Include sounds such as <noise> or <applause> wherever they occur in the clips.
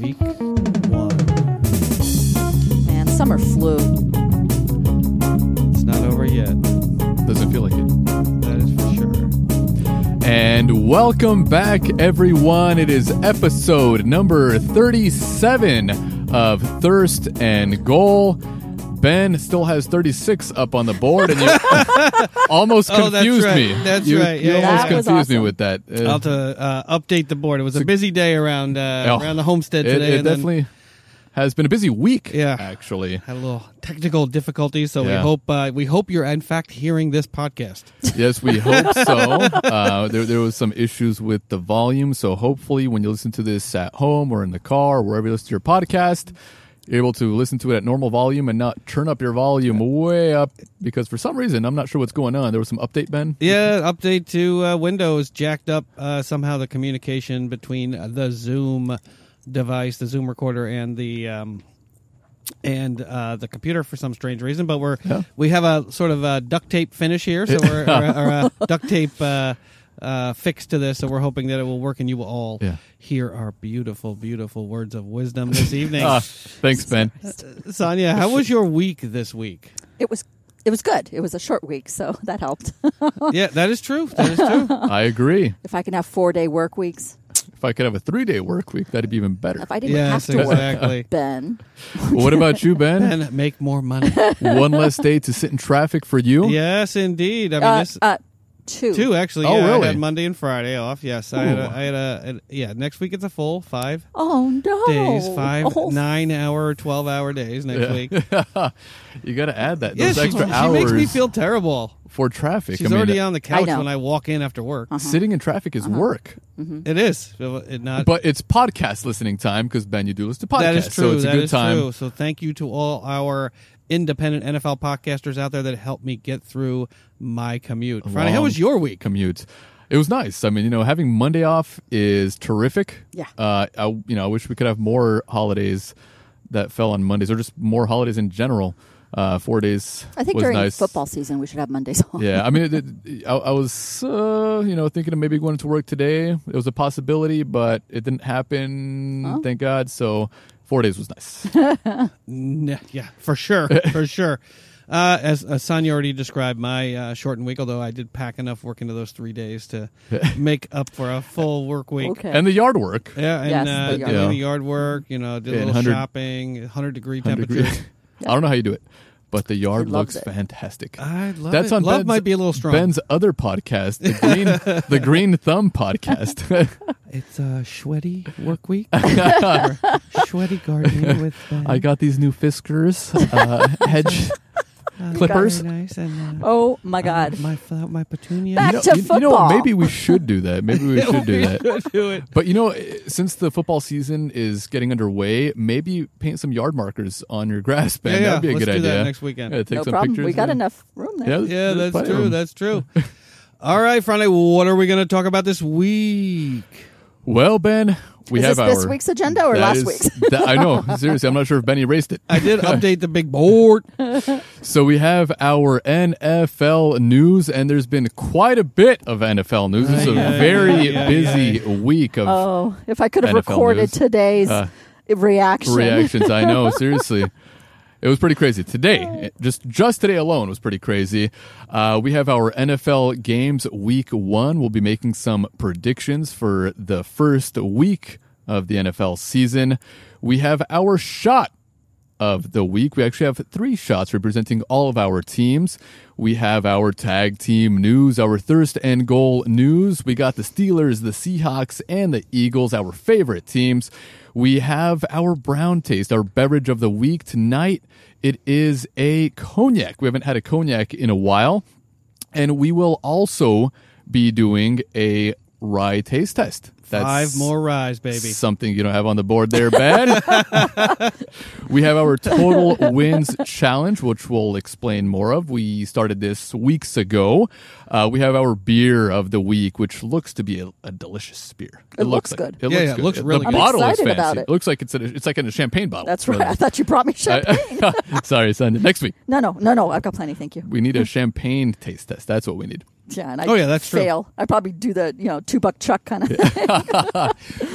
Week one. Man, summer flew. It's not over yet. Doesn't feel like it. That is for sure. And welcome back, everyone. It is episode number 37 of Thirst and Goal. Ben still has 36 up on the board, and you almost <laughs> Oh, that's confused right. me. That's you, right. You Yeah, yeah, yeah. almost That was confused me awesome. with that. Uh, I'll have to uh, update the board. It was a busy day around uh, Oh. around the homestead it, today. it and then definitely has been a busy week, Yeah. actually. had a little technical difficulty, so we Yeah. hope uh, we hope you're in fact hearing this podcast. Yes, we hope so. <laughs> Uh, there, there was some issues with the volume, so hopefully, when you listen to this at home or in the car or wherever you listen to your podcast, you're able to listen to it at normal volume and not turn up your volume way up because for some reason I'm not sure what's going on. There was some update, Ben. Yeah, update to uh, Windows jacked up uh, somehow the communication between uh, the Zoom device, the Zoom recorder, and the um, and uh, the computer for some strange reason. But we're we have a sort of a duct tape finish here, so we're or, a- <laughs> or a duct tape uh, uh, fix to this. So we're hoping that it will work, and you will all Yeah. hear our beautiful, beautiful words of wisdom <laughs> this evening. Ah, thanks, <laughs> Ben. Sonia, how was your week <laughs> this week? It was it was good. It was a short week, so <laughs> that helped. Yeah, that is true. That <laughs> is true. I agree. if I can have four day work weeks, If I could have a three day work week, that'd be even better. if I didn't yes, have to work, exactly. Ben, what about <laughs> you, Ben? And make more <laughs> money. One less day to sit in traffic for you? Yes, indeed. I mean, uh, this uh, two. two actually. Oh, yeah, I really? had Monday and Friday off. Yes, I had, a, Ooh. I had a, an- yeah. Next week it's a full five Oh no! days, five Oh, nine hour, twelve hour days next <laughs> week. you got to add that. Yeah, Those she, extra she hours makes me feel terrible. for traffic. She's I Uh-huh. already mean, on Uh-huh. the couch know. when I walk in after work. Sitting in traffic is work. It is. It not. But it's podcast listening time because Ben, you do listen to podcasts, that is true. so it's a That good is time. true. So thank you to all our independent NFL podcasters out there that helped me get through my commute. Friday, how Long was your week? Commute. It was nice. I mean, you know, having Monday off is terrific. Yeah. Uh, I you know I wish we could have more holidays that fell on Mondays or just more holidays in general. Uh, four days. I think was during nice. football season we should have Mondays off. Yeah, I mean, it, it, I, I was, uh, you know, thinking of maybe going to work today. It was a possibility, but it didn't happen. Thank God. So four days <laughs> was nice. N- yeah, for sure, <laughs> for sure. Uh, as uh, Sonia already described, my uh, shortened week. Although I did pack enough work into those three days to <laughs> make up for a full work <laughs> week. Okay. and the yard work. Yeah, and Yes, uh, the did yard work. the yard work. You know, did Yeah, a and little 100 shopping. Hundred degree 100 temperatures. degree- <laughs> I don't know how you do it, but the yard He loves looks it. fantastic. I love That's it. on Love Ben's, might be a little strong. Ben's other podcast, the Green, the <laughs> Green Thumb podcast. It's a sweaty work week. Or sweaty gardening with. Ben. <laughs> I got these new Fiskers uh, hedge Uh, clippers. very nice and. uh, Oh my God! uh, my fla- my petunia. Back <laughs> You know- to you, you know what? football. Maybe we should do that. <laughs> Maybe we should do that. do it. But you know, eh, since the football season is getting underway, maybe paint some yard markers on your grass, Ben. Yeah, yeah. That'd be a Let's good do that idea. next weekend. Yeah, take no some problem. pictures. we got yeah. enough room there. Yeah, Yeah, there's that's plenty of true. them. That's <laughs> true. All right, Friday. What are we going to talk about this week? Well, Ben, we Is have this this our- week's agenda or that last is- week's? that- <laughs> I know. Seriously, I'm not sure if Ben erased it. I <laughs> did update the big board. So we have our NFL news, and there's been quite a bit of NFL news. This is a Aye, aye, very aye, aye, busy week of Oh, if I could have NFL recorded news. today's Uh, reaction. reactions. I know, seriously. It was pretty crazy today. Oh. it- Just just today alone was pretty crazy. Uh, we have our NFL games week one. We'll be making some predictions for the first week of the NFL season. We have our shot of the week. We actually have three shots representing all of our teams. We have our tag team news, our thirst and goal news. We got the Steelers, the Seahawks, and the Eagles, our favorite teams. We have our brown taste, our beverage of the week tonight. It is a cognac. We haven't had a cognac in a while. And we will also be doing a rye taste test. Five more rise, baby. Something you don't have on the board <laughs> there, Ben. we have our total wins challenge, which we'll explain more of. We started this weeks ago. Uh, we have our beer of the week, which looks to be a, a delicious beer. It looks like- good. It Yeah, looks yeah, it good. looks really the good. bottle I'm is fancy. excited about it. it. looks like it's in a, it's like in a champagne <laughs> bottle. That's right. I really. thought you brought me champagne. <laughs> Sorry, son. Next week no, no, no, no. I've got plenty. Thank you. <laughs> we need a champagne taste test. That's what we need. Yeah, and I Oh, yeah, that's true. fail. I probably do the you know two buck chuck kind of. thing.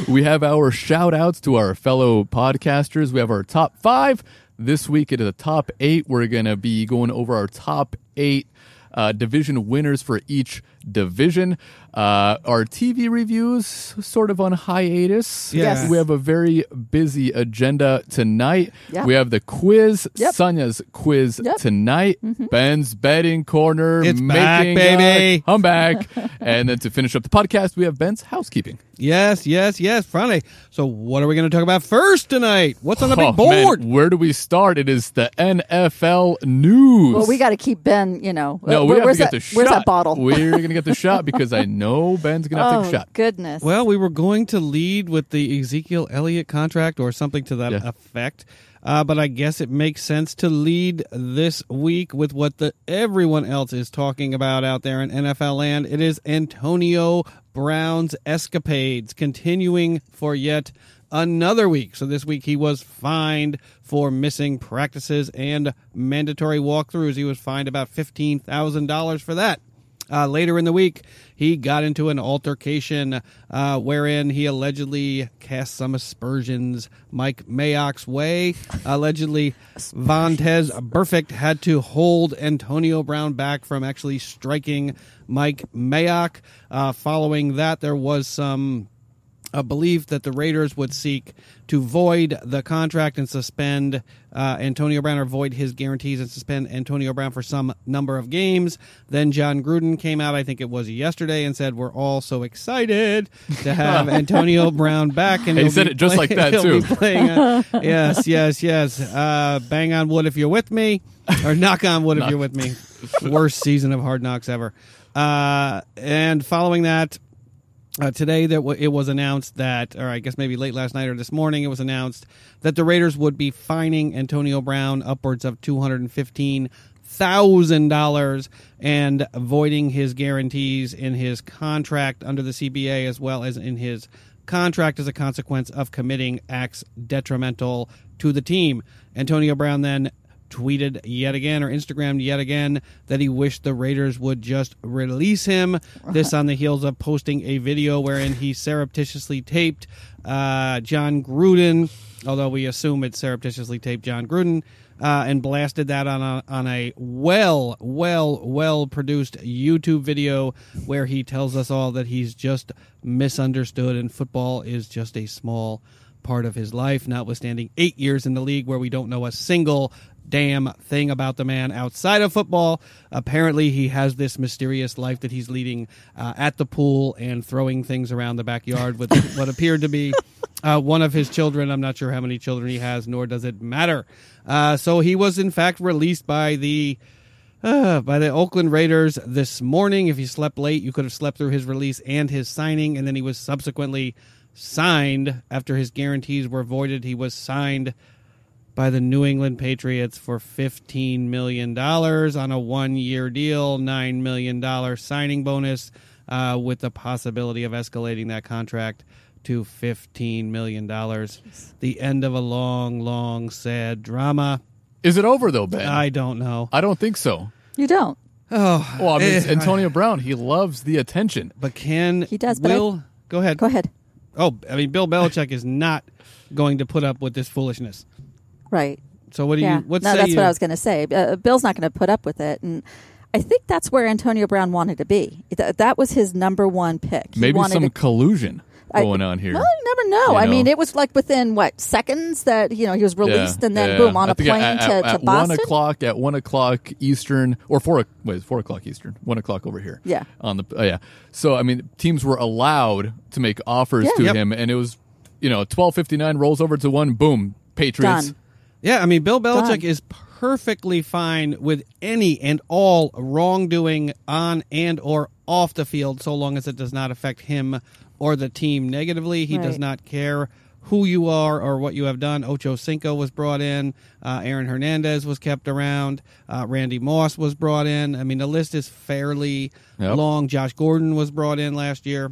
We have our shout outs to our fellow podcasters. We have our top five. This week it is a top eight. We're going to be going over our top eight uh, division winners for each division. Uh, our TV reviews sort of on hiatus. Yes. We have a very busy agenda tonight. Yeah. We have the quiz, Yep. Sonia's quiz Yep. Mm-hmm. tonight, Ben's betting corner. It's back, making baby. A comeback. <laughs> and then to finish up the podcast, we have Ben's housekeeping. Yes, yes, yes. Friday. So, what are we going to talk about first tonight? What's on the Oh, big board? man, where do we start? It is the NFL news. well, we got to keep Ben. You know, no. where- we have to where's that? get the where's shot. that bottle? We're gonna get the shot because I know Ben's gonna have to oh take a shot. goodness. Well, we were going to lead with the Ezekiel Elliott contract or something to that Yeah. effect, uh, but I guess it makes sense to lead this week with what the everyone else is talking about out there in NFL land. It is Antonio Brown's escapades continuing for yet another week. So this week he was fined for missing practices and mandatory walkthroughs. He was fined about fifteen thousand dollars for that. Uh, later in the week, he got into an altercation uh, wherein he allegedly cast some aspersions Mike Mayock's way. Allegedly, Vontez Perfect had to hold Antonio Brown back from actually striking Mike Mayock. Uh, following that, there was some a belief that the Raiders would seek to void the contract and suspend uh, Antonio Brown or void his guarantees and suspend Antonio Brown for some number of games. Then John Gruden came out, I think it was yesterday, and said, We're all so excited to <laughs> have Antonio Brown back. And He he'll said be it just like playing- that, <laughs> he'll too. be playing, uh, <laughs> yes, yes, yes. Uh, bang on wood if you're with me, <laughs> or knock on wood if you're with me. Worst season of hard knocks ever. Uh, and following that, uh, today that w- it was announced that, or I guess maybe late last night or this morning, it was announced that the Raiders would be fining Antonio Brown upwards of two hundred and fifteen thousand dollars and voiding his guarantees in his contract under the CBA as well as in his contract as a consequence of committing acts detrimental to the team. Antonio Brown then tweeted yet again or Instagrammed yet again that he wished the Raiders would just release him. This on the heels of posting a video wherein he surreptitiously taped uh, John Gruden, although we assume it surreptitiously taped John Gruden, uh, and blasted that on a, on a well, well, well produced YouTube video where he tells us all that he's just misunderstood and football is just a small part of his life, notwithstanding eight years in the league where we don't know a single damn thing about the man outside of football. Apparently, he has this mysterious life that he's leading uh, at the pool and throwing things around the backyard with <laughs> what appeared to be. Uh, one of his children. I'm not sure how many children he has, nor does it matter. Uh, so he was, in fact, released by the uh, <sighs> by the Oakland Raiders this morning. If you slept late, you could have slept through his release and his signing, and then he was subsequently signed after his guarantees were voided. He was signed by the New England Patriots for $15 million on a one year deal, $9 million signing bonus, uh, with the possibility of escalating that contract to $15 million. The end of a long, long, sad drama. Is it over though, Ben? I don't know. <sighs> I don't think so. you don't. Oh, Well, I mean, it's eh, Antonio Brown, he loves the attention. But can He does, but I- Will go ahead? Go ahead. Oh, I mean, Bill Belichick is not going to put up with this foolishness. Right. So what do yeah. you? What no, say that's you? what I was going to say. Uh, Bill's not going to put up with it, and I think that's where Antonio Brown wanted to be. Th- that was his number one pick. He Maybe wanted some to- collusion I- going on here. Well, you never know. You I mean, know. it was like within what seconds that you know he was Yeah, released, and then yeah. boom on I a think plane at, to, at, to at Boston. One o'clock at one o'clock Eastern or four. o- Wait, it's four o'clock Eastern. One o'clock over here. Yeah. On the oh, yeah. So I mean, teams were allowed to make offers Yeah. to Yep. him, and it was you know twelve fifty nine rolls over to one. Boom, Patriots. Done. Yeah, I mean, Bill Belichick Done. is perfectly fine with any and all wrongdoing on and or off the field, so long as it does not affect him or the team negatively. He does Right. not care who you are or what you have done. Ocho Cinco was brought in. Uh, Aaron Hernandez was kept around. Uh, Randy Moss was brought in. I mean, the list is fairly Yep. long. Josh Gordon was brought in last year.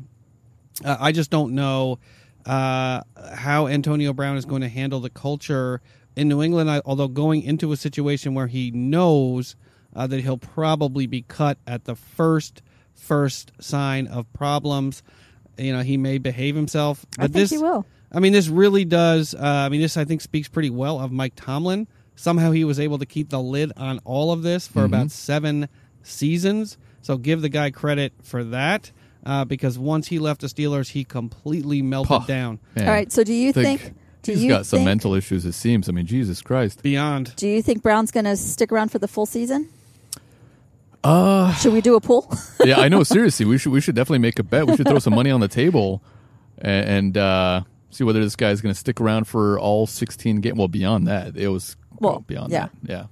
Uh, I just don't know uh, how Antonio Brown is going to handle the culture in New England. I, although going into a situation where he knows uh, that he'll probably be cut at the first first sign of problems. You know, he may behave himself, but I think this he will. I mean, this really does. Uh, I mean, this I think speaks pretty well of Mike Tomlin. Somehow he was able to keep the lid on all of this for Mm-hmm. about seven seasons. So give the guy credit for that, uh, because once he left the Steelers, he completely melted Puh. down Man, All right. So do you think think? do he's you got some think- mental issues. It seems. I mean, Jesus Christ. beyond. Do you think Brown's going to stick around for the full season? Uh, Should we do a pool? <laughs> yeah, I know. <laughs> Seriously, we should we should definitely make a bet. We should throw some money on the table and, and uh, see whether this guy's going to stick around for all sixteen games. Well, beyond that, it was well, Well, beyond yeah. that. Yeah.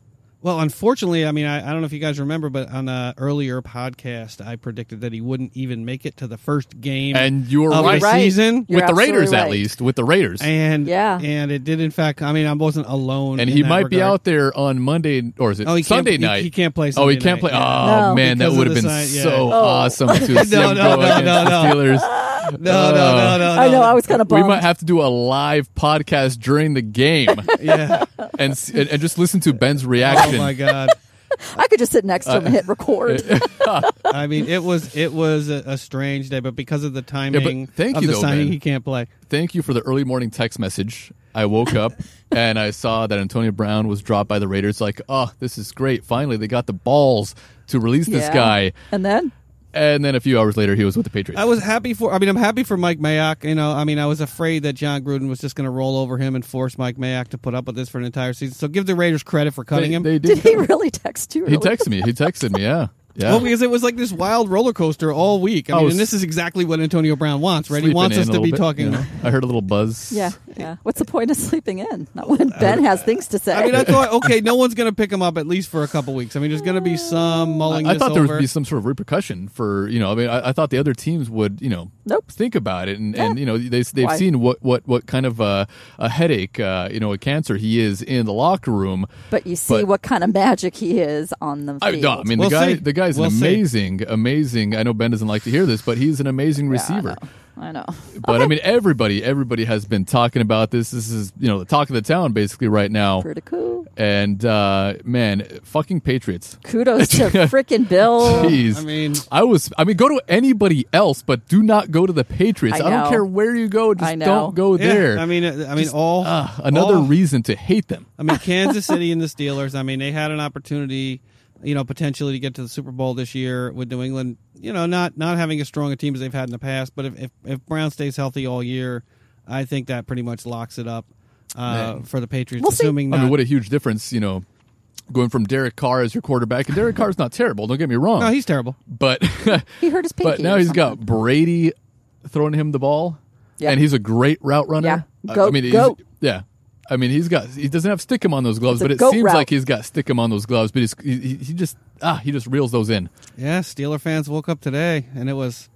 Well, unfortunately, I mean, I, I don't know if you guys remember, but on an earlier podcast, I predicted that he wouldn't even make it to the first game. And you were Of the right. Right. season You're with the absolutely Raiders, at right. least with the Raiders. and Yeah. and it did in fact. I mean, I wasn't alone, and in he that might be regard. out there on Monday or is it Oh, he can't- Sunday he- night? he can't play oh, Sunday he can't play. night, yeah. Oh No. man, that Because would of have been the side- yeah. so Oh. awesome <laughs> to see him no, go no, against no, the no. Steelers. No, no, no, no, no. I know. I was kind of Oh, We bummed. Oh might have to do a live podcast during <laughs> the game Yeah. and, s- and and just listen to Ben's Oh reaction. my god. I could just sit next to him uh, and hit <laughs> record. I mean, it was it was a, a strange day, but because of the timing thank of you, the though, signing, man. he can't play. Thank you for the early morning text message. I woke up and I saw that Antonio Brown was dropped by the Raiders. Like, oh, this is great. Finally, they got the balls to release this Yeah. guy. And then And then a few hours later, he was with the Patriots. I was happy for. I mean, I'm happy for Mike Mayock. You know, I mean, I was afraid that John Gruden was just going to roll over him and force Mike Mayock to put up with this for an entire season. So give the Raiders credit for cutting they, him. they did. did <laughs> he really text you? He Really? texted me. He texted me. Yeah, yeah. well, because it was like this wild roller coaster all week. I I mean, was and this is exactly what Antonio Brown wants, right? He Sleeping wants in us a to little be bit, talking. you know. I heard a little buzz. Yeah, yeah. What's the point of sleeping in? Not when Ben has things to say. I mean, I thought, okay, no one's going to pick him up at least for a couple weeks. I mean, there's going to be some mulling. I this thought there over. would be some sort of repercussion for you know. I mean, I, I thought the other teams would you know Nope. think about it and, and you know they they've Why? seen what what what kind of uh, a headache uh, you know a cancer he is in the locker room. but you see But- what kind of magic he is on the field. I, no, I mean We'll the guy see. the guy's We'll an see. amazing amazing. I know Ben doesn't like to hear this, but he's an amazing Yeah, I receiver. know. I know. But I mean, everybody, everybody has been talking about this. This is, you know, the talk of the town basically right now. Pretty cool. And uh, man, fucking Patriots. <laughs> Kudos to freaking Bill. Jeez. I mean- I was. I mean, go to anybody else, but do not go to the Patriots. I, I don't know. care where you go. Just I know. don't go Yeah, there. I mean, uh, I mean, all Ah, another all- reason to hate them. I mean, Kansas City and the Steelers. I mean, they had an opportunity, you know, potentially to get to the Super Bowl this year with New England. You know, not not having as strong a team as they've had in the past. But if if, if Brown stays healthy all year, I think that pretty much locks it up uh, for the Patriots. We'll see. assuming I mean, not- what a huge difference, you know, going from Derek Carr as your quarterback, and Derek Carr's not terrible. Don't get me wrong. no, Oh, he's terrible. but <laughs> He hurt his pinky. but now or he's got something. Brady throwing him the ball, Yeah. and he's a great route runner. Yeah. I- I Goat, mean, he's- goat. yeah. I mean, he's got he doesn't have stickum on those gloves, It's a but it goat seems route. like he's got stickum on those gloves. But he's, he, he he just ah he just reels those in. Yeah, Steeler fans woke up today and it <laughs> was.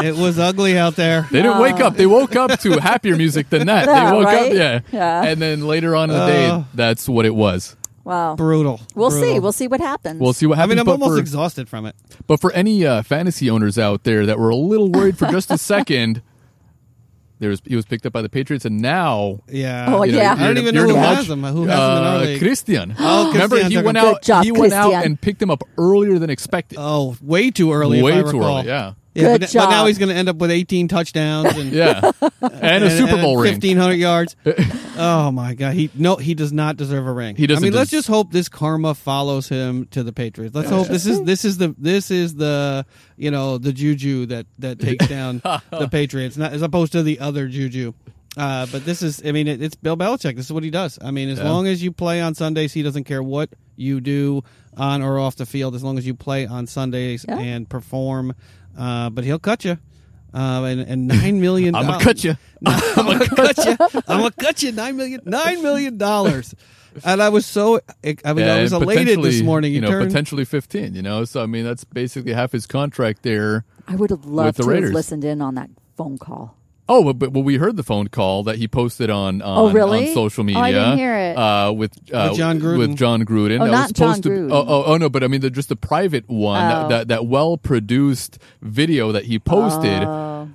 it was ugly out there. They didn't wake up. They woke up to happier music <laughs> than that. Yeah, they woke up, Ah. right? yeah. Yeah. And then later on in the day, Oh. that's what it was. Wow. Brutal. We'll Brutal. see. We'll see what happens. We'll see what I happens. mean, I'm but, almost for, exhausted from it. but for any uh, fantasy owners out there that were a little worried for <laughs> just a second, there was, he was picked up by the Patriots, and now Yeah. Oh, You know, yeah. you're I don't in- even you're know in who a has much- them. Who has them in our Uh, league? Christian. Oh, <gasps> Remember, Christian's he okay. went Good out. job, he went out Christian. and picked him up earlier than expected. Oh, way too early. if Way I too recall. early, yeah. but, Good n- but now job. he's going to end up with 18 touchdowns <laughs> and, <laughs> yeah, and a and- Super and Bowl ring. 1500 <laughs> yards. oh my god, he no, he does not deserve a ring. He doesn't I mean, let's des- just hope this karma follows him to the Patriots. Let's hope this is this is the this is the you know the juju that that <laughs> takes down the Patriots, not, as opposed to the other juju. Uh, but this is, I mean, it, it's Bill Belichick. This is what he does. I mean, as long as you play on Sundays, he doesn't care what you do on or off the field. As long as you play on Sundays Yeah. and perform, uh, but he'll cut you. Uh, and, and nine <laughs> million. I'm gonna cut you. <laughs> I'm gonna cut you. I'm gonna cut you nine million. Nine million dollars. And I was so. I mean, I was And elated this potentially, morning. You know, turned- potentially fifteen. You know, so I mean, that's basically half his contract there. I would have With loved the to have Raiders. listened in on that phone call. Oh, but, but well, we heard the phone call that he posted on on, Oh, really? on social Oh, media. I didn't hear it. Uh, with, uh, With John Gruden. With John Gruden. Oh, not That was John supposed to be- Gruden. oh, oh, oh, no, but I mean the, just the private one that Oh. Oh. that, that well produced video that he posted.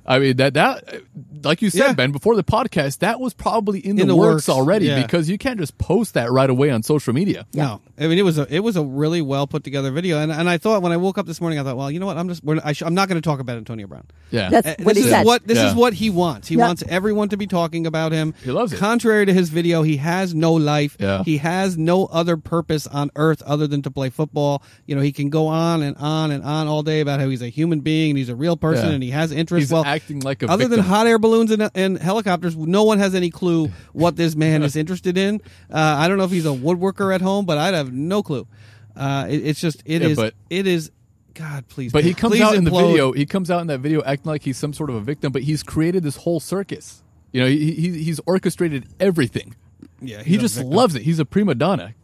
I mean that that like you said, Yeah. Ben, before the podcast, that was probably in, the, the works, works, already yeah. because you can't just post that right away on social media. No, I mean it was a it was a really well put together video, and and I thought when I woke up this morning, I thought, well, you know what, I'm just we're, I sh- I'm not going to talk about Antonio Brown. Yeah. That's- Uh, what this he is said. what this Yeah. is what he wants. He Yeah. wants everyone to be talking about him. He loves it. Contrary to his video, he has no life. Yeah. He has no other purpose on earth other than to play football. You know, he can go on and on and on all day about how he's a human being and he's a real person Yeah. and he has interests. He's well, acting like a other victim. than hot air balloons and, and helicopters, no one has any clue what this man <laughs> is interested in. Uh, I don't know if he's a woodworker at home, but I'd have no clue. Uh, it- it's just it is Yeah, but- it is. God, please. But he comes please out in the implode. video. He comes out in that video acting like he's some sort of a victim, but he's created this whole circus. You know, he, he he's orchestrated everything. Yeah, He he's a just victim. loves it. He's a prima donna.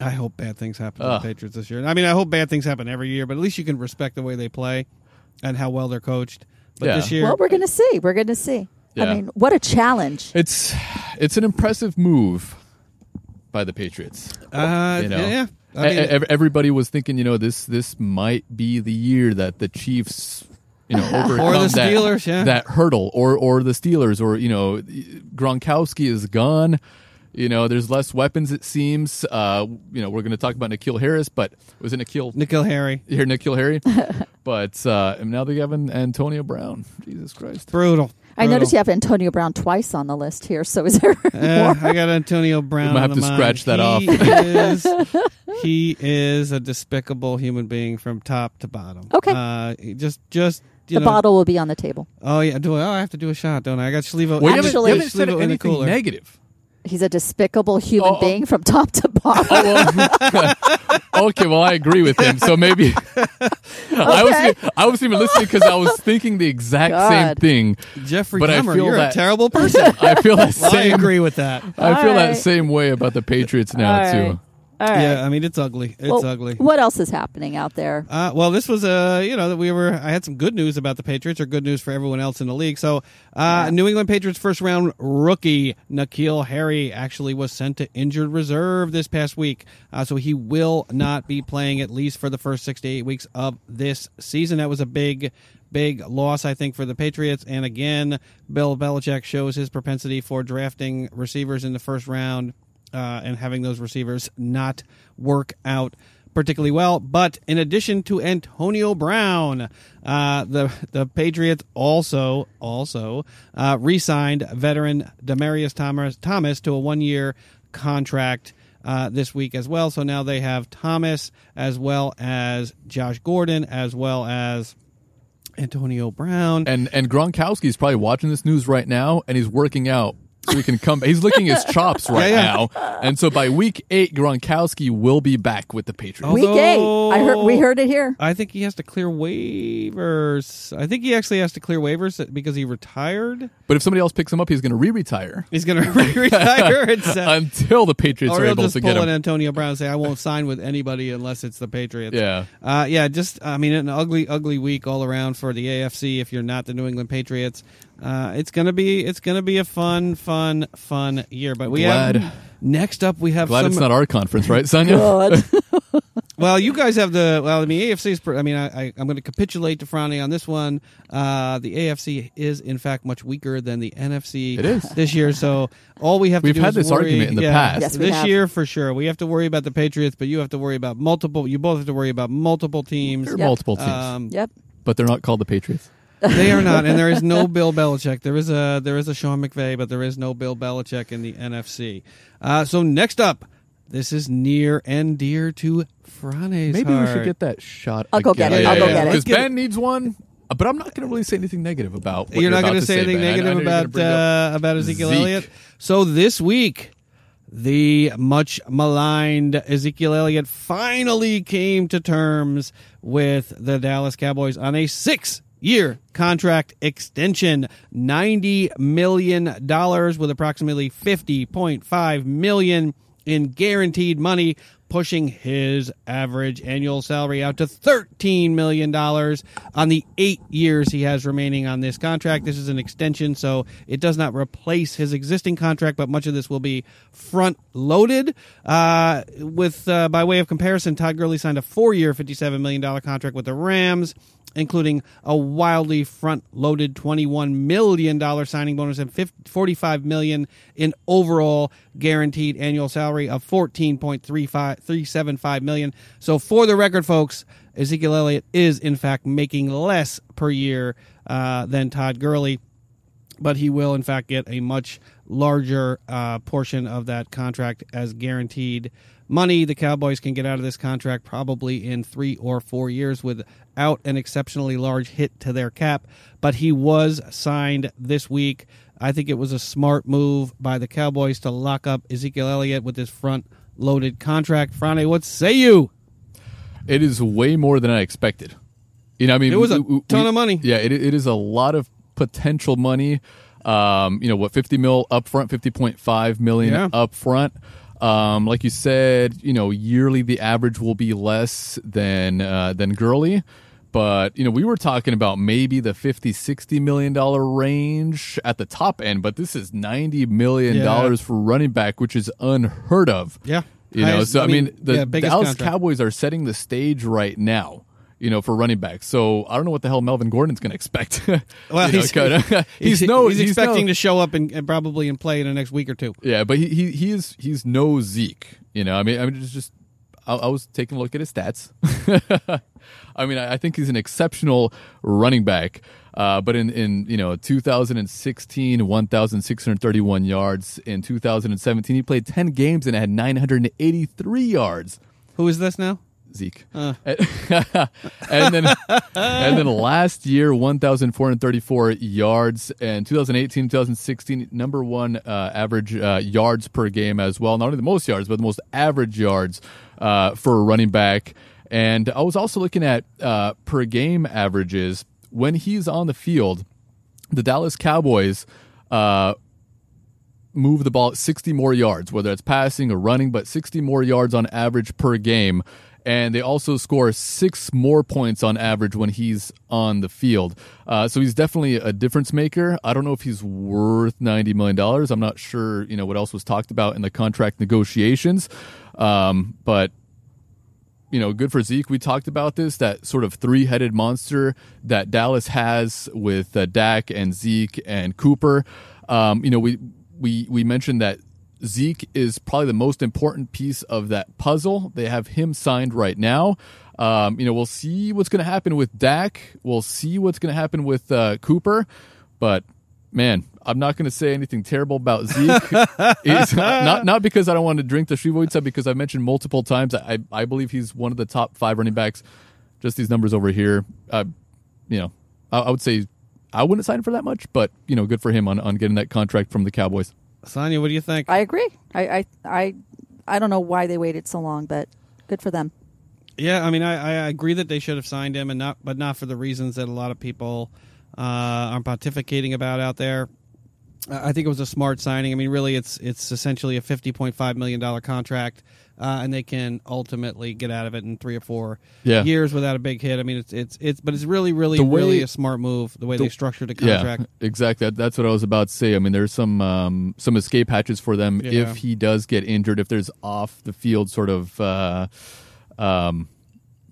I hope bad things happen to the Patriots this year. I mean, I hope bad things happen every year, but at least you can respect the way they play and how well they're coached. But Yeah. this year, Well, we're going to see. We're going to see. Yeah. I mean, what a challenge. It's it's an impressive move by the Patriots. uh, You know, yeah, yeah. I E- mean, e- ev- everybody was thinking, you know, this this might be the year that the Chiefs, <laughs> you know, overcome that- Steelers, yeah. that hurdle, or or the Steelers, or you know, Gronkowski is gone. You know, there's less weapons. It seems. Uh, you know, we're going to talk about Nikhil Harris, but was it Nikhil Nikhil Harry, here <laughs> Nikhil Harry? but uh, and now they have an Antonio Brown. Jesus Christ. brutal. I Oh. noticed you Brutal. have Antonio Brown twice on the list here. So is <laughs> there Eh, Uh, more? I got <laughs> Antonio Brown. might have on to the mind. scratch that he off. <laughs> Is, he is a despicable human being from top to bottom. Okay. uh, he just just you The know, bottle will be on the table. Oh yeah, do I, oh, I have to do a shot, don't I? I got Shlevo. Well, you haven't, Actually- you haven't said Shlevo in the anything cooler. negative. He's a despicable human Oh. being from top to bottom. well, <laughs> okay, well, I agree with him. So maybe <laughs> I was I was even listening because I was thinking the exact same God. thing. Jeffrey But I Dahmer, feel you're that- a <laughs> terrible person. I feel that Well, I same. agree with that. I feel that Alright. same way about the Patriots now All right. too. All right. Yeah, I mean it's ugly. <laughs> It's Well, ugly. What else is happening out there? Uh, well, this was uh, you know that we were. I had some good news about the Patriots, or good news for everyone else in the league. So, uh, New England Patriots first round rookie Nikhil Harry actually was sent to injured reserve this past week, uh, so he will not be playing at least for the first six to eight weeks of this season. That was a big, big loss, I think, for the Patriots. And again, Bill Belichick shows his propensity for drafting receivers in the first round uh, and having those receivers not work out particularly well. But in addition to Antonio Brown, uh, the the Patriots also also uh, re-signed veteran Demarius Thomas Thomas to a one year contract. Uh, this week as well, so now they have Thomas as well as Josh Gordon as well as Antonio Brown. And and Gronkowski's probably watching this news right now, and he's working out. So he can come. He's licking his chops <laughs> Yeah, right yeah. now, and so by week eight, Gronkowski will be back with the Patriots. Oh. Week eight. I heard. We although- heard it <laughs> here. I think he has to clear waivers. I think he actually has to clear waivers because he retired. But if somebody else picks him up, he's going to re-retire He's <laughs> going to retire and <laughs> say, until the Patriots uh, or are he'll able just to pull get an him. Antonio Brown and say, "I won't sign with anybody unless it's the Patriots." Yeah. uh, yeah. Just I mean, an ugly, ugly week all around for the AFC. If you're not the New England Patriots, uh, it's gonna be it's gonna be a fun, fun, fun year. But we Glad. have next up we have Glad some it's not our conference, right, <laughs> Sonia? <laughs> God. Well, you guys have the well. I mean, AFC is. pr- I mean, I, I, I'm going to capitulate to Franny on this one. Uh, the AFC is, in fact, much weaker than the NFC. It is. this year. So all we have We've to do had is this worry- argument in the yeah, past. Yes, we this have. year for sure. We have to worry about the Patriots, but you have to worry about multiple. You both have to worry about multiple teams. There are Yep. multiple teams, Um, yep. but they're not called the Patriots. <laughs> they are not, and there is <laughs> no Bill Belichick. There is a there is a Sean McVay, but there is no Bill Belichick in the NFC. Uh, so next up, this is near and dear to Franny's Maybe we should heart. get that shot. I'll go get it. I'll go get it. Let's Because get Ben needs one, uh, but I'm not going to really say anything negative about. What you're, not going to say anything Ben. I- I know negative you're gonna about bring it up. uh, about Ezekiel Zeke. Elliott. So this week, the much maligned Ezekiel Elliott finally came to terms with the Dallas Cowboys on a six year contract extension $90 million with approximately $50.5 million in guaranteed money pushing his average annual salary out to $13 million on the eight years he has remaining on this contract. This is an extension, so it does not replace his existing contract, but much of this will be front loaded. Uh, with uh, By way of comparison, Todd Gurley signed a four year, $57 million contract with the Rams. including a wildly front-loaded $21 million signing bonus and 50, $45 million in overall guaranteed annual salary of $14.375 million. So for the record, folks, Ezekiel Elliott is, in fact, making less per year uh, than Todd Gurley but he will in fact get a much larger uh, portion of that contract as guaranteed money. The Cowboys can get out of this contract probably in three or four years without an exceptionally large hit to their cap. But he was signed this week. I think it was a smart move by the Cowboys to lock up Ezekiel Elliott with this front loaded contract. Franny, what say you? It is way more than I expected. You know, I mean, It was a we- we- ton we- of money. Yeah, it, it is a lot of potential money. Um, you know what, fifty mil upfront, fifty point five million Yeah. upfront. Um, like you said, you know, yearly the average will be less than uh, than Gurley. But you know, we were talking about maybe the 50 60 million dollar range at the top end, but this is 90 million dollars for running back, which is unheard of. Yeah. You know, Highest- so I I mean, mean, the yeah, biggest Dallas contract. Cowboys are setting the stage right now, you know, for running backs. So I don't know what the hell Melvin Gordon's going to expect. <laughs> Well, You know, he's, kinda- <laughs> he's, <laughs> he's no, he's expecting no- to show up and, and probably and play in the next week or two. yeah, but he, he he is he's no Zeke. You know, I mean, I mean, it's just I, I was taking a look at his stats. <laughs> I mean, I, I think he's an exceptional running back. Uh, but in, in you know 2016, 1,631 yards. In 2017, he played 10 games and had 983 yards. Who is this now? Zeke. and then and then last year 1434 yards and 2018 2016 number one uh, average uh, yards per game as well. Not only the most yards but the most average yards uh, for a running back. And I was also looking at uh, per game averages when he's on the field. The Dallas Cowboys uh, move the ball 60 more yards, whether it's passing or running, but 60 more yards on average per game. And they also score six more points on average when he's on the field. Uh, so he's definitely a difference maker. I don't know if he's worth $90 million. I'm not sure, you know, what else was talked about in the contract negotiations. Um, but you know, good for Zeke. We talked about this that sort of three headed monster that Dallas has with uh, Dak and Zeke and Cooper. Um, you know, we we we mentioned that Zeke is probably the most important piece of that puzzle. They have him signed right now. Um, you know, we'll see what's going to happen with Dak. We'll see what's going to happen with uh, Cooper, but. Man, I'm not going to say anything terrible about Zeke. It's not not because I don't want to drink the Shrivoitsa, because I've mentioned multiple times. I I believe he's one of the top five running backs. Just these numbers over here. Uh, you know, I, I would say I wouldn't sign for that much, but you know, good for him on, on getting that contract from the Cowboys. Sonia, what do you think? I agree. I, I I I don't know why they waited so long, but good for them. Yeah, I mean, I, I agree that they should have signed him, and not, but not for the reasons that a lot of people uh, are pontificating about out there. I I think it was a smart signing. I mean, really, it's it's essentially a fifty point five million dollar contract, uh, and they can ultimately get out of it in three or four Yeah. years without a big hit. I mean, it's it's it's, but it's really, really, The way- really a smart move the way they structured the contract. Yeah, exactly. That- That's what I was about to say. I mean, there's some um, some escape hatches for them Yeah. if he does get injured. If there's off the field sort of uh, um,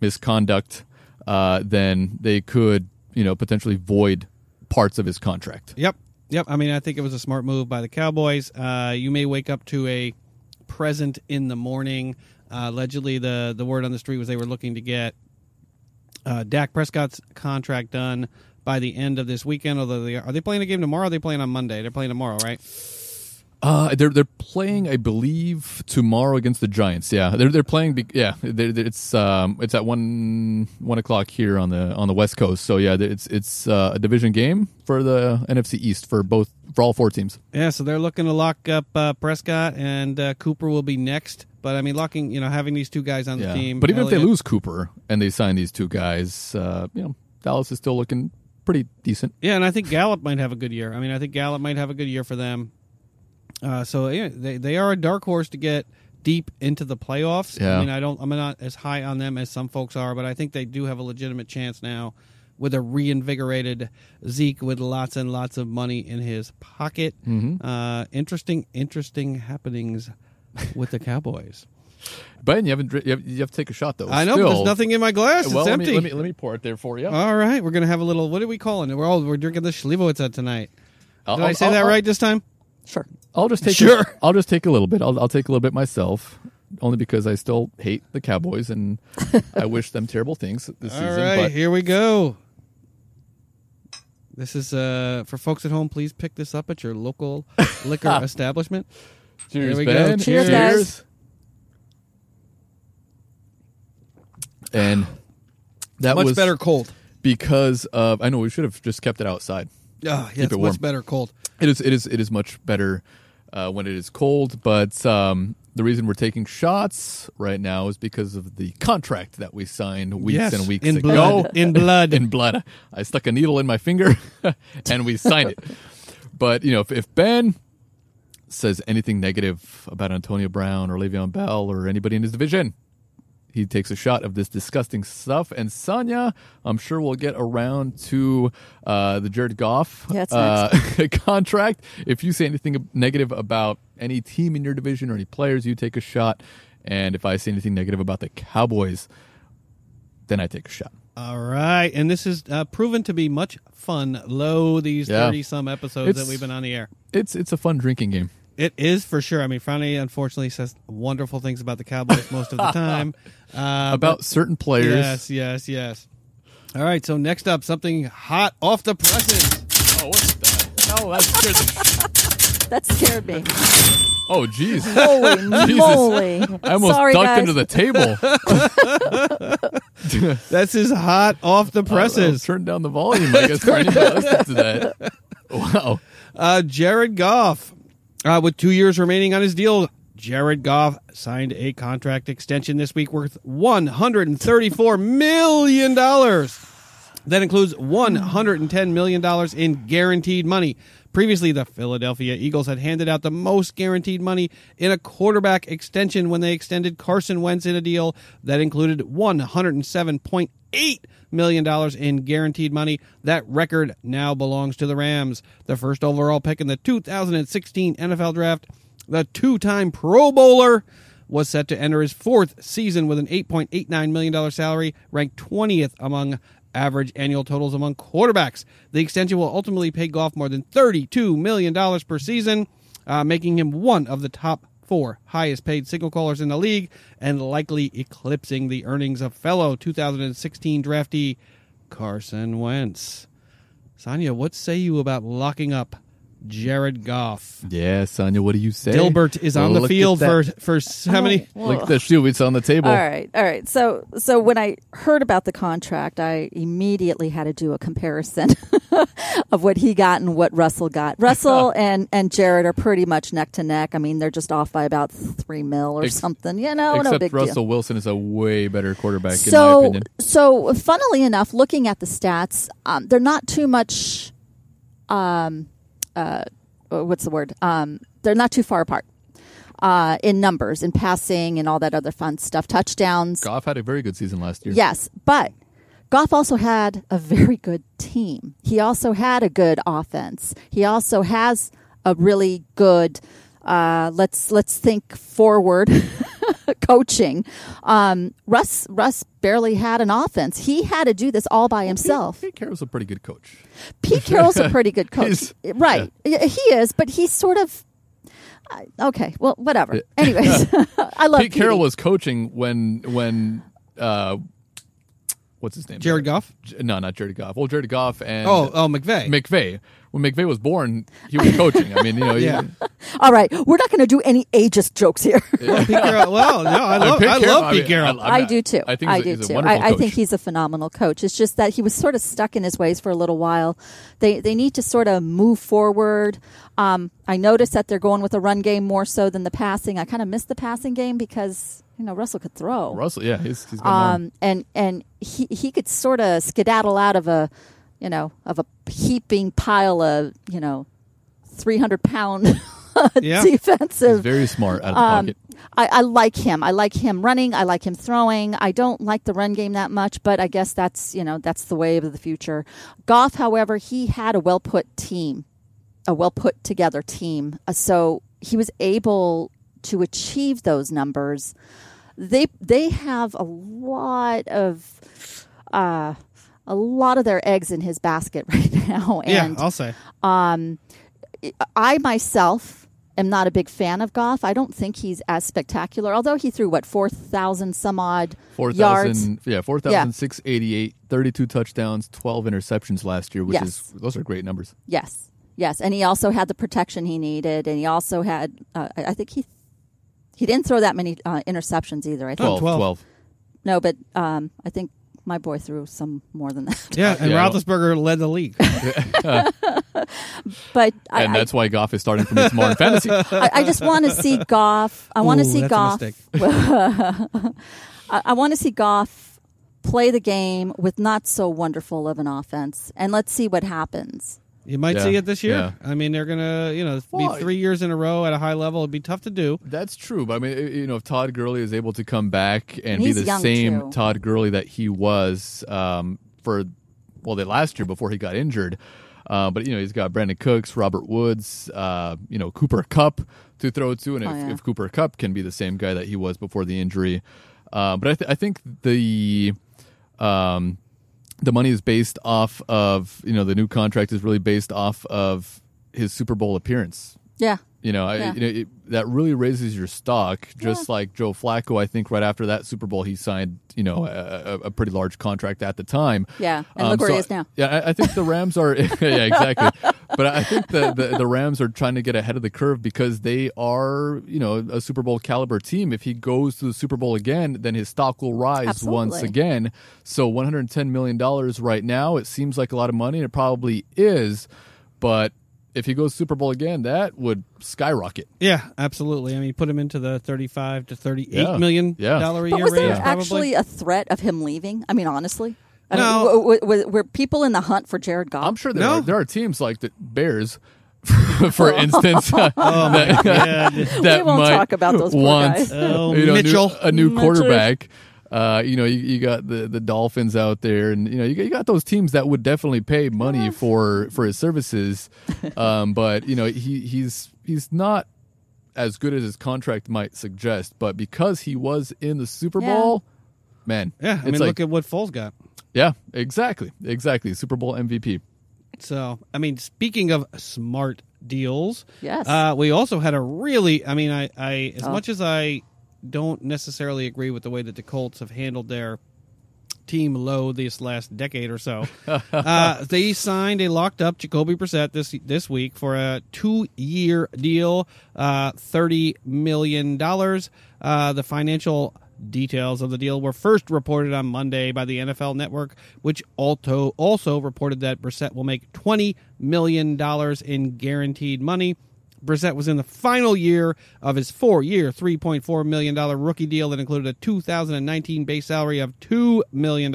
misconduct, uh, then they could you know potentially void parts of his contract. Yep. Yep. I mean, I think it was a smart move by the Cowboys. Uh, you may wake up to a present in the morning. Uh, allegedly, the, the word on the street was they were looking to get uh, Dak Prescott's contract done by the end of this weekend. Although they are they playing a game tomorrow? Or are they playing on Monday? They're playing tomorrow, right? Uh, they're they're playing, I believe, tomorrow against the Giants. Yeah, they're they're playing. Be- yeah, they're, they're- it's um it's at one one o'clock here on the on the West Coast. So yeah, it's it's uh, a division game for the NFC East for both for all four teams. Yeah. So they're looking to lock up uh, Prescott and uh, Cooper will be next. But I mean, locking you know having these two guys on Yeah, the team. but even if they Elliott- lose Cooper and they sign these two guys, uh, you know, Dallas is still looking pretty decent. Yeah, and I think Gallup might have a good year. I mean, I think Gallup might have a good year for them. Uh, so yeah, they they are a dark horse to get deep into the playoffs. Yeah. I mean, I don't, I'm not as high on them as some folks are, but I think they do have a legitimate chance now with a reinvigorated Zeke with lots and lots of money in his Mm-hmm. pocket. Uh, interesting, interesting happenings with the Cowboys. Ben, you haven't. dri- You have, you have to take a shot though. I know Still. there's nothing in my glass. Well, it's let empty. Uh, me, let me let me pour it there for you. All right, we're gonna have a little. What are we calling it? We're all we're drinking the Schlievowitz tonight. I'll- Did i I'll- say I'll- that right this time? Sure. I'll just take Sure. A, I'll just take a little bit. I'll, I'll take a little bit myself, only because I still hate the Cowboys and I wish them terrible things this All season. right, but here we go. This is uh, for folks at home. Please pick this up at your <laughs> local liquor establishment. Here cheers, we go. Ben. Cheers, guys. And that Much was better cold. because of. I know we should have just kept it outside. Oh, yeah, it it's warm. much better cold. It is. It is. It is much better uh, when it is cold. But um, the reason we're taking shots right now is because of the contract that we signed weeks yes, and weeks in ago. blood. In blood. in blood. I stuck a needle in my finger, <laughs> and we signed it. But you know, if, if Ben says anything negative about Antonio Brown or Le'Veon Bell or anybody in his division, he takes a shot of this disgusting stuff. And Sonya, I'm sure we'll get around to uh, the Jared Goff Yeah, it's uh, <laughs> contract. If you say anything negative about any team in your division or any players, you take a shot. And if I say anything negative about the Cowboys, then I take a shot. All right, and this is uh, proven to be much fun. Low these Yeah. thirty some episodes It's- that we've been on the air. It's it's a fun drinking game. It is for sure. I mean, Franny unfortunately says wonderful things about the Cowboys most <laughs> of the time. Uh, about certain players. Yes, yes, yes. All right, so next up, something hot off the presses. Oh, what the? No, that's That scared me. <laughs> Oh, jeez. Holy <laughs> Jesus. moly. I almost Sorry, ducked guys. into the table. This is hot off the <laughs> presses. Turn down the volume. <laughs> I guess for anybody listening to that. Wow. Uh, Jared Goff, uh, with two years remaining on his deal, Jared Goff signed a contract extension this week worth $134 million. That includes $110 million in guaranteed money. Previously, the Philadelphia Eagles had handed out the most guaranteed money in a quarterback extension when they extended Carson Wentz in a deal that included $107.8 million in guaranteed money. That record now belongs to the Rams. The first overall pick in the 2016 NFL Draft, the two time Pro Bowler was set to enter his fourth season with an $8.89 million salary, ranked 20th among average annual totals among quarterbacks. The extension will ultimately pay Goff more than $32 million per season, uh, making him one of the top four highest paid signal callers in the league and likely eclipsing the earnings of fellow 2016 draftee Carson Wentz. Sonia, what say you about locking up Jared Goff? Yeah, Sonia, what do you say? Dilbert is on the Look at field that. for for s- how many? Look at the shield. It's on the table. All right, all right. So, so when I heard about the contract, I immediately had to do a comparison <laughs> of what he got and what Russell got. <laughs> Russell and and Jared are pretty much neck to neck. I mean, they're just off by about three mil or Ex- something. You know, Oh, no Except big Russell deal. Wilson is a way better quarterback, in my So, opinion. so funnily enough, looking at the stats, um, they're not too much. Um, uh, what's the word? Um, they're not too far apart. Uh, in numbers, in passing, and all that other fun stuff, touchdowns, Goff had a very good season last year. Yes, but Goff also had a very good team. He also had a good offense. He also has a really good uh, let's let's think forward <laughs> coaching. Um, Russ Russ barely had an offense. He had to do this all by himself. Pete Carroll's a pretty good coach. Pete Carroll's <laughs> a pretty good coach, He's- right? Y- He is, but he's sort of. I- Okay, well, whatever. <laughs> Anyways, <laughs> I love Pete Carroll Petey. was coaching when when uh, what's his name? Jared Goff? J- No, not Jared Goff. Well, Jared Goff and Oh, oh, McVeigh. McVeigh. When McVeigh was born, he was coaching. I mean, you know, Yeah. he, All right, we're not going to do any ageist jokes here. <laughs> Oh, Pete <laughs> Carroll- well, no, I love, I love Pete Carroll. i do too. Oh, I I, think he's a, do he's a too. wonderful I, I coach. think he's a phenomenal coach. It's just that he was sort of stuck in his ways for a little while. They they need to sort of move forward. Um, I noticed that they're going with a run game more so than the passing. I kind of miss the passing game because you know Russell could throw. Russell. Yeah, he's, he's been um, Um, and and he he could sort of skedaddle out of a you know of a heaping pile of you know three hundred pound Yeah. <laughs> defensive he's very smart out of the um, pocket. I, I like him. I like him running. I like him throwing. I don't like the run game that much, but I guess that's you know that's the wave of the future. Goff, however, he had a well put team, a well put together team, Uh, so he was able to achieve those numbers, they they have a lot of uh, a lot of their eggs in his basket <laughs> right now. yeah, oh, And I'll say. I myself am not a big fan of Goff. I don't think he's as spectacular. Although he threw what four thousand some odd yards. 4,000, yeah, 4,688, 32 touchdowns, 12 interceptions last year, which Yes. is, those are great numbers. Yes, yes, and he also had the protection he needed, and he also had. Uh, I I think he he didn't throw that many uh, interceptions either. I think 12. 12, 12. no, but um, I think my boy threw some more than that. <laughs> Yeah, and yeah, I don't- Roethlisberger led the league. But I, And that's why Goff is starting for me tomorrow in fantasy. I, I just want to see Goff. I want Ooh, to see that's a Goff. mistake. I, I want to see Goff play the game with not so wonderful of an offense, and let's see what happens. You might Yeah, see it this year. I mean, they're gonna, you know, Well, be three years in a row at a high level. It'd be tough to do. That's true. But I mean, you know, if Todd Gurley is able to come back and be He's the young, same too. Todd Gurley that he was um, for, well, the last year before he got injured. Uh, but, you know, he's got Brandon Cooks, Robert Woods, uh, you know, Cooper Cup to throw to. And if, Oh, yeah. if Cooper Cup can be the same guy that he was before the injury. Uh, but I, th- I think the. Um, the money is based off of you know the new contract is really based off of his Super Bowl appearance Yeah, you know, I, Yeah. you know it, that really raises your stock. Just like Joe Flacco, I think right after that Super Bowl, he signed you know a, a, a pretty large contract at the time. Yeah. And look where he is now. Yeah, I, I think the Rams are. <laughs> yeah, exactly. But I think the, the the Rams are trying to get ahead of the curve because they are you know a Super Bowl caliber team. If he goes to the Super Bowl again, then his stock will rise once Absolutely. again again. So 110 million dollars right now, it seems like a lot of money, and it probably is. But if he goes Super Bowl again, that would skyrocket. Yeah, absolutely. I mean, put him into the thirty-five to Yeah. thirty-eight million Yeah. dollar a but year was there range. probably. actually a threat of him leaving? I mean, honestly, I No. mean, w- w- w- were people in the hunt for Jared Goff? I'm sure there No. are there are teams like the Bears, <laughs> <laughs> for instance, <laughs> that, God. that Oh, We won't might talk about those poor want guys. Oh, <laughs> you know, a new- Mitchell. a new Mitchell. quarterback. Uh, you know, you, you got the, the Dolphins out there, and you know, you got, you got those teams that would definitely pay money for for his <laughs> services. Um, but you know, he he's he's not as good as his contract might suggest. But because he was in the Super Yeah. Bowl, man, Yeah, I it's mean, like, look at what Foles got. yeah, exactly, exactly, Super Bowl MVP. So, I mean, speaking of smart deals, Yes. uh, we also had a really. I mean, I, I as Oh. much as I don't necessarily agree with the way that the Colts have handled their team load this last decade or so, uh, they signed a locked up Jacoby Brissett this this week for a two year deal, uh, thirty million dollars. Uh, the financial details of the deal were first reported on Monday by the NFL Network, which also also reported that Brissett will make twenty million dollars in guaranteed money. Brissett was in the final year of his four year, $3.4 million rookie deal that included a 2019 base salary of $2 million.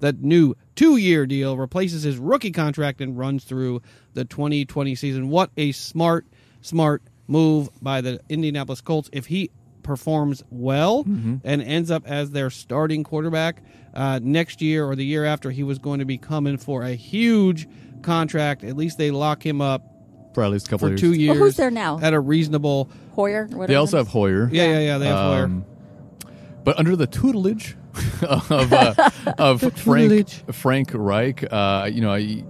That new two year deal replaces his rookie contract and runs through the 2020 season. What a smart, smart move by the Indianapolis Colts. If he performs well and ends up as their starting quarterback uh, next year or the year after, he was going to be coming for a huge contract. At least they lock him up For at least a couple for of two years. years. Well, who's there now? At a reasonable. Hoyer. Whatever They also his have Hoyer. Yeah, yeah, yeah. They have Um, but under the tutelage <laughs> of <laughs> uh, of Frank tutelage. Frank Reich, uh, you know, I, Hoyer.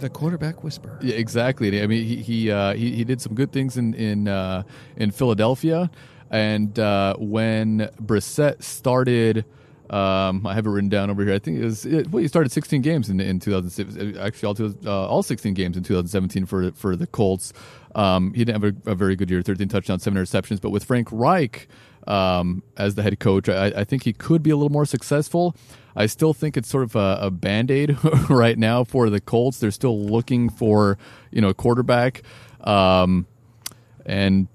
The quarterback whisper. yeah, exactly. I mean, he he, uh, he he did some good things in in uh, in Philadelphia, and uh, when Brissett started. Um, I have it written down over here. I think it was it, well, he started 16 games in, in 2006. Actually, all, two, uh, all 16 games in 2017 for for the Colts. Um, he didn't have a, a very good year, 13 touchdowns, seven interceptions. But with Frank Reich um, as the head coach, I, I think he could be a little more successful. I still think it's sort of a, a band aid <laughs> right now for the Colts. They're still looking for you know a quarterback, um, and.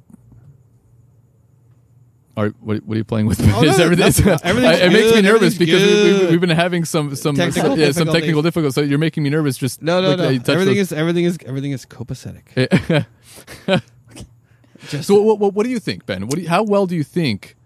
Are, what, what are you playing with? <laughs> Oh, no, Is everything- nothing. Everything's it makes me good, nervous everything's because we, we, good. we've been having some some Technical yeah, some technical difficulties. difficulties. So you're making me nervous. Just No, no, like, no. uh, you touch Everything those- is everything is everything is copacetic. So what, what, what do you think, Ben? What do you, how well do you think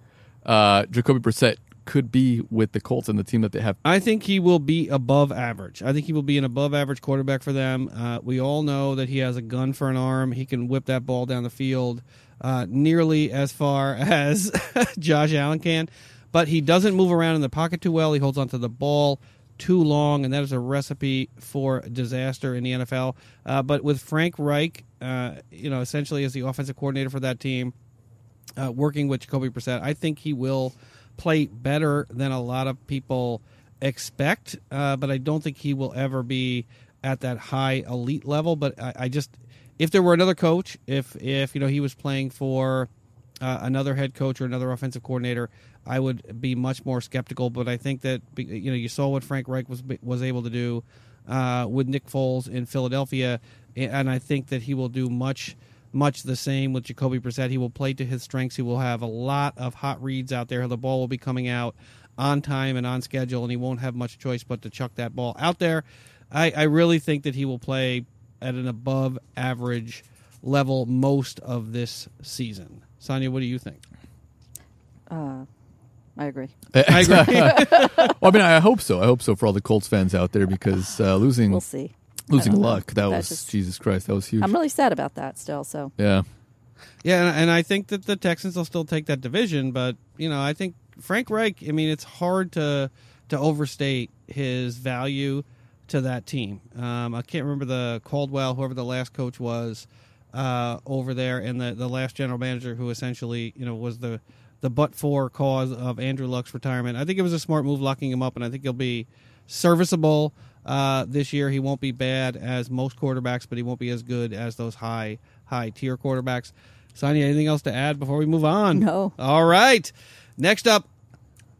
uh, Jacoby Brissett could be with the Colts and the team that they have. <laughs> I think he will be above average. I think he will be an above average quarterback for them. Uh, we all know that he has a gun for an arm. He can whip that ball down the field uh, nearly as far <laughs> as Josh Allen can, but he doesn't move around in the pocket too well. He holds onto the ball too long, and that is a recipe for disaster in the NFL. Uh, but with Frank Reich, uh, you know, essentially as the offensive coordinator for that team, uh, working with Jacoby Brissett, I think he will play better than a lot of people expect. Uh, but I don't think he will ever be at that high elite level. But I, I just, if there were another coach, if if you know he was playing for uh, another head coach or another offensive coordinator, I would be much more skeptical. But I think that be- you know you saw what Frank Reich was was able to do uh, with Nick Foles in Philadelphia, and and I think that he will do much much the same with Jacoby Brissett. He will play to his strengths. He will have a lot of hot reads out there. The ball will be coming out on time and on schedule, and he won't have much choice but to chuck that ball out there. I, I really think that he will play at an above average level most of this season. Sonia, what do you think? I agree. Hmm. I agree. Well, I mean, I hope so. I hope so for all the Colts fans out there because uh, losing We'll see. losing I don't know. luck that That was just- Jesus Christ. That was huge. I'm really sad about that still. So yeah. yeah, and, and I think that the Texans will still take that division, but you know, I think Frank Reich. I mean, it's hard to to overstate his value to that team. Um, I can't remember the Caldwell, whoever the last coach was uh, over there, and the the last general manager who essentially you know was the the but for cause of Andrew Luck's retirement. I think it was a smart move locking him up, and I think he'll be serviceable uh, this year. He won't be bad as most quarterbacks, but he won't be as good as those high high tier quarterbacks. Sonia, anything else to add before we move on? No. All right. Next up,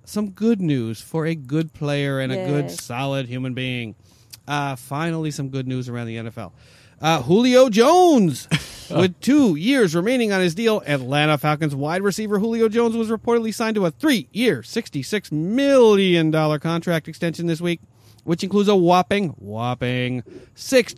some good news for a good player and a good Yay. solid human being. Uh, finally, some good news around the NFL. Uh, Julio Jones, with two years remaining on his deal, Atlanta Falcons wide receiver Julio Jones was reportedly signed to a three-year, sixty-six million dollar contract extension this week, which includes a whopping, whopping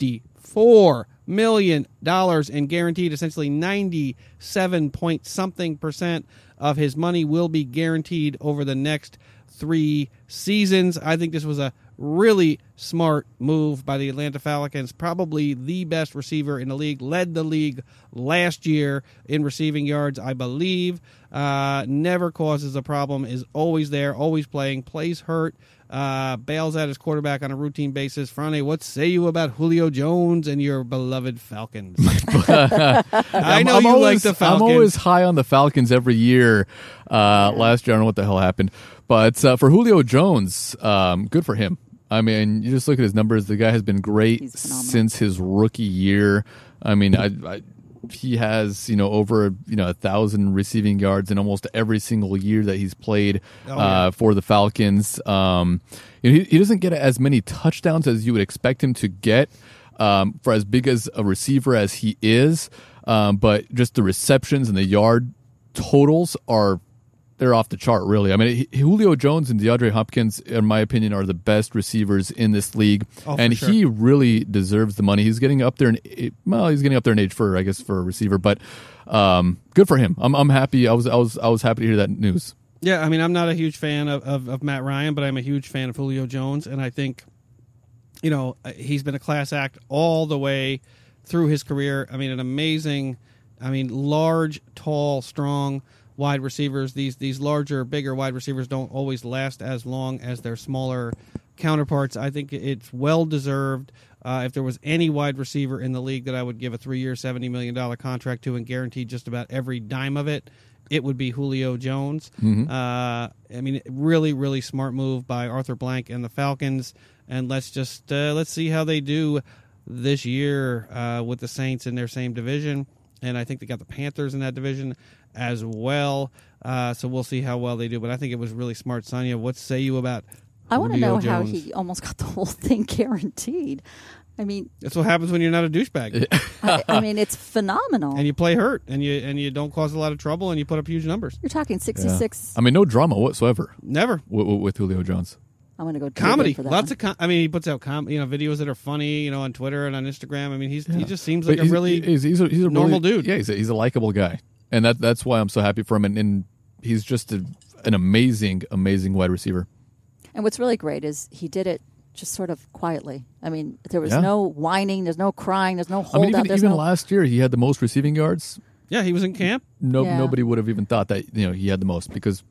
sixty-four million dollars in guaranteed. Essentially, ninety-seven point something percent of his money will be guaranteed over the next three seasons. I think this was a really smart move by the Atlanta Falcons. Probably the best receiver in the league. Led the league last year in receiving yards, I believe. Uh, never causes a problem. Is always there. Always playing. Plays hurt. Uh, bails out his quarterback on a routine basis. Franny, what say you about Julio Jones and your beloved <laughs> Falcons? I I'm- know I'm you like always, the Falcons. I'm always high on the Falcons every year. Uh, Last year, I don't know what the hell happened, but uh, for Julio Jones, um, good for him. I mean, you just look at his numbers. The guy has been great He's phenomenal. since his rookie year. I mean, I, I, he has you know over you know a thousand receiving yards in almost every single year that he's played Oh, yeah. uh, for the Falcons. Um, you know, he, he doesn't get as many touchdowns as you would expect him to get um, for as big as a receiver as he is, um, but just the receptions and the yard totals are they're off the chart, really. I mean, he- Julio Jones and DeAndre Hopkins, in my opinion, are the best receivers in this league, Oh, for and sure. he really deserves the money. He's getting up there in a- well, he's getting up there in age for I guess for a receiver, but um, good for him. I'm I'm happy. I was I was I was happy to hear that news. Yeah, I mean, I'm not a huge fan of, of, of Matt Ryan, but I'm a huge fan of Julio Jones, and I think, you know, uh, he's been a class act all the way through his career. I mean, an amazing, I mean, large, tall, strong wide receivers. These these larger, bigger wide receivers don't always last as long as their smaller counterparts. I think it's well deserved. Uh, if there was any wide receiver in the league that I would give a three-year, seventy million dollar contract to and guarantee just about every dime of it, it would be Julio Jones. Uh, I mean, really, really smart move by Arthur Blank and the Falcons. And let's just uh, let's see how they do this year uh, with the Saints in their same division. And I think they got the Panthers in that division as well. Uh, so we'll see how well they do. But I think it was really smart, Sonia. What say you about? I want to Julio know how Jones? he almost got the whole <laughs> thing guaranteed. I mean, That's what happens when you're not a douchebag I, <laughs> I mean, it's phenomenal. and you play hurt and you and you don't cause a lot of trouble and you put up huge numbers. You're talking 66. I mean, no drama whatsoever Never. with, with Julio Jones. I'm going to go Drew comedy. for that Lots one. of com- I mean, he puts out com- you know videos that are funny, you know, on Twitter and on Instagram. I mean, he's he just seems like But a really he's, he's a, he's a normal really- dude. Yeah, he's a, he's a likable guy, and that that's why I'm so happy for him. And, and he's just a, an amazing, amazing wide receiver. And what's really great is he did it just sort of quietly. I mean, there was Yeah. no whining, there's no crying, there's no I holdout. mean, even, there's even no, last year he had the most receiving yards. Yeah, he was in camp. No, Yeah. nobody would have even thought that you know he had the most because,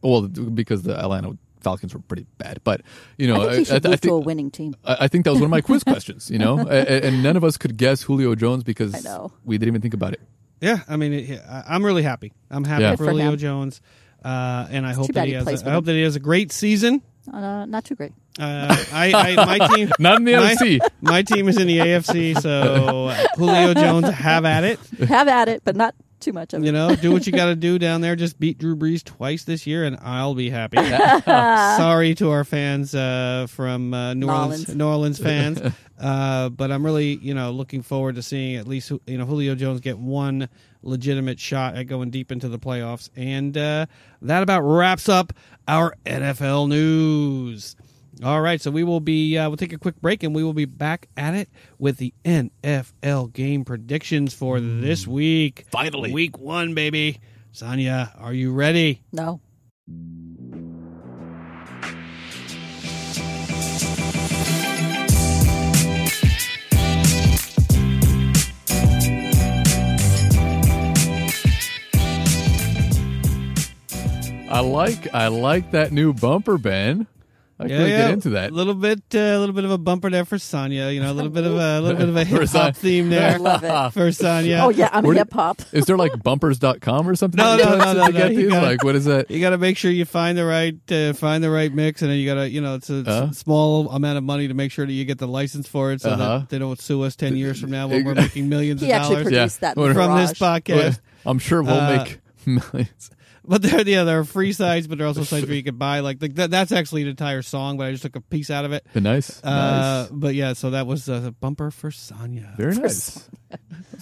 well, because the Atlanta Falcons were pretty bad. But you know, I think he should I- I move to a think- winning team. I I think that was one of <laughs> my quiz questions, you know, A- a- and none of us could guess Julio Jones because I know. we didn't even think about it. Yeah, I mean, it, I- I'm really happy. I'm happy Yeah. Good for for Leo him. Jones, uh, and I hope bad that he, he has. plays A, with I hope him. that he has a great season. Uh, not too great. Uh, I, I my team Not in the my, NFC. My team is in the AFC, so uh, Julio Jones, have at it. Have at it, but not too much of it. You know, do what you got to do down there. Just beat Drew Brees twice this year, and I'll be happy. Sorry to our fans uh, from uh, New New Orleans, Orleans. New Orleans fans, uh, but I'm really, you know, looking forward to seeing at least you know Julio Jones get one legitimate shot at going deep into the playoffs, and uh, that about wraps up our NFL news. All right, so we will be uh, we'll take a quick break, and we will be back at it with the NFL game predictions for this week. Finally. week one, baby. Sonia, are you ready? No. I like I like that new bumper, Ben. I can really get into that. A little bit, uh, a little bit of a bumper there for Sonya. You know, a little bit of a, a little bit <laughs> of a For hip hop Sonya. theme there <laughs> I love it. for Sonya. Oh, yeah, I'm Where do- hip hop. Is there like bumpers.com or something? No, that no, you no, can no, no, Get you these? gotta- Like, what is that? You got to make sure you find the right uh, find the right mix, and then you got to you know it's a s- Uh-huh. small amount of money to make sure that you get the license for it, so Uh-huh. that they don't sue us ten years from <laughs> now when we're making millions of He actually dollars produced that in the from this garage. <laughs> podcast. I'm sure we'll Uh, make <laughs> millions. But there, yeah, there are free sites, but there are also sites <laughs> where you could buy like, like that, that's actually an entire song, but I just took a piece out of it. Nice. Uh, nice. But yeah, so that was uh, a bumper for Sonya. Very nice. first-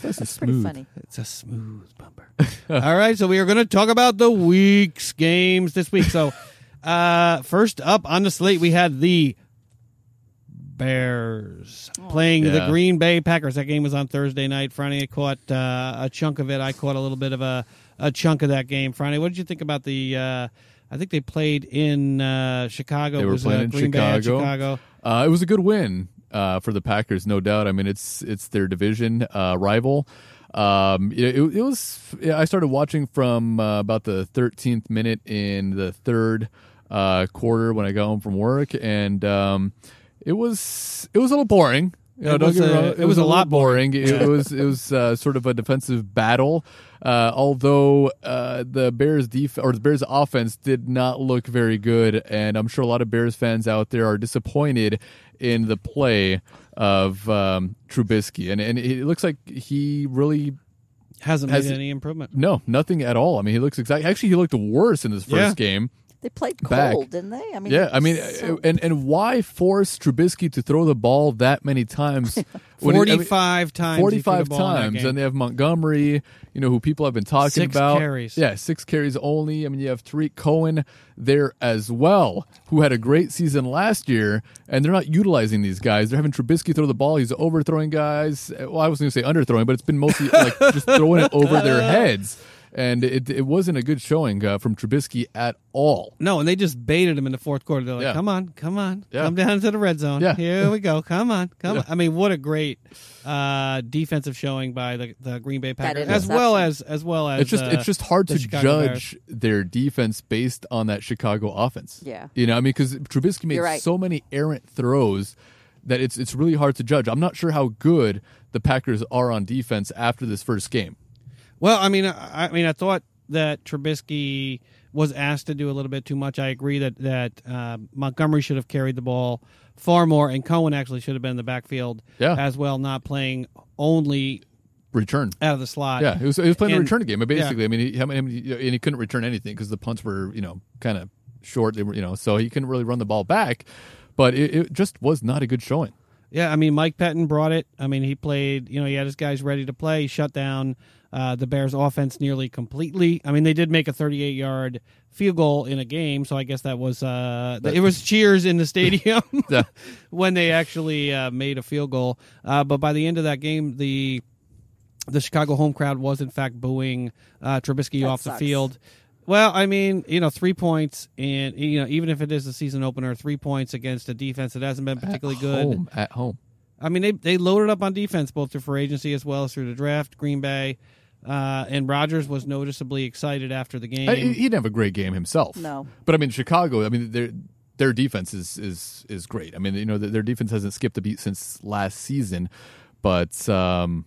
That's nice <laughs> and Pretty smooth. funny. It's a smooth bumper. <laughs> All right, so we are going to talk about the week's games this week. So, <laughs> uh, first up on the slate, we had the Bears playing the Yeah. Green Bay Packers. That game was on Thursday night. Friday, I caught uh, a chunk of it. I caught a little bit of a, a chunk of that game. Friday, what did you think about the? Uh, I think they played in uh, Chicago. They It were was, uh, playing in Green Bay at Chicago. Chicago. Uh, it was a good win uh, for the Packers, no doubt. I mean, it's it's their division uh, rival. Um, it, it, it was. yeah, I started watching from uh, about the 13th minute in the third uh, quarter when I got home from work, and um, it was it was a little boring. You know, It don't was get me a- wrong, it was a little lot boring. It, it was it was uh, sort of a defensive battle, uh, although uh, the Bears def- or the Bears offense did not look very good, and I'm sure a lot of Bears fans out there are disappointed in the play of um, Trubisky, and and it looks like he really Hasn't Has- made any improvement. no nothing at all. I mean, he looks exactly actually he looked worse in his first Yeah. game. They played cold, Back. didn't they? I mean, Yeah, I mean, so- and and why force Trubisky to throw the ball that many times? when he- I mean- Forty-five times. he threw the 45 ball in that times game. and they have montgomery you know who people have been talking Six about carries. yeah six carries only i mean you have tariq cohen there as well who had a great season last year and they're not utilizing these guys they're having trubisky throw the ball he's overthrowing guys well i was going to say underthrowing but it's been <laughs> mostly like just throwing it over their heads and it, it wasn't a good showing uh, from trubisky at all No, and they just baited him in the fourth quarter. They're like, Yeah. "Come on, come on, Yeah. come down to the red zone. Yeah. Here we go. Come on, come." on. I mean, what a great uh, defensive showing by the, the Green Bay Packers, as interception. well as as well as it's just uh, it's just hard the to Chicago judge their defense based on that Chicago offense. Yeah. you know, I mean, because Trubisky made You're right. so many errant throws that it's it's really hard to judge. I'm not sure how good the Packers are on defense after this first game. Well, I mean, I, I mean, I thought that Trubisky was asked to do a little bit too much. I agree that that uh, Montgomery should have carried the ball far more, and Cohen actually should have been in the backfield Yeah. as well, not playing only Return. out of the slot. Yeah, it was, it was playing a And- return game. Basically, yeah. I mean, he, how many, how many- you know, and he couldn't return anything because the punts were, you know, kind of short. They were, you know, so he couldn't really run the ball back. But it, it just was not a good showing. Yeah, I mean, Mike Pettin brought it. I mean, he played, you know, he had his guys ready to play. He shut down uh, the Bears' offense nearly completely. I mean, they did make a 38 yard field goal in a game, so I guess that was, uh, it was cheers in the stadium <laughs> Yeah. <laughs> when they actually uh, made a field goal. Uh, but by the end of that game, the the Chicago home crowd was in fact booing uh, Trubisky off the sucks. field. Well, I mean, you know, three points, and you know, even if it is a season opener, three points against a defense that hasn't been particularly good. Home, at home. I mean, they they loaded up on defense both through free agency as well as through the draft. Green Bay uh, and Rogers was noticeably excited after the game. I- he he didn't have a great game himself. No. But I mean, Chicago. I mean, their their defense is is is great. I mean, you know, their their defense hasn't skipped a beat since last season, but um,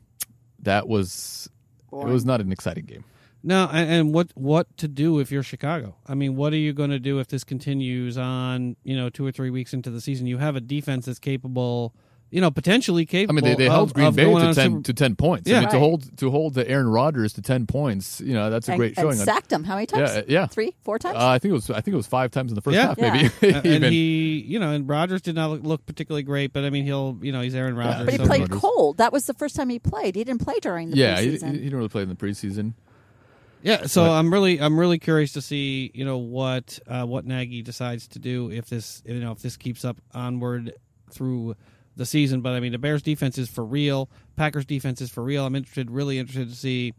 that was it was not an exciting game. No, a- and what what to do if you're Chicago? I mean, what are you going to do if this continues on? You know, two or three weeks into the season, you have a defense that's capable, you know, potentially I capable. mean, they, they of, held Green of Bay going on to a ten Super- <laughs> to ten points. I Yeah. mean, to Right. hold to hold the Aaron Rodgers to ten points. You know, that's a and, great and showing. on- sacked him how many times? Yeah, yeah. Three, four times. Uh, I think it was I think it was five times in the first Yeah. half, Yeah. maybe. Uh, <laughs> and <laughs> Even. he, you know, and Rogers did not look, look particularly great, but I mean, he'll, you know, he's Aaron Rodgers. but he so- played Rodgers. cold. That was the first time he played. He didn't play during the yeah, he, he preseason. didn't really play in the preseason. Yeah, so I'm really I'm really curious to see you know what uh, what Nagy decides to do if this you know if this keeps up onward through the season. But I mean the Bears defense is for real, Packers defense is for real. I'm interested, really interested to see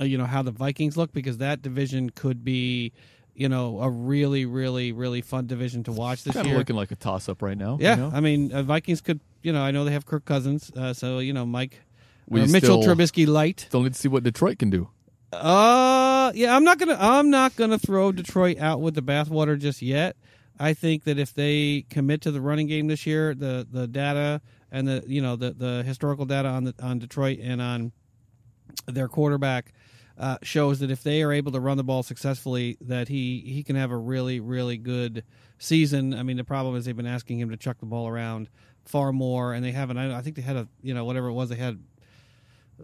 uh, you know how the Vikings look because that division could be you know a really really really fun division to watch this Kind of year. looking like a toss up right now. you Yeah, know? I mean uh, Vikings could you know I know they have Kirk Cousins, uh, so you know Mike We uh, Mitchell still- Trubisky light. Still need to see what Detroit can do. Uh, yeah, I'm not gonna I'm not gonna throw Detroit out with the bathwater just yet. I think that if they commit to the running game this year, the the data and the you know the the historical data on the, on Detroit and on their quarterback uh, shows that if they are able to run the ball successfully, that he he can have a really really good season. I mean, the problem is they've been asking him to chuck the ball around far more, and they haven't. I, I think they had a you know whatever it was they had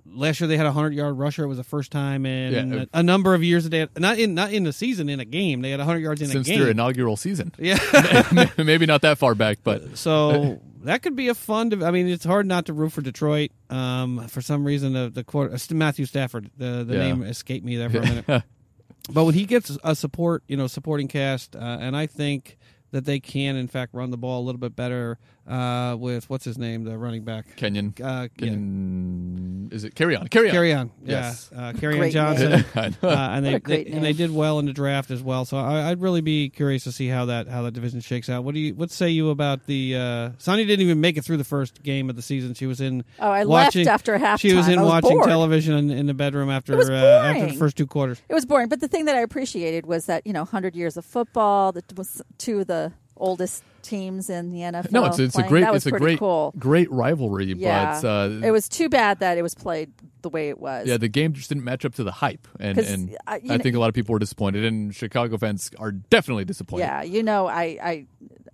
last year they had a hundred yard rusher. It was the first time in Yeah. a, number of years that they had, not in not in the season in a game they had hundred yards in since a game. their inaugural season. yeah, <laughs> Maybe not that far back, Uh, but <laughs> so that could be a fun. div- I mean, it's hard not to root for Detroit. Um, for some reason, the the quarter, uh, Matthew Stafford, the the Yeah. name escaped me there for a minute. <laughs> but when he gets a support, you know, supporting cast, uh, and I think that they can, in fact, run the ball a little bit better uh, with what's his name, the running back. Kenyon. Uh, yeah. Kenyon is it carry on? Carry on. Carry on, Yes. yeah. Uh, Carry on Great Johnson, name. <laughs> I uh, know. and What they, a great they- and they name. did well in the draft as well. So I, I'd really be curious to see how that how that division shakes out. What do you what say you about the uh, Sonya didn't even make it through the first game of the season. She was in Oh, I left watching, after halftime. She was in I was watching bored. television in, in the bedroom after was uh, after the boring. first two quarters. It was boring, but the thing that I appreciated was that you know, hundred years of football. That was two of the oldest teams in the NFL. no, it's, it's a playing. great That was it's a pretty great cool. great rivalry, Yeah, but uh, it was too bad that it was played the way it was. yeah, the game just didn't match up to the hype, and 'Cause, uh, and I you know- think a lot of people were disappointed, and Chicago fans are definitely disappointed. Yeah, you know, I,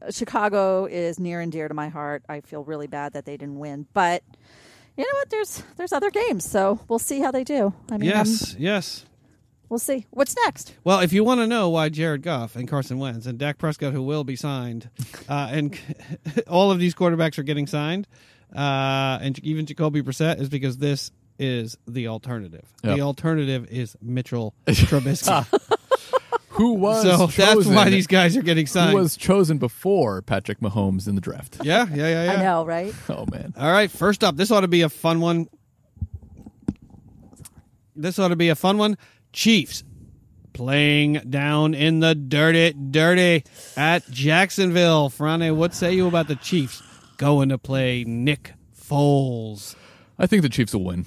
I Chicago is near and dear to my heart. I feel really bad that they didn't win, but you know what? There's there's other games, so we'll see how they do. I mean, um, Yes, yes. we'll see what's next. Well, if you want to know why Jared Goff and Carson Wentz and Dak Prescott, who will be signed, uh, and <laughs> all of these quarterbacks are getting signed, uh, and even Jacoby Brissett is because this is the alternative. Yep. The alternative is <laughs> Mitchell Trubisky. Who was so that's chosen- why these guys are getting who signed. was chosen before Patrick Mahomes in the draft? yeah, yeah, yeah, yeah. I know, right? Oh man, All right, first up, this ought to be a fun one. This ought to be a fun one. Chiefs playing down in the dirty, dirty at Jacksonville. Frane, what say you about the Chiefs going to play Nick Foles? I think the Chiefs will win.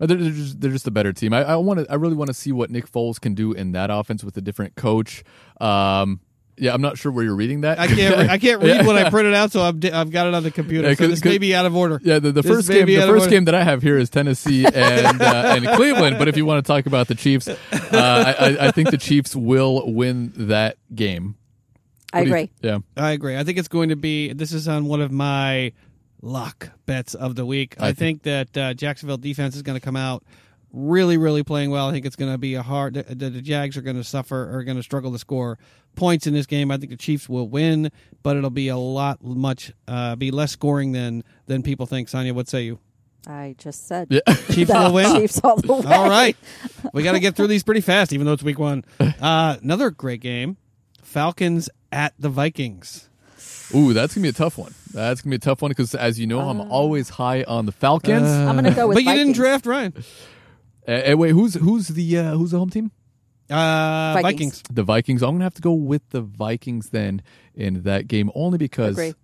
Uh, They're, they're just, they're just a better team. I, I want to. I really want to see what Nick Foles can do in that offense with a different coach. Um, yeah, I'm not sure where you're reading that. I <laughs> can't. Re- I can't read what I printed out, so I've, di- I've got it on the computer. Yeah, so 'cause- this may 'cause- be out of order. yeah, the, the This first may game. be The out of first order. game that I have here <laughs> is Tennessee and uh, and Cleveland. But if you want to talk about the Chiefs, uh, I, I, I think the Chiefs will win that game. I What do you- agree. yeah. I agree. I think it's going to be. This is on one of my lock bets of the week. I, think that uh, Jacksonville defense is going to come out really, really playing well. I think it's going to be a hard. The, the, the Jags are going to suffer, are going to struggle to score points in this game. I think the Chiefs will win, but it'll be a lot, much, uh, be less scoring than than people think. Sonia, what say you? I just said <laughs> Yeah. Chiefs the <laughs> will win. <laughs> Chiefs all the way. All right. We got to get through these pretty fast, even though it's week <laughs> one. Uh, another great game Falcons at the Vikings. Ooh, that's gonna be a tough one. That's gonna be a tough one because, as you know, I'm Um. always high on the Falcons. Uh. Eh, I'm going to go with. But you didn't Vikings. draft Ryan. Uh, and wait, who's who's the uh, who's the home team? Uh, Vikings. Vikings. The Vikings. I'm gonna have to go with the Vikings then in that game, only because Agree.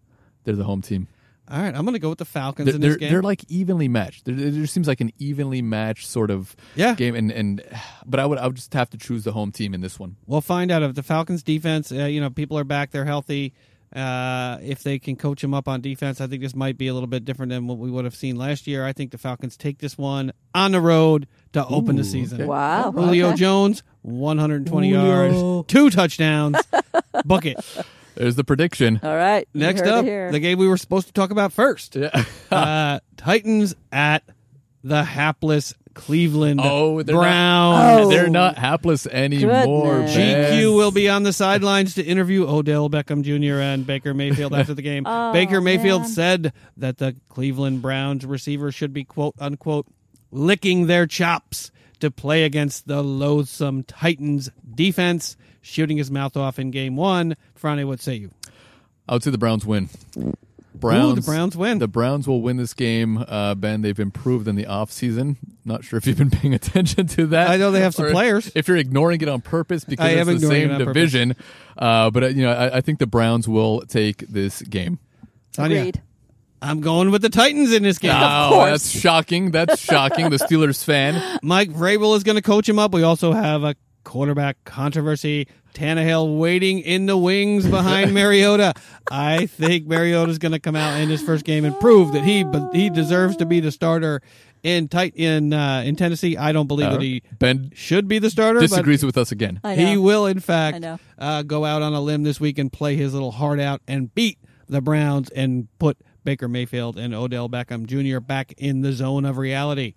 they're the home team. All right, I'm going to go with the Falcons They're, in this they're, game. they're like evenly matched. There there just seems like an evenly matched sort of Yeah. game, and and but I would I would just have to choose the home team in this one. we'll find out if the Falcons defense, uh, you know, people are back, they're healthy. Uh, if they can coach them up on defense, I think this might be a little bit different than what we would have seen last year. I think the Falcons take this one on the road to open Ooh, the season. okay. Wow. Julio okay. Jones, 120 Julio. yards, <laughs> two touchdowns. Book it. There's the prediction. All right. you Next heard it up, here. the game we were supposed to talk about first. Yeah. <laughs> uh, Titans at the hapless Cleveland Oh, they're not- Browns. Oh. They're not hapless anymore. Goodness. man. GQ will be on the sidelines to interview Odell Beckham Jr. and Baker Mayfield after the game. <laughs> Oh, Baker Mayfield man. said that the Cleveland Browns receiver should be quote unquote licking their chops to play against the loathsome Titans defense, shooting his mouth off in game one. Friday, what say you? I would say Oh, the Browns win. Browns, the Browns win. The Browns will win this game, uh, Ben. They've improved in the offseason. Not sure if you've been <laughs> paying attention to that. I know they have some or players. If you're ignoring it on purpose because I it's am the ignoring same it on purpose. division. Uh, but, uh, you know, I, I think the Browns will take <laughs> this game. Tanya, Agreed. I'm going with the Titans in this game. Wow, course. that's shocking. That's shocking. the Steelers fan. Mike Vrabel is going to coach him up. We also have a quarterback controversy. Tannehill waiting in the wings behind Mariota. I think Mariota's going to come out in his first game and prove that he but he deserves to be the starter in tight in uh, in Tennessee. I don't believe Uh-huh. that he ben should be the starter. but- disagrees with us again. I know. he will, in I fact, know. uh, go out on a limb this week and play his little heart out and beat the Browns and put Baker Mayfield and Odell Beckham Jr. back in the zone of reality.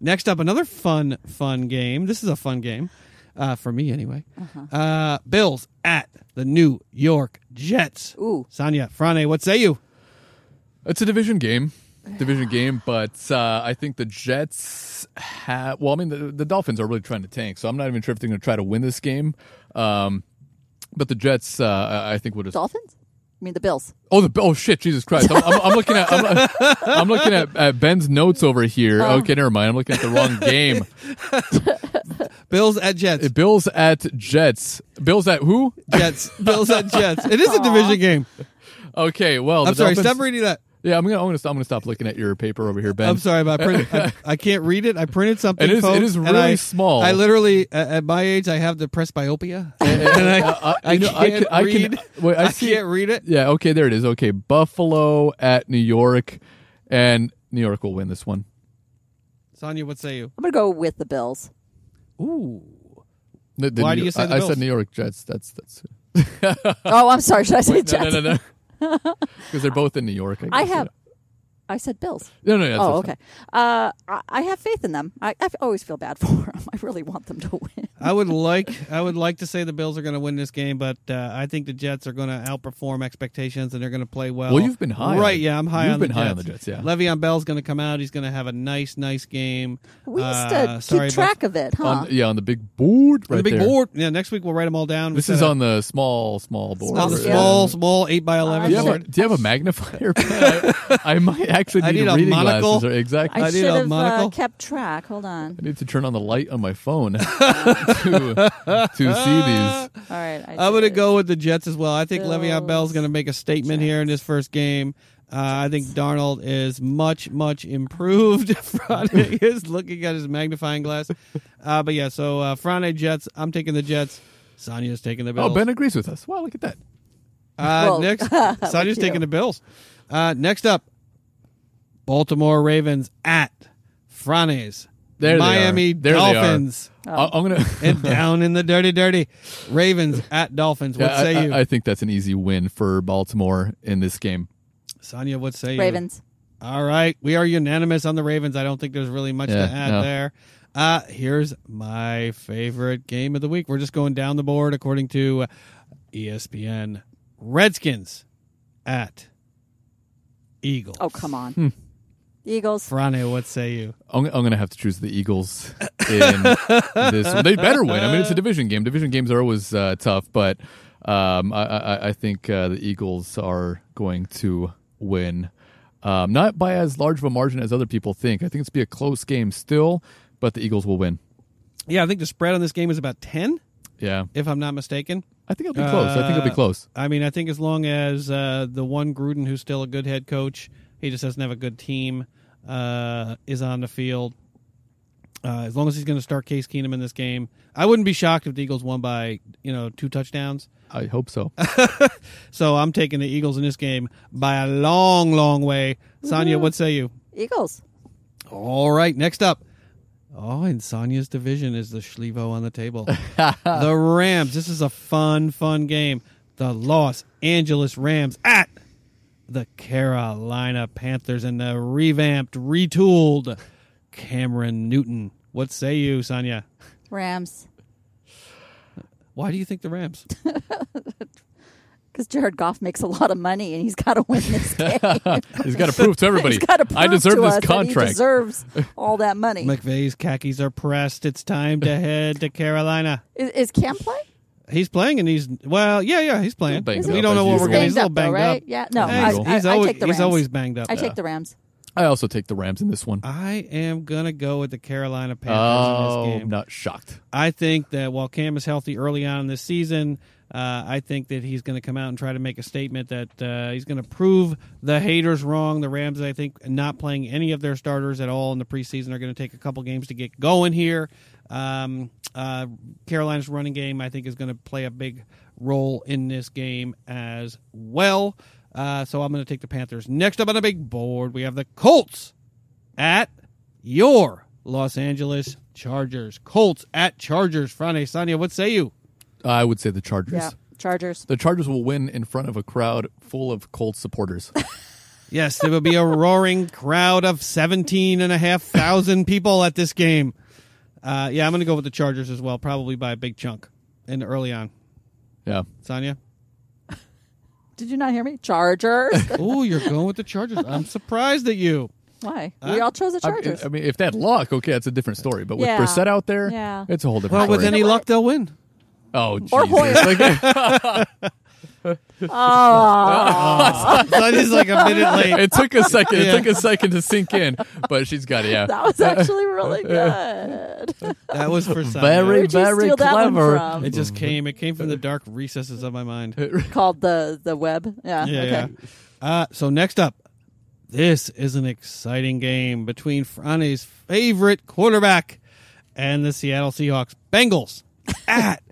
Next up, another fun, fun game. This is a fun game uh, for me, anyway. Uh-huh. uh Bills at the New York Jets. Ooh. Sonia, Frane, what say you? It's a division game, division game, but uh, I think the Jets have. Well, I mean, the, the Dolphins are really trying to tank, so I'm not even sure if they're going to try to win this game. Um, but the Jets, uh, I I think, would just. Dolphins? I mean, the Bills. Oh, the oh shit, Jesus Christ! I'm, I'm, I'm looking at I'm, I'm looking at, at Ben's notes over here. Okay, never mind. I'm looking at the wrong game. Bills at Jets. Bills at Jets. Bills at who? Jets. Bills at Jets. It is a division game. Okay, well, I'm the sorry. Dolphins- Stop reading that. Yeah, I'm gonna I'm gonna stop, I'm gonna stop looking at your paper over here, Ben. I'm sorry, but I, print, <laughs> I, I can't read it. I printed something. It is- it folks, is and really I- small. I literally, at, at my age, I have the <laughs> presbyopia, and I, I, uh, you know, I can't can- I can- read. wait, I I, see- can't read it. Yeah, okay, there it is. Okay, Buffalo at New York, and New York will win this one. Sonia, what say you? I'm going to go with the Bills. Ooh, The- the Why New- do you say I, the I Bills? said New York Jets. That's that's Oh, I'm sorry. Should I say Jets? no, no, no, <laughs> no. Because they're both in New York. I, guess, I have. I said Bills. yeah. no, no. That's, oh, that's okay. Uh, I, I have faith in them. I, I always feel bad <laughs> for them. I really want them to win. I would like, I would like to say the Bills are going to win this game, but uh, I think the Jets are going to outperform expectations and they're going to play well. Well, you've been high on- right? yeah, I'm high you've on the been Jets. high on the Jets, yeah. Le'Veon Bell's going to come out. He's going to have a nice, nice game. We used to Uh, keep sorry about- track of it, huh? On, yeah, on the big board right the big there. board. Yeah, next week we'll write them all down. We This is set a- on the small, small board. on the yeah. small, small eight by Do eleven you, I have a, board. should- do you have <laughs> a magnifier? <laughs> I, I might actually need, I need a reading monocle. glasses. Or, exactly. I I need should a have uh, monocle. kept track. Hold on. I need to turn on the light on my phone <laughs> to, to see these. <laughs> All right. I I'm going to did. go with the Jets as well. I think Le'Veon Bills, Bell's going to make a statement here in his first game. Uh, I think Darnold is much, much improved. <laughs> <laughs> Friday is looking at his magnifying glass. Uh, but yeah, so uh, Friday Jets. I'm taking the Jets. Sonia's taking the Oh, Bills. Ben agrees with us. Wow, look at that. Uh, Well, <laughs> next, with Sonia's you. taking the Bills. Uh, next up, Baltimore Ravens at Franes. There they Miami are. There they are. Dolphins. Oh. I- I'm gonna. <laughs> <laughs> and down in the dirty, dirty. Ravens at Dolphins. What Yeah, I- say I, you? I think that's an easy win for Baltimore in this game. Sonia, what say you? Ravens. All right. We are unanimous on the Ravens. I don't think there's really much Yeah, to add no. there. Uh, here's my favorite game of the week. We're just going down the board according to E ESPN. Redskins at Eagles. Oh, come on. Eagles. Frane, what say you? I'm, I'm gonna have to choose the <laughs> Eagles in this. One. They better win. I mean, it's a division game. Division games are always uh, tough, but um, I, I, I think uh, the Eagles are going to win. Um, not by as large of a margin as other people think. I think it's be a close game still, but the Eagles will win. Yeah, I think the spread on this game is about 10, Yeah, if I'm not mistaken. I think it'll be close. I think it'll be Uh, close. I mean, I think as long as uh, the one Gruden who's still a good head coach, he just doesn't have a good team, uh, is on the field. Uh, as long as he's going to start Case Keenum in this game, I wouldn't be shocked if the Eagles won by you know two touchdowns. I hope <laughs> so. So I'm taking the Eagles in this game by a long, long way. Sonia, what say you? Eagles. All right, next up. Oh, in Sonia's division is the Schlevo on <laughs> the table. the Rams. This is a fun, fun game. The Los Angeles Rams at the Carolina Panthers and the revamped, retooled Cameron Newton. What say you, Sonia? Rams. Why do you think <laughs> the Rams? Because Jared Goff makes a lot of money and he's got to win this game. He's got to prove to everybody. he's got to prove I deserve to this us that he contract. deserves all that <laughs> money. McVeigh's khakis are pressed. It's time to head to Carolina. is, is Cam play? He's playing and he's well, yeah, yeah, he's playing. He's banged we up don't as know what we're usual. going. to He's a Banged up, little though, banged right? up. Yeah, no, Hey, I, he's, I, he's I always, take the Rams. he's always banged up. I take the Rams. I also take the Rams in this one. I am gonna go with the Carolina Panthers in Oh, this game. I'm not shocked. I think that while Cam is healthy early on in this season, uh, I think that he's going to come out and try to make a statement that uh, he's going to prove the haters wrong. The Rams, I think, not playing any of their starters at all in the preseason are going to take a couple games to get going here. Um, uh, Carolina's running game, I think, is going to play a big role in this game as well. Uh, so I'm going to take the Panthers. Next up on the big board, we have the Colts at your Los Angeles Chargers. Colts at Chargers Friday. Sonia, what say you? I would say the Chargers. Yeah, Chargers. The Chargers will win in front of a crowd full of <laughs> Colts supporters. Yes, it will be a roaring crowd of 17,500 people at this game. Uh, yeah, I'm going to go with the Chargers as well, probably by a big chunk and early on. yeah. Sonia? Did you not hear me? Chargers. Oh, you're going with the Chargers. I'm surprised at you. Why? we all chose the I mean, Chargers. I mean, if that luck, okay, it's a different story. But with Yeah. Brissett out there, Yeah. it's a whole Well, different with story. any luck, they'll win. oh, Or Jesus. Like, oh, Sonia's like a minute late. <laughs> it took a second. Yeah. It took a second to sink in, but she's got it. Yeah, <laughs> that was actually really good. That was for Sonia. very, Where'd you very steal that one clever. from? It just came. It came from the dark recesses of my mind. Called the the web. Yeah. <laughs> Yeah. okay. yeah. Uh, so next up, this is an exciting game between Frane's favorite quarterback and the Seattle Seahawks. Bengals at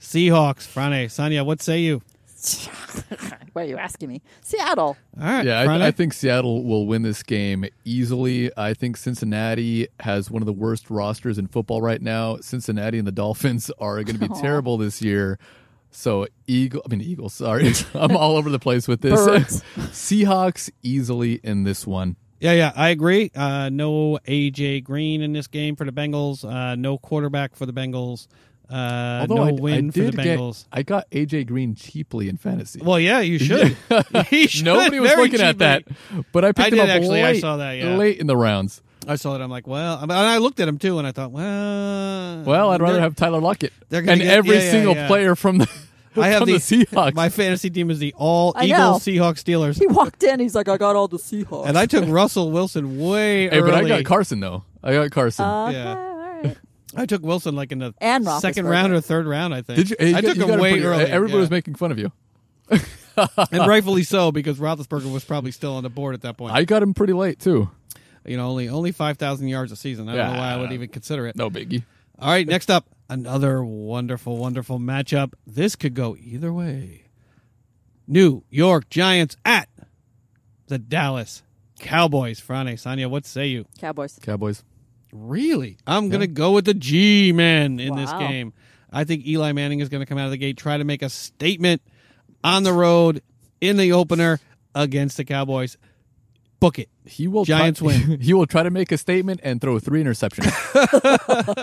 Seahawks. Frane, Sonia, what say you? What are you asking me? Seattle. All <laughs> right. yeah. Frane? I, I think Seattle will win this game easily. I think Cincinnati has one of the worst rosters in football right now. Cincinnati and the Dolphins <laughs> are going to be terrible this year. So Eagle, I mean Eagles. Sorry, <laughs> I'm all over the place with this. Birds. <laughs> Seahawks easily in this one. Yeah, yeah, I agree. Uh, no AJ Green in this game for the Bengals. Uh, no quarterback for the Bengals. Uh, no I, win I for the did get, Bengals. I got AJ Green cheaply in fantasy. Well, <laughs> yeah, <laughs> you should. <laughs> He should Nobody was very looking at cheaply. that, but I picked I him did up actually, I late, saw that, yeah. late in the rounds. I saw it. I'm like, well, and I looked at him too, and I thought, well, Well, I'd rather they're- have Tyler Lockett they're and gonna get- every yeah, yeah, single yeah. player from the I have from <laughs> the, Seahawks. My fantasy team is the all I know. Eagles, Seahawks, Steelers, He walked in. He's like, I got all the Seahawks. <laughs> and I took Russell Wilson way <laughs> hey, early. but I got Carson though. I got Carson. okay. yeah. All right. I took Wilson like in the Uh-huh. And Roethlisberger. second round or third round, I think. Did you? hey, you I got- took you got him it way pretty- uh, early, Everybody was yeah. making fun of you. and rightfully so because Roethlisberger was probably still on the board at that point. I got him pretty late too. you know, only only five thousand yards a season. I don't know Yeah. why I would even consider it. No biggie. All right, next up, another wonderful, wonderful matchup. This could go either way. New York Giants at the Dallas Cowboys. Frane, Sonia, what say you? Cowboys. Cowboys. Really? I'm going to go with the G man in this Wow. game. I think Eli Manning is going to come out of the gate, try to make a statement on the road in the opener against the Cowboys. Book it. He will Giants try, win. <laughs> He will try to make a statement and throw three <laughs> interceptions.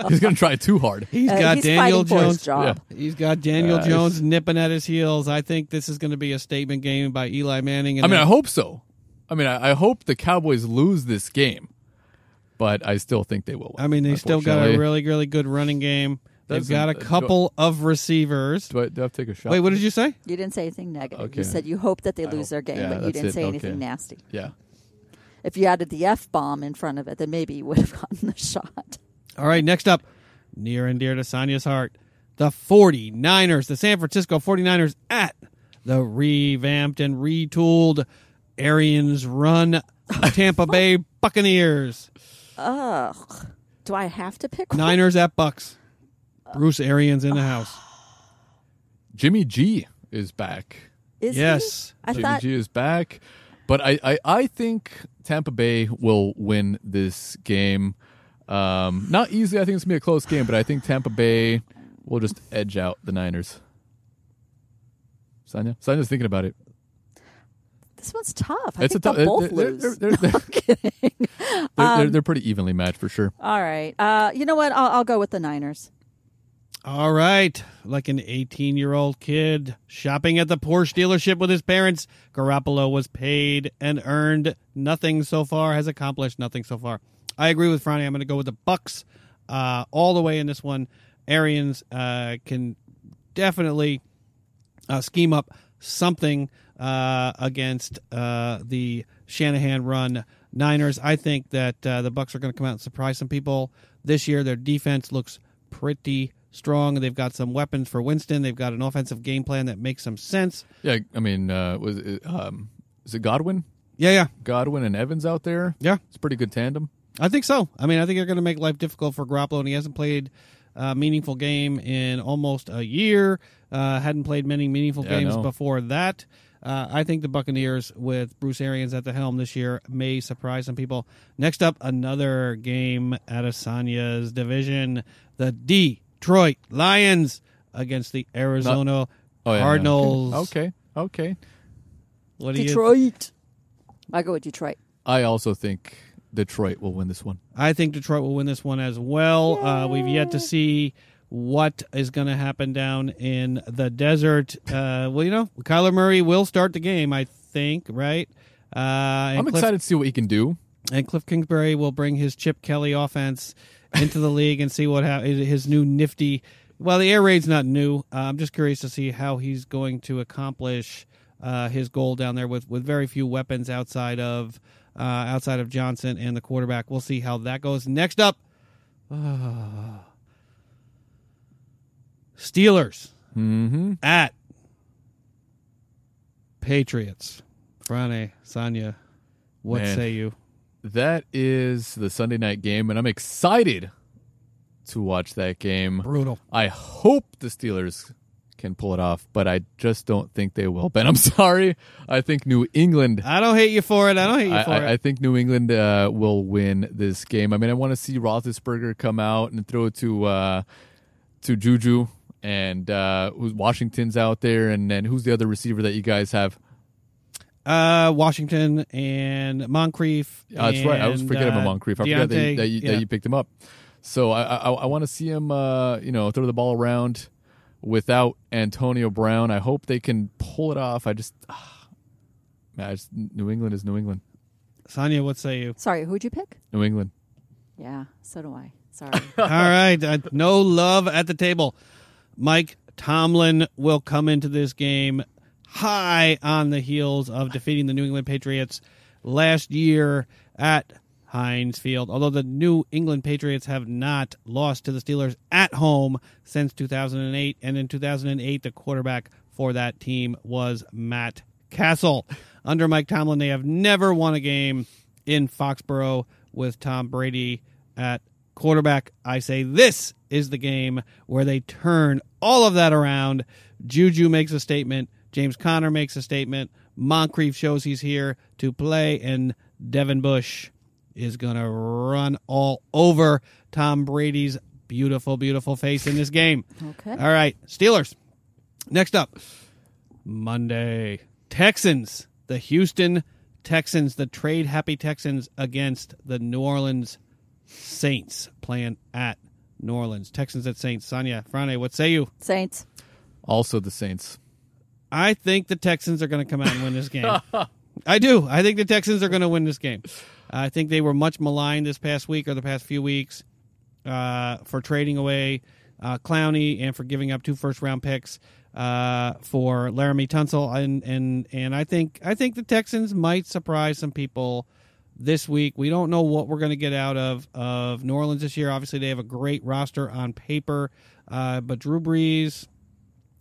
He's going to try too hard. He's Uh, got he's Daniel fighting for his Jones. job. He's got Daniel Nice. Jones nipping at his heels. I think this is going to be a statement game by Eli Manning. And I mean, I then- hope so. I mean, I, I hope the Cowboys lose this game, but I still think they will. Win, I mean, they still got a unfortunately. really, really good running game. They've Doesn't- got a uh, do I- couple of receivers. Do I, do I have to take a shot? Wait, what did you say? You didn't say anything negative. Okay. You said you hope that they lose hope- their game, yeah, but you that's didn't it. say anything Okay. nasty. Yeah. <laughs> If you added the F bomb in front of it, then maybe you would have gotten the shot. All right, next up, near and dear to Sonia's heart, the 49ers, the San Francisco 49ers at the revamped and retooled Arians run <laughs> Tampa Bay Buccaneers. Ugh. Do I have to pick one? Niners at Bucks. Bruce Arians in the house. Jimmy G is back. Is he? yes. I Jimmy thought G is back. But I, I, I think Tampa Bay will win this game. Um, not easily. I think it's going to be a close game, but I think Tampa Bay will just edge out the Niners. Sonia? Sonia's thinking about it. this one's tough. I it's a think tough. they'll both they're, lose. <laughs> Um, they're, they're, they're, they're- they're pretty evenly matched for sure. All right. Uh, you know what? I'll, I'll go with the Niners. All right. Like an 18 year old kid shopping at the Porsche dealership with his parents, Garoppolo was paid and earned nothing so far, has accomplished nothing so far. I agree with Franny. I'm going to go with the Bucks uh, all the way in this one. Arians uh, can definitely uh, scheme up something uh, against uh, the Shanahan run Niners. I think that uh, the Bucks are going to come out and surprise some people this year. Their defense looks pretty strong. They've got some weapons for Winston. They've got an offensive game plan that makes some sense. Yeah, I mean, uh, was it, um, is it Godwin? Yeah, yeah, Godwin and Evans out there. yeah. It's a pretty good tandem. I think so. I mean, I think you're going to make life difficult for Garoppolo, and he hasn't played a meaningful game in almost a year. Uh, hadn't played many meaningful Yeah, I games know. before that. Uh, I think the Buccaneers, with Bruce Arians at the helm this year, may surprise some people. Next up, another game out of Sonia's division: the Detroit Lions against the Arizona Oh, yeah, yeah. Cardinals. Okay, okay. What do you Detroit. I go with Detroit. I also think Detroit will win this one. I think Detroit will win this one as well. Uh, we've yet to see what is going to happen down in the desert. Uh, well, you know, Kyler Murray will start the game, I think, right? Uh, and I'm Cliff- excited to see what he can do. And Cliff Kingsbury will bring his Chip Kelly offense into the league and see what hap- his new nifty. Well, the air raid's not new. Uh, I'm just curious to see how he's going to accomplish uh, his goal down there with, with very few weapons outside of uh, outside of Johnson and the quarterback. We'll see how that goes. Next up, uh, Steelers Mm-hmm. at Patriots. Frane, Sonia, what Man. say you? That is the Sunday night game, and I'm excited to watch that game. Brutal. I hope the Steelers can pull it off, but I just don't think they will. Ben, I'm <laughs> sorry. I think New England I don't hate you for it. I don't hate you I, for I, I it. think New England uh, will win this game. I mean, I want to see Roethlisberger come out and throw to uh, to Juju and uh, who's Washington's out there, and then who's the other receiver that you guys have? uh, Washington and Moncrief. Uh, that's right. I was and, forgetting about uh, Moncrief. I forgot that, Deontay. you- that, you, Yeah. that you picked him up. So I I, I want to see him, uh, you know, throw the ball around without Antonio Brown. I hope they can pull it off. I just, ah, man, I just New England is New England. Sonia, what say you? Sorry, who'd you pick? New England. Yeah, so do I. <laughs> Sorry. <laughs> All right. Uh, no love at the table. Mike Tomlin will come into this game high on the heels of defeating the New England Patriots last year at Heinz Field. Although the New England Patriots have not lost to the Steelers at home since 2008. And in 2008, the quarterback for that team was Matt Castle. Under Mike Tomlin, they have never won a game in Foxborough with Tom Brady at quarterback. I say this is the game where they turn all of that around. Juju makes a statement. James Conner makes a statement. Moncrief shows he's here to play, and Devin Bush is going to run all over Tom Brady's beautiful, beautiful face in this game. Oh, Okay. All right, Steelers. Next up, Monday. Texans, the Houston Texans, the trade happy Texans against the New Orleans Saints playing at New Orleans. Texans at Saints. Sonia, Frane, what say you? Saints. Also the Saints. I think the Texans are going to come out and win this game. I do. I think the Texans are going to win this game. I think they were much maligned this past week or the past few weeks uh, for trading away uh, Clowney and for giving up two first round picks uh, for Laramie Tunsil. And, and and I think I think the Texans might surprise some people this week. We don't know what we're going to get out of of New Orleans this year. Obviously, they have a great roster on paper, uh, but Drew Brees,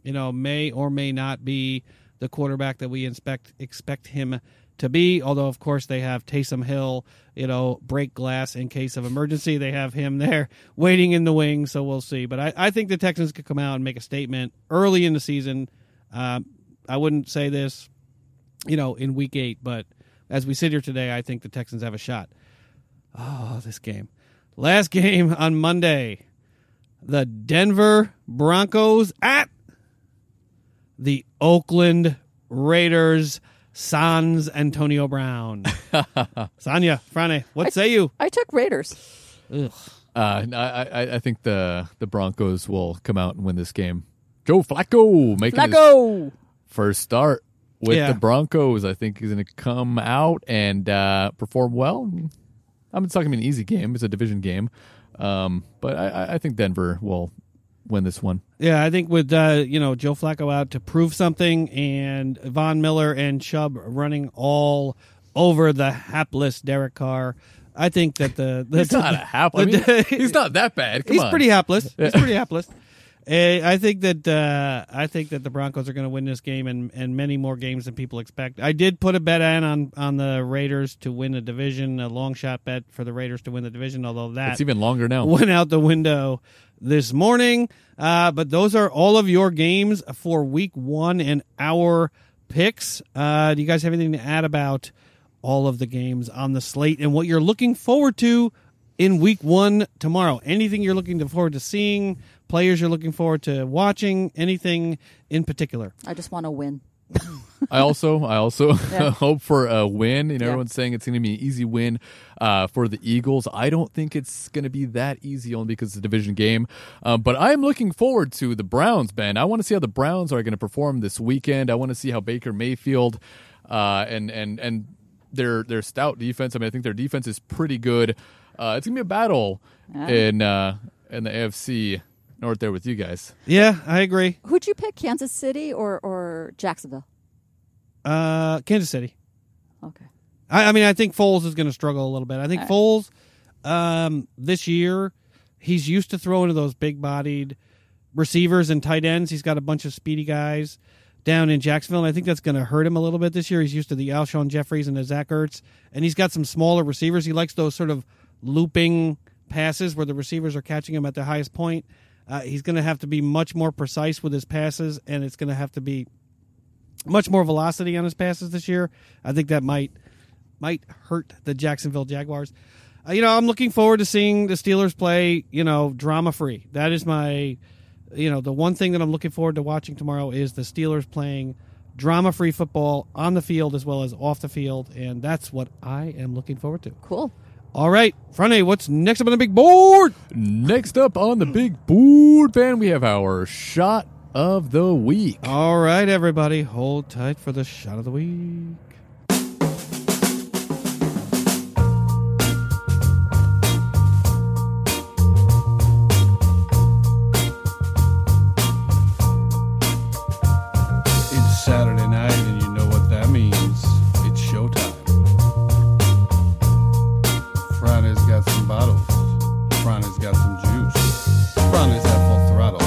you know, may or may not be the quarterback that we expect expect him to be. Although, of course, they have Taysom Hill, you know, break glass in case of emergency. They have him there <laughs> waiting in the wings, so we'll see. But I, I think the Texans could come out and make a statement early in the season. Um, I wouldn't say this, you know, in week eight, but as we sit here today, I think the Texans have a shot. Oh, this game. Last game on Monday. The Denver Broncos at the Oakland Raiders. Sans Antonio Brown. Sonia, Frane, what say you? I took Raiders. Uh, no, I, I, I think the the Broncos will come out and win this game. Joe Flacco making his Flacco. first start with Yeah. the Broncos. I think he's going to come out and uh, perform well. I'm not talking about an easy game; it's a division game. Um, but I- I, I think Denver will win this one. Yeah, I think with uh, you know Joe Flacco out to prove something, and Von Miller and Chubb running all over the hapless Derek Carr, I think that the, the He's not a hap. <laughs> I the- mean, he's not that bad. Come he's on. pretty hapless. He's pretty hapless. Eh, I think that uh, I think that the Broncos are going to win this game and, and many more games than people expect. I did put a bet in on, on the Raiders to win the division, a long shot bet for the Raiders to win the division. Although that It's even longer now. <laughs> went out the window this morning. Uh, but those are all of your games for week one and our picks. Uh, do you guys have anything to add about all of the games on the slate and what you're looking forward to in week one tomorrow? Anything you're looking forward to seeing, players you're looking forward to watching, anything in particular? I just want to win. I also, I also Yeah. <laughs> hope for a win. You know, Yeah. everyone's saying it's going to be an easy win uh, for the Eagles. I don't think it's going to be that easy, only because it's a division game. Uh, but I'm looking forward to the Browns, Ben. I want to see how the Browns are going to perform this weekend. I want to see how Baker Mayfield uh, and and and their their stout defense. I mean, I think their defense is pretty good. Uh, it's going to be a battle in uh, in the AFC North there with you guys. Yeah, I agree. Who'd you pick, Kansas City or, or Jacksonville? Uh, Kansas City. Okay. I, I mean, I think Foles is going to struggle a little bit. I think All Foles um, this year, he's used to throwing to those big-bodied receivers and tight ends. He's got a bunch of speedy guys down in Jacksonville, and I think that's going to hurt him a little bit this year. He's used to the Alshon Jeffries and the Zach Ertz, and he's got some smaller receivers. He likes those sort of looping passes where the receivers are catching him at the highest point. Uh, he's going to have to be much more precise with his passes, and it's going to have to be much more velocity on his passes this year. I think that might might hurt the Jacksonville Jaguars. Uh, you know, I'm looking forward to seeing the Steelers play. You know, drama free. That is my, you know, the one thing that I'm looking forward to watching tomorrow is the Steelers playing drama free football on the field as well as off the field, and that's what I am looking forward to. Cool. All right, Friday, what's next up on the big board? Next up on the big board, Ben, we have our shot of the week. All right, everybody, hold tight for the shot of the week. It's Saturday night, and you know what that means. It's showtime. Friday's got some bottles. Friday's got some juice. Friday's at full throttle.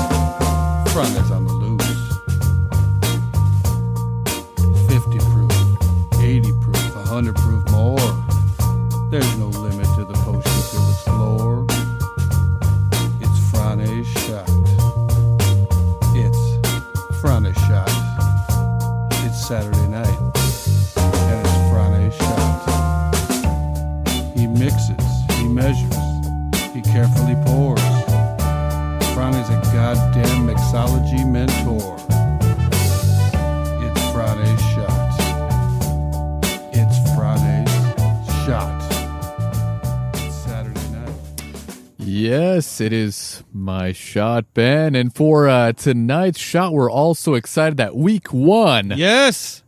Friday's on the loose. 50 proof, 80 proof, 100 proof more. There's no limit to the potions you'll explore. It's Friday's shot. It's Friday's shot. It's Saturday night. And it's Friday's shot. He mixes, he measures, he carefully pours. Friday's a goddamn mixology mentor. It's Friday's shot. It's Friday's shot. It's Saturday night. Yes, it is my shot, Ben. And for uh, tonight's shot, we're also excited that week one Yes.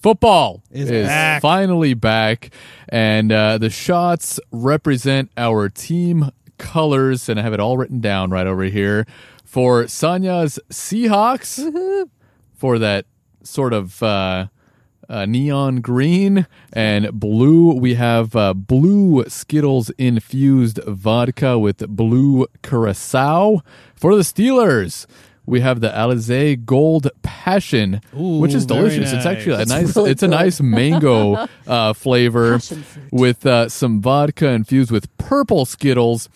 football Is back. finally back. And uh, the shots represent our team colors. And I have it all written down right over here for Sanya's Seahawks for that sort of. Uh, uh, neon green and blue. We have uh, blue Skittles infused vodka with blue curacao for the Steelers. We have the Alizé Gold Passion, Ooh, which is very delicious. nice. It's actually a That's nice. really it's a good. <laughs> nice mango uh, flavor Passion fruit. with uh, some vodka infused with <laughs> purple Skittles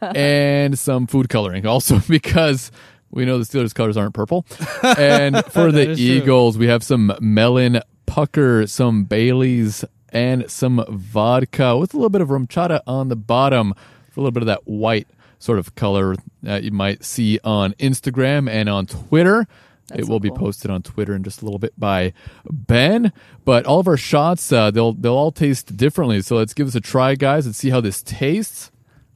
and some food coloring. Also, <laughs> because we know the Steelers colors aren't purple. And <laughs> That for the is true. Eagles, we have some melon pucker, some Bailey's, and some vodka with a little bit of rum chata on the bottom for a little bit of that white sort of color that you might see on Instagram and on Twitter. it will be cool. posted on Twitter in just a little bit by Ben. But all of our shots, uh, they'll they'll all taste differently. So let's give this a try, guys, and see how this tastes.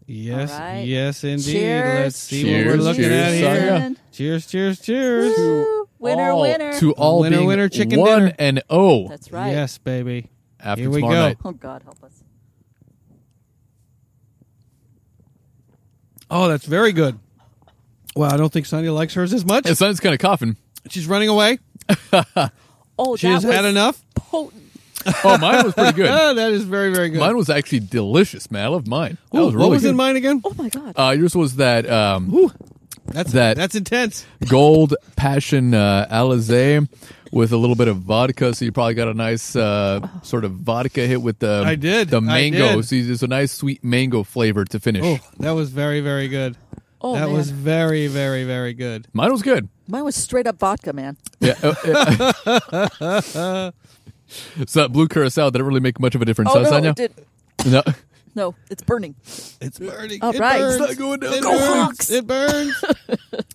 Yes, All right. yes, indeed. Cheers. Let's see what Cheers, we're looking cheers, at here. Sonia. Cheers, cheers, cheers. Woo. Winner, All- winner. To all Winner, being winner, chicken one dinner. and oh That's right. Yes, baby. after Here we tomorrow go. night. Oh God, help us. Oh, that's very good. Well, I don't think Sonia likes hers as much. Yeah, Sonny's kind of coughing. She's running away. Oh, She that has was had enough. Potent. Oh, mine was <laughs> pretty good. Ah, that is very, very good. Mine was actually delicious, man. I love mine. That Ooh, was really what was good. in mine again? Oh my God. Uh, yours was that um, Ooh, that's That- that's intense. gold passion uh, alizé with a little bit of vodka, so you probably got a nice uh, sort of vodka hit with the I did. the I mango. did. So it's a nice sweet mango flavor to finish. Oh, that was very, very good. Oh, that man. was very, very, very good. Mine was good. Mine was straight up vodka, man. Yeah. uh, uh, <laughs> so that blue curacao didn't really make much of a difference, Oh huh, no, Sonia? it did- No. no, it's burning. It's burning. All it right. burns. It's not going down. It Go burns. Hawks. <laughs> It burns.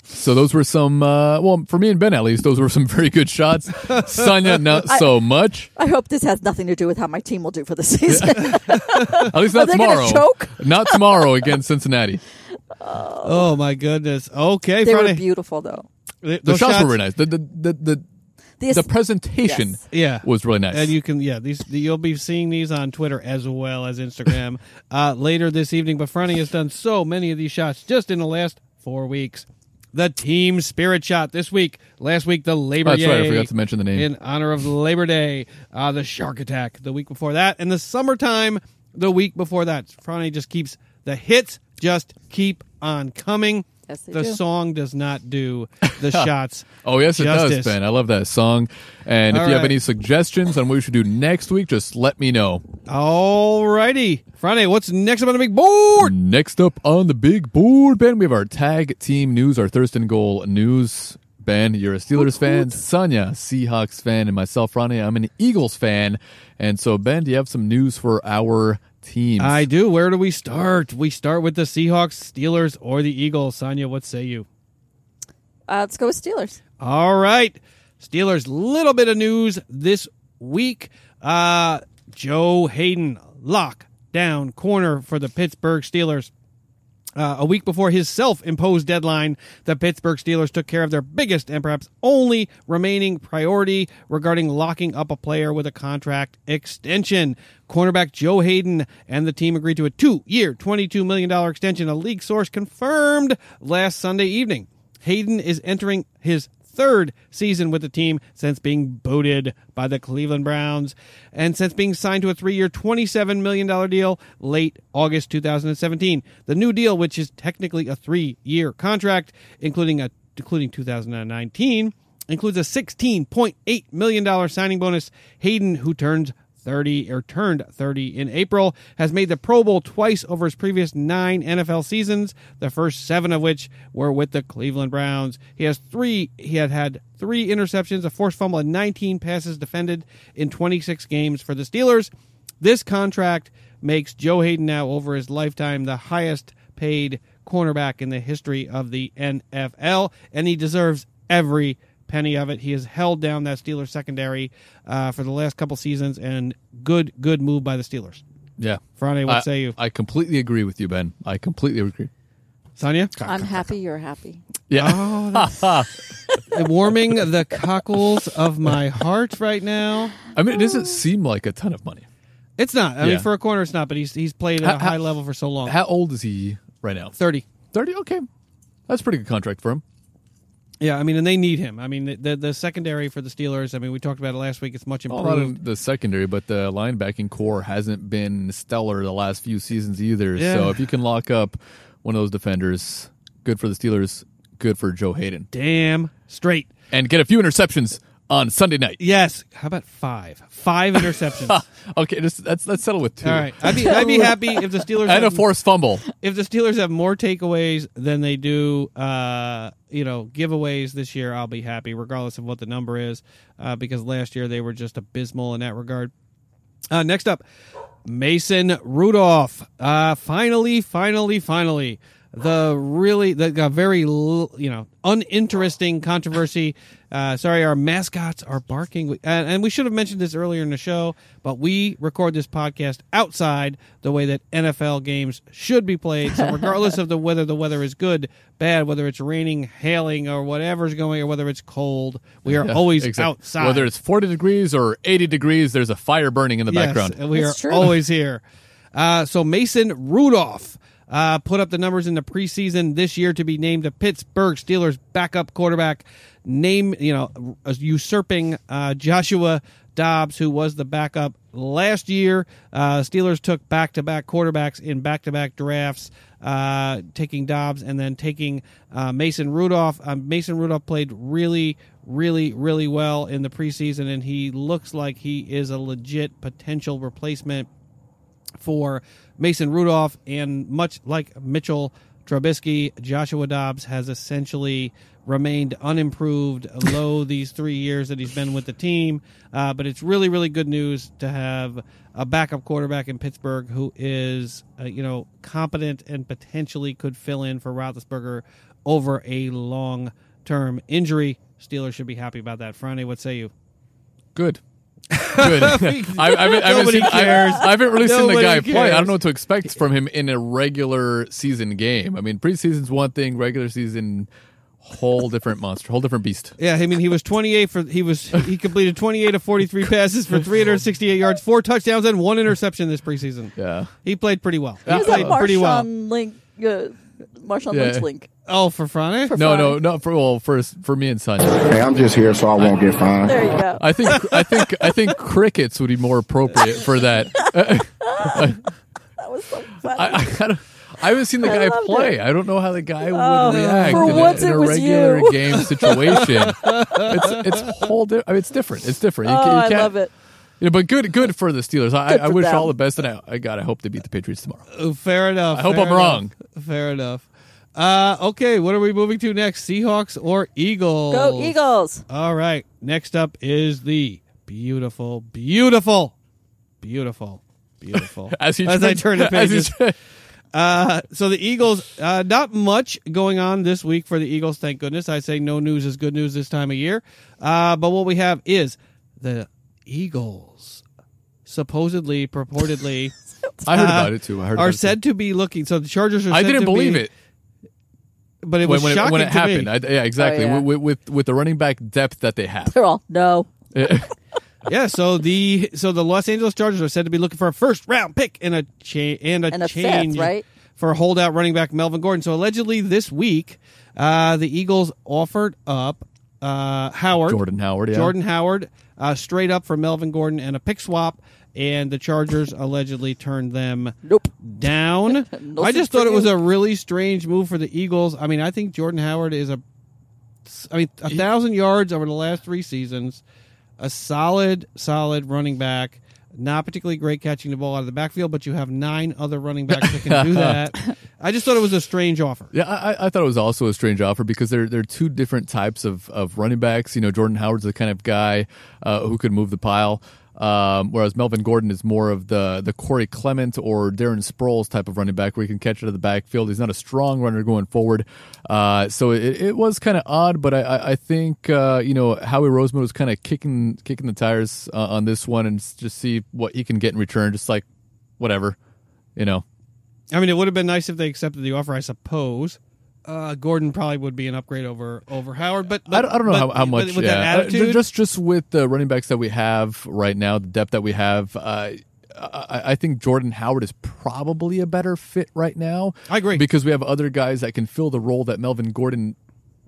So those were some. Uh, well, for me and Ben at least, those were some very good <laughs> shots. Sonia, not so much. I hope this has nothing to do with how my team will do <laughs> for the season. At least not they gonna tomorrow. choke? <laughs> Not tomorrow <laughs> against Cincinnati. oh my goodness. Okay, they were Friday. beautiful though. Th- The those shots, were really nice. The the the the, This, the presentation Yes. Yeah. was really nice. And you can, yeah, these you'll be seeing these on Twitter as well as Instagram <laughs> uh, later this evening. But Franny has done so many of these shots just in the last four weeks. The team spirit shot this week. Last week, the Labor Oh, that's right. I Yay forgot to mention the name. in honor of Labor Day. Uh, the shark attack the week before that, and the summertime the week before that. Franny just keeps the hits just keep on coming. Yes, they the do. song does not <laughs> do the shots. oh yes, it does, justice. Ben. I love that song. And if All you have right. any suggestions on what we should do next week, just let me know. All righty, Friday. What's next up on the big board? Next up on the big board, Ben, we have our tag team news, our Thurston goal news. Ben, you're a Steelers fan. Sonia, Seahawks fan, and myself, Ronnie, I'm an Eagles fan. And so, Ben, do you have some news for our teams? I do. Where do we start? We start with the Seahawks, Steelers, or the Eagles. Sonia, what say you? uh, let's go with Steelers. All right. Steelers, little bit of news this week. Uh, Joe Hayden, lock down corner for the Pittsburgh Steelers. Uh, a week before his self imposed deadline, the Pittsburgh Steelers took care of their biggest and perhaps only remaining priority regarding locking up a player with a contract extension. Cornerback Joe Hayden and the team agreed to a two year, $22 million extension, a league source confirmed last Sunday evening. Hayden is entering his third season with the team since being booted by the Cleveland Browns and since being signed to a three year, $27 million deal late August 2017. The new deal, which is technically a three year contract, including, a, including 2019, includes a $16.8 million signing bonus. Hayden, who turns 30 or turned 30 in April, has made the Pro Bowl twice over his previous nine NFL seasons, the first seven of which were with the Cleveland Browns. He has three, he had had three interceptions, a forced fumble, and 19 passes defended in 26 games for the Steelers. This contract makes Joe Hayden now over his lifetime the highest paid cornerback in the history of the NFL, and he deserves every penny of it. He has held down that Steelers secondary uh, for the last couple seasons, and good, good move by the Steelers. yeah. Friday, what I- say you, I completely agree with you, Ben. I completely agree. Sonia? I'm happy. You're happy. Yeah. <laughs> Warming the cockles of my heart right now. I mean, it doesn't seem like a ton of money. It's not. I Yeah. mean, for a corner, it's not. But he's he's played at How- a how- high level for so long. How old is he right now? Thirty. 30? Okay. That's a pretty good contract for him. Yeah, I mean, and they need him. I mean, the the, the secondary for the Steelers. I mean, we talked about it last week. It's much Well, improved. not in the secondary, but the linebacking core hasn't been stellar the last few seasons either. Yeah. So if you can lock up one of those defenders, good for the Steelers, good for Joe Hayden, Damn straight. and get a few interceptions on Sunday night. Yes. How about five? Five <laughs> interceptions. All Okay, just let's let's settle with two right. I'd be I'd be happy if the Steelers <laughs> and a had- forced fumble. if the Steelers have more takeaways than they do, uh, you know, giveaways this year, I'll be happy, regardless of what the number is, uh, because last year they were just abysmal in that regard. Uh, next up, Mason Rudolph. Uh, finally, finally, finally, the really the, the very l- you know uninteresting controversy. Uh, sorry, our mascots are barking, we, and, and we should have mentioned this earlier in the show. But we record this podcast outside the way that NFL games should be played. So regardless of the whether the weather is good, bad, whether it's raining, hailing, or whatever's going, or whether it's cold, we are Yeah, always exactly. outside. Whether it's 40 degrees or 80 degrees, there's a fire burning in the background. And we That's are true. always here. Uh, so Mason Rudolph uh, put up the numbers in the preseason this year to be named the Pittsburgh Steelers backup quarterback, name you know usurping uh, Joshua Dobbs, who was the backup last year. Uh, Steelers took back-to-back quarterbacks in back-to-back drafts. Uh, taking Dobbs and then taking uh, Mason Rudolph. Um, Mason Rudolph played really, really, really well in the preseason, and he looks like he is a legit potential replacement for Mason Rudolph. And much like Mitchell Trubisky, Joshua Dobbs has essentially remained unimproved <laughs> low these three years that he's been with the team. Uh, but it's really, really good news to have a backup quarterback in Pittsburgh who is, uh, you know, competent and potentially could fill in for Roethlisberger over a long term injury. Steelers should be happy about that. Friday, what say you? Good. <laughs> Good. I, I haven't, I haven't Nobody seen, I, cares. I haven't really seen the Nobody guy play. I cares. don't know what to expect from him in a regular season game. I mean, preseason's one thing, regular season, whole different monster, whole different beast. Yeah, I mean he was 28 for he was he completed 28 of 43 passes for 368 yards, four touchdowns and one interception this preseason. Yeah. He played pretty well. He Yeah. He was played like pretty well. Link, uh, Marshawn Yeah. Lynch Link. Oh, for Friday? No, no, no. For well, for for me and Sonia, Hey, I'm just here so I won't get fined. There you go. <laughs> I think I think I think crickets would be more appropriate for that. that was so funny. I, I, don't- I haven't seen the I guy loved play. I don't know how the guy Oh, would react for in, a, once in it a was regular you. game situation. it's it's whole. Di- I mean, it's different. It's different. You oh, can't- you I can't- love it. Yeah, but good good for the Steelers. I, Good I for wish them. all the best, and I, I God, I hope they beat the Patriots tomorrow. Oh, fair enough. I hope fair I'm enough. wrong. Fair enough. Uh, okay, what are we moving to next? Seahawks or Eagles? Go Eagles. All right. Next up is the beautiful, beautiful, beautiful, beautiful. <laughs> As he I turn the <laughs> as he pages. turn- Uh, so the Eagles, uh, not much going on this week for the Eagles. Thank goodness. I say no news is good news this time of year. Uh, but what we have is the Eagles, supposedly, purportedly, I heard Uh, about it too. <laughs> I heard. about are it, too. said to be looking. So the Chargers are. I said didn't to believe be- it but it when was when it, shocking when it to me. happened. I, yeah, exactly. Oh, yeah. With, with with the running back depth that they have. They're all no. yeah, so the so the Los Angeles Chargers are said to be looking for a first round pick and a cha- and a And a fifth, change right? for holdout running back Melvin Gordon. So allegedly this week, uh, the Eagles offered up uh, Howard Jordan Howard. Yeah. Jordan Howard uh, straight up for Melvin Gordon and a pick swap, and the Chargers allegedly turned them Nope. <laughs> down. No I just such thought it was thing. a really strange move for the Eagles. I mean, I think Jordan Howard is a, I mean, a thousand yards over the last three seasons, a solid, solid running back. Not particularly great catching the ball out of the backfield, but you have nine other running backs that <laughs> can do that. I just thought it was a strange offer. Yeah, I, I- I thought it was also a strange offer because there there are two different types of, of running backs. You know, Jordan Howard's the kind of guy uh, who could move the pile, um, whereas Melvin Gordon is more of the the Corey Clement or Darren Sproles type of running back where he can catch it out of the backfield. He's not a strong runner going forward, uh, so it, it was kind of odd. But I I, I think uh, you know Howie Roseman was kind of kicking kicking the tires uh, on this one and s- just see what he can get in return. Just like whatever, you know. I mean, it would have been nice if they accepted the offer, I suppose. Uh, Gordon probably would be an upgrade over over Howard, but, but I don't, I don't know but- how, how but much. with yeah. that Uh, ju- attitude. just just with the running backs that we have right now, the depth that we have, uh, I, I I think Jordan Howard is probably a better fit right now. I agree. because we have other guys that can fill the role that Melvin Gordon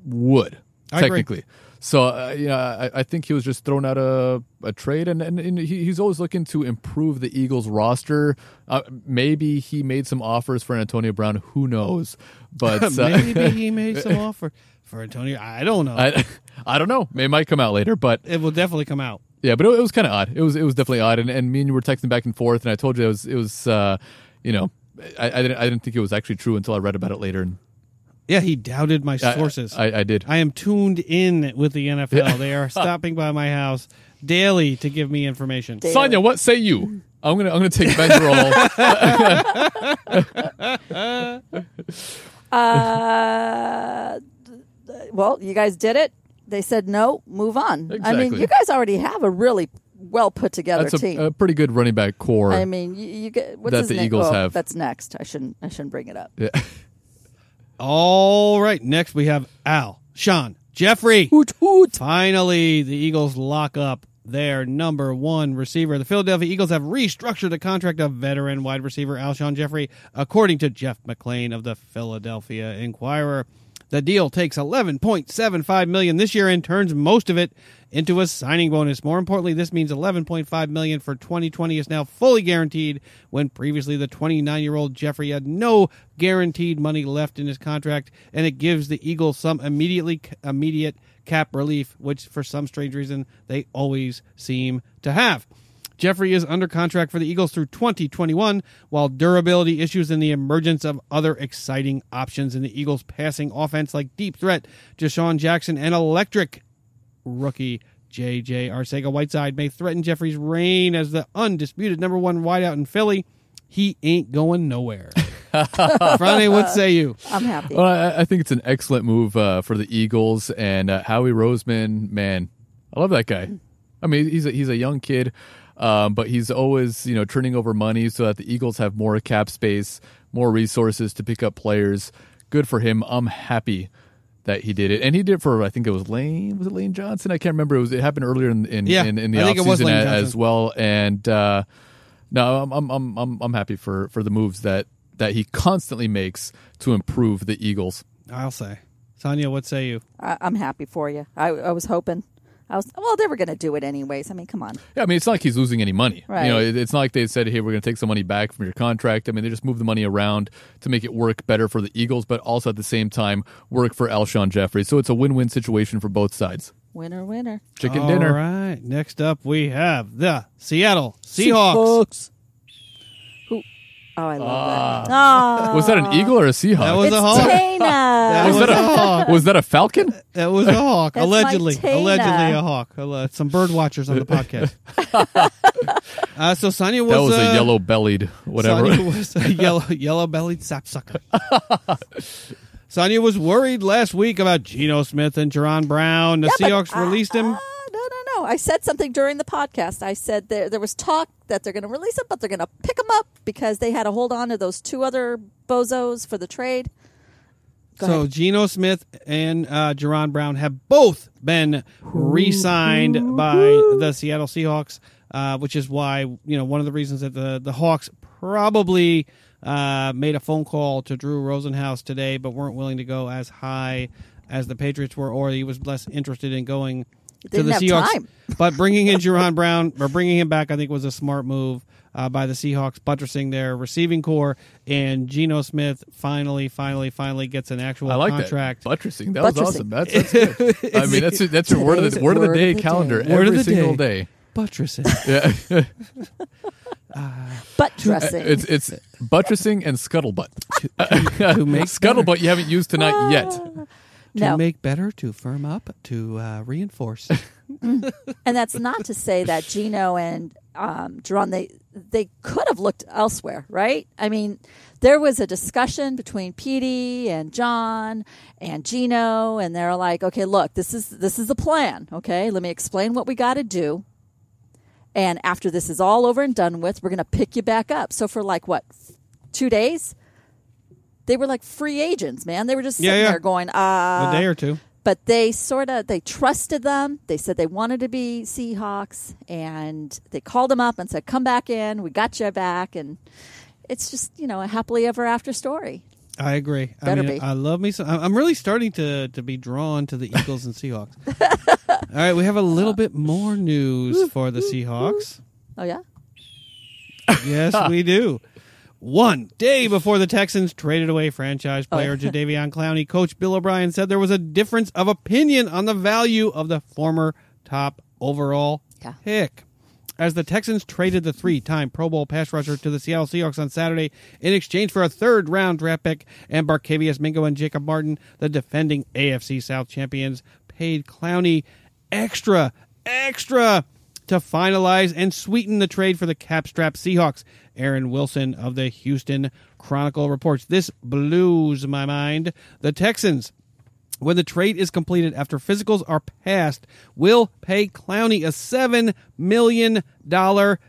would. I agree. technically. So uh, yeah, I, I think he was just thrown out a a trade, and and, and he, he's always looking to improve the Eagles roster. Uh, maybe he made some offers for Antonio Brown. Who knows? <laughs> But uh, Maybe he made some offer for Antonio. I don't know. <laughs> I I don't know. It might come out later, but it will definitely come out. yeah, but it, it was kind of odd. It was it was definitely odd, and, and me and you were texting back and forth, and I told you it was it was uh, you know I, I didn't I didn't think it was actually true until I read about it later, and Yeah, he doubted my I- sources. I, I did. I am tuned in with the NFL. They <laughs> are stopping by my house daily to give me information. Daily. Sonia, what say you? I'm gonna I'm gonna take Ben's role. <laughs> Uh, well, you guys did it. They said no. Move on. I mean, Exactly. you guys already have a really well put together That's team. a, a pretty good running back core. I mean, you, you get what's That his the name? Eagles Oh, have. That's next. I shouldn't. I shouldn't bring it up. Yeah. All right, next we have Al, Sean, Jeffrey. Finally, the Eagles lock up their number one receiver. The Philadelphia Eagles have restructured the contract of veteran wide receiver Alshon Jeffrey, according to Jeff McLean of the Philadelphia Inquirer. The deal takes 11.75 million this year and turns most of it into a signing bonus. More importantly, this means 11.5 million for 2020 is now fully guaranteed when previously the 29-year-old Jeffrey had no guaranteed money left in his contract and it gives the Eagles some immediately immediate cap relief, which for some strange reason they always seem to have. Jeffrey is under contract for the Eagles through 2021, while durability issues and the emergence of other exciting options in the Eagles' passing offense like deep threat, Deshaun Jackson, and electric rookie J.J. Arcega-Whiteside may threaten Jeffrey's reign as the undisputed number one wideout in Philly. He ain't going nowhere. Friday, what say you? I'm happy. well, I, I think it's an excellent move uh, for the Eagles and uh, Howie Roseman. Man, I love that guy. I mean, he's a, he's a young kid, um, but he's always you know turning over money so that the Eagles have more cap space, more resources to pick up players. Good for him. I'm happy that he did it, and he did it for I think it was Lane. Was it Lane Johnson? I can't remember. It was it happened earlier in in, Yeah, in, in the I think it was offseason Lane a- Johnson. as well. And uh, no, I'm I'm I'm I'm I'm happy for for the moves that that he constantly makes to improve the Eagles. I'll say. Sonia, what say you? I, I'm happy for you. I, I was hoping. I was. Well, they were going to do it anyways. I mean, come on. Yeah, I mean, it's not like he's losing any money. Right. You know, it, it's not like they said, "Hey, we're going to take some money back from your contract." I mean, they just moved the money around to make it work better for the Eagles, but also at the same time work for Alshon Jeffrey. So it's a win-win situation for both sides. Winner, winner. Chicken dinner. All right. Next up, we have the Seattle Seahawks. Who? Oh, I love that. Oh, Was that an eagle or a Seahawk? Uh, That Ah. was it's a hawk. <laughs> That Tana. was, a hawk. <laughs> was that a falcon? That was a hawk. That's my allegedly, Tina. allegedly a hawk. Alle- Some bird watchers on the <laughs> podcast. uh, so Sonia was, that was uh, a yellow-bellied whatever. Sonia was a yellow yellow bellied sapsucker. <laughs> Sonia was worried last week about Geno Smith and Jerron Brown. The Yeah, but Seahawks I- released him. Uh, no, no, no. I said something during the podcast. I said there there was talk that they're going to release him, but they're going to pick him up because they had to hold on to those two other bozos for the trade. Go so ahead. Geno Smith and uh, Jerron Brown have both been re-signed by the Seattle Seahawks, uh, which is why you know one of the reasons that the the Hawks probably uh, made a phone call to Drew Rosenhaus today, but weren't willing to go as high as the Patriots were, or he was less interested in going to didn't the have Seahawks. time. But bringing in Jerron Brown or bringing him back, I think, was a smart move uh, by the Seahawks, buttressing their receiving core. And Geno Smith finally, finally, finally gets an actual I like contract. that buttressing. That was Buttressing. awesome. <laughs> That's, that's good. I mean, that's that's your word of the Today's word of the word day of the calendar day. Word every of the single day. day. <laughs> Buttressing. Yeah, Butt dressing. <laughs> it's it's buttressing and scuttlebutt. <laughs> to make Scuttlebutt you haven't used tonight Ah. yet. better, to no, make better, to firm up, to uh, reinforce. and that's not to say that Gino and um, Jerron they they could have looked elsewhere, right? I mean, there was a discussion between Petey and John and Gino, and they're like, "Okay, look, this is this is the plan. Okay, let me explain what we got to do." And after this is all over and done with, we're going to pick you back up. So for like what, two days, they were like free agents, man. They were just Yeah, sitting yeah. there going, a "Uh, day or two. but they sort of they trusted them they said they wanted to be seahawks and they called them up and said come back in we got you back and it's just you know a happily ever after story I agree. Better I mean, be. I love me some. I- I'm really starting to to be drawn to the Eagles and <laughs> Seahawks. All right, we have a little bit more news for the Seahawks. Oh yeah. <laughs> Yes, we do. One day before the Texans traded away franchise player Jadavion Clowney, Coach Bill O'Brien said there was a difference of opinion on the value of the former top overall Yeah. pick. As the Texans traded the three time Pro Bowl pass rusher to the Seattle Seahawks on Saturday in exchange for a third round draft pick and Barcavius Mingo and Jacob Martin, the defending AFC South champions paid Clowney extra, extra to finalize and sweeten the trade for the cap-strapped Seahawks. Aaron Wilson of the Houston Chronicle reports this blows my mind. The Texans when the trade is completed after physicals are passed, will pay Clowney a $7 million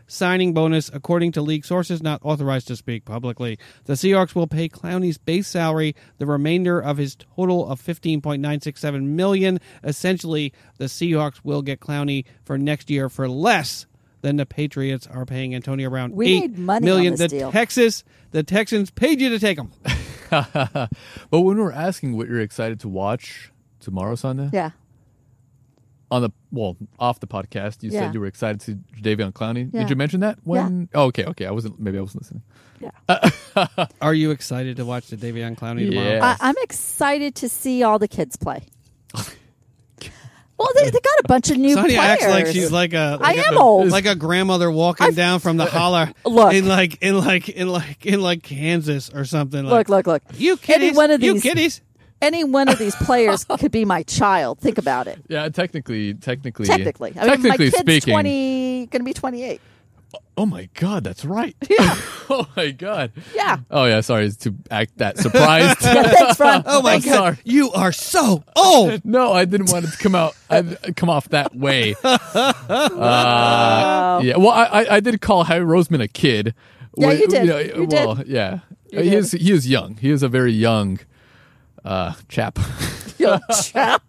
signing bonus, according to league sources not authorized to speak publicly. The Seahawks will pay Clowney's base salary, the remainder of his total of $15.967 million. Essentially, the Seahawks will get Clowney for next year for less than the Patriots are paying Antonio Brown. We $8 need money on million. this the deal. Texas, the Texans paid you to take him. But when we're asking what you're excited to watch tomorrow, Sunday, Yeah. on the well off the podcast, you Yeah. said you were excited to see Davion Clowney. Yeah. Did you mention that? When? Oh, okay, okay. I wasn't. Maybe I wasn't listening. Are you excited to watch the Davion Clowney tomorrow? Yeah. I, I'm excited to see all the kids <laughs> play. well, they, they got a bunch of new Sonia players. acts like she's like a like am a, old. like a grandmother walking down from the holler Look. in like in like in like in like Kansas or something. look, Like, look, look. you any kiddies, one of you these- <laughs> kiddies. Any one of <laughs> these players could be my child. Think about it. Yeah, technically, technically, Technically, I mean, my technically kid's speaking. twenty, going to be twenty-eight. Oh my god, <laughs> that's right. <laughs> oh my god. <laughs> Yeah. Oh yeah. Sorry to act that surprised. <laughs> Yeah, thanks, Ron. Oh my Thanks. god, sorry. you are so old. <laughs> No, I didn't want it to come out. I come off that way. Uh, Oh, yeah. Well, I, I I did call Harry Roseman a kid. Yeah, Wh- you did. You well, did. yeah. Uh, You he did. is he is young. He is a very young uh, <laughs> chap. <laughs> You chap.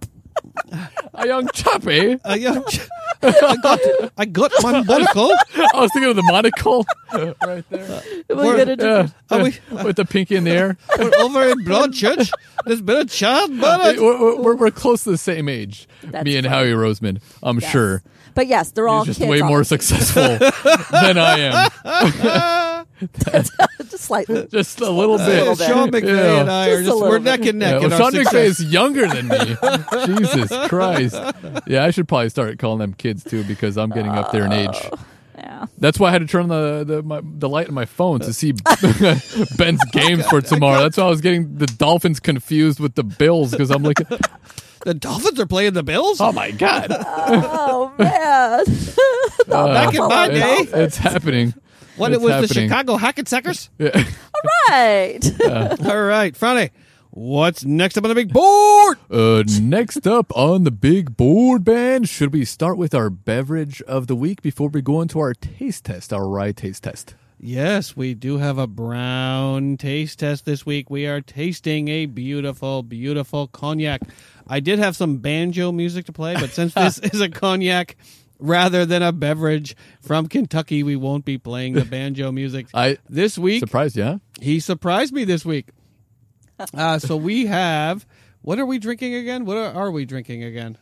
a young eh? chappy. I, uh, <laughs> I got I got my monocle. <laughs> I was thinking of <laughs> the monocle right there. What are you gonna do? Yeah. Are we- <laughs> with the pinky in <laughs> the air. We're over in Broadchurch. There's been a child, We're, but we're, we're- we're close to the same age, That's me and funny. Howie Roseman. I'm Yes. sure. But yes, they're all He's just kids. way on- more successful than I <laughs> am. just <laughs> slightly. Just a little bit. little bit. Sean McVay Yeah. and I Just are a just little we're bit. neck and Yeah, neck. in well, our Sean McVay success. is younger <laughs> than me. Jesus Christ. Yeah, I should probably start calling them kids too because I'm getting up there in age. Yeah. That's why I had to turn the the, my, the light on my phone to see <laughs> Ben's games for tomorrow. That's why I was getting the Dolphins confused with the Bills because <laughs> I'm like, The Dolphins are playing the Bills. oh my god, Oh man. <laughs> Oh, Back in my uh, it's, day, it's happening. when it it's was the happening. Chicago Hackensackers. right. All right, Friday. What's next up on the big board? Uh, next up on the big board, band, should we start with our beverage of the week before we go into our taste test, our rye taste test? Yes, we do have a brown taste test this week. We are tasting a beautiful, beautiful cognac. I did have some banjo music to play, but since this is a cognac rather than a beverage from Kentucky, we won't be playing the banjo music. I this week, surprised, yeah. he surprised me this week. Uh, so we have. What are we drinking again? What are, are we drinking again?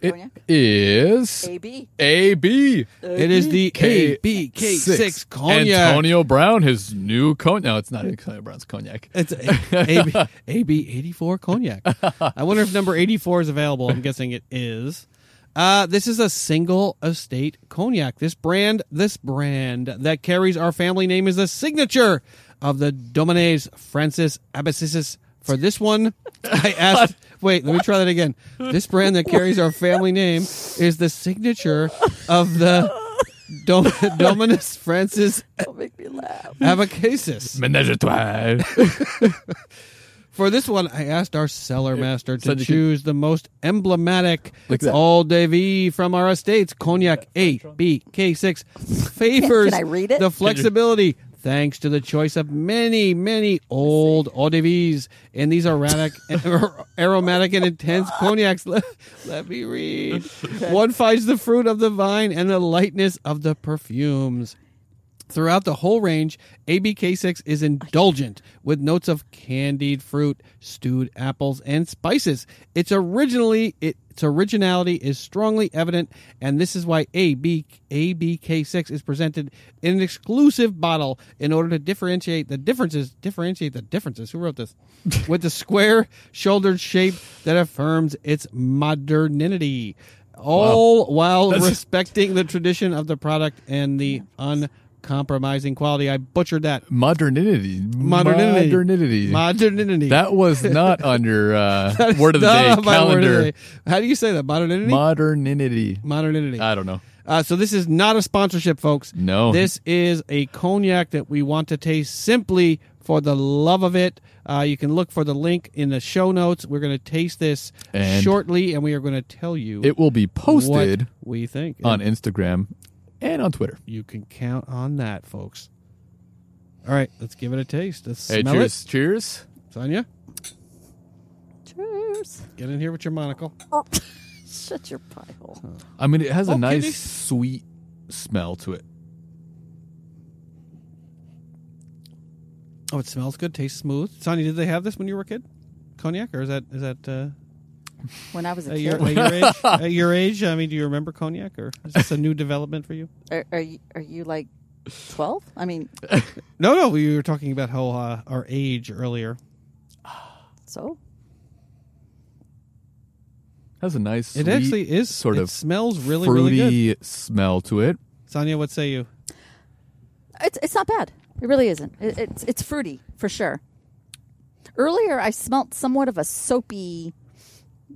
It Cognac? is AB. A B It is the K ABK6 cognac. Antonio Brown, his new cognac. No, it's not Antonio Brown's cognac. It's a- AB eighty four cognac. I wonder if number eighty four is available. I'm guessing it is. Uh, this is a single estate cognac. This brand, this brand that carries our family name is the signature of the Domines Francis Abasisis. For this one, I asked. Wait, let me try that again. This brand that carries our family name is the signature of the Dom- Dominus Francis Don't make me laugh. Abacasis. Menage a trois. For this one, I asked our cellar master to said you could- choose the most emblematic Look at that. all de vie from our estates, Cognac A, B, K6, favors Can I read it? the flexibility thanks to the choice of many, many old eau de vies. And these <laughs> aromatic, <laughs> aromatic and intense cognacs. <laughs> Let, let me read. One finds the fruit of the vine and the lightness of the perfumes. Throughout the whole range, ABK6 is indulgent with notes of candied fruit, stewed apples, and spices. It's originally its originality is strongly evident, and this is why AB, ABK6 is presented in an exclusive bottle in order to differentiate the differences. Differentiate the differences. Who wrote this? with the square-shouldered shape that affirms its modernity all while respecting the tradition of the product and the uncompromising quality. I butchered that. <laughs> Modernity. Modernity. Modernity. Modernity. that was <laughs> not on your uh, <laughs> That is word of the not day on my word of the calendar. day. How do you say that? Modernity? Modernity. Modernity. I don't know. Uh, so this is not a sponsorship, folks. No. This is a cognac that we want to taste simply for the love of it. Uh, you can look for the link in the show notes. We're going to taste this And- shortly, and we are going to tell you It will be posted what we think. on Instagram and on Twitter. You can count on that, folks. All right, let's give it a taste. Let's Hey, smell cheers. Cheers. it. Sonia, Cheers. get in here with your monocle. Shut your pie hole. I mean, it has a Oh, nice kitty. sweet smell to it. Oh, it smells good, tastes smooth. Sonia, did they have this when you were a kid? Cognac, or is that is that uh, When I was a at, your, kid, at your <laughs> age? At your age, I mean, do you remember cognac, or is this a new development for you? Are, are you are you like twelve? I mean, No, no, we were talking about how uh, our age earlier. so Has a nice. It sweet actually is sort it of smells really fruity really good. smell to it. Sonia, what say you? it's it's not bad. It really isn't. It, it's it's fruity for sure. Earlier, I smelt somewhat of a soapy,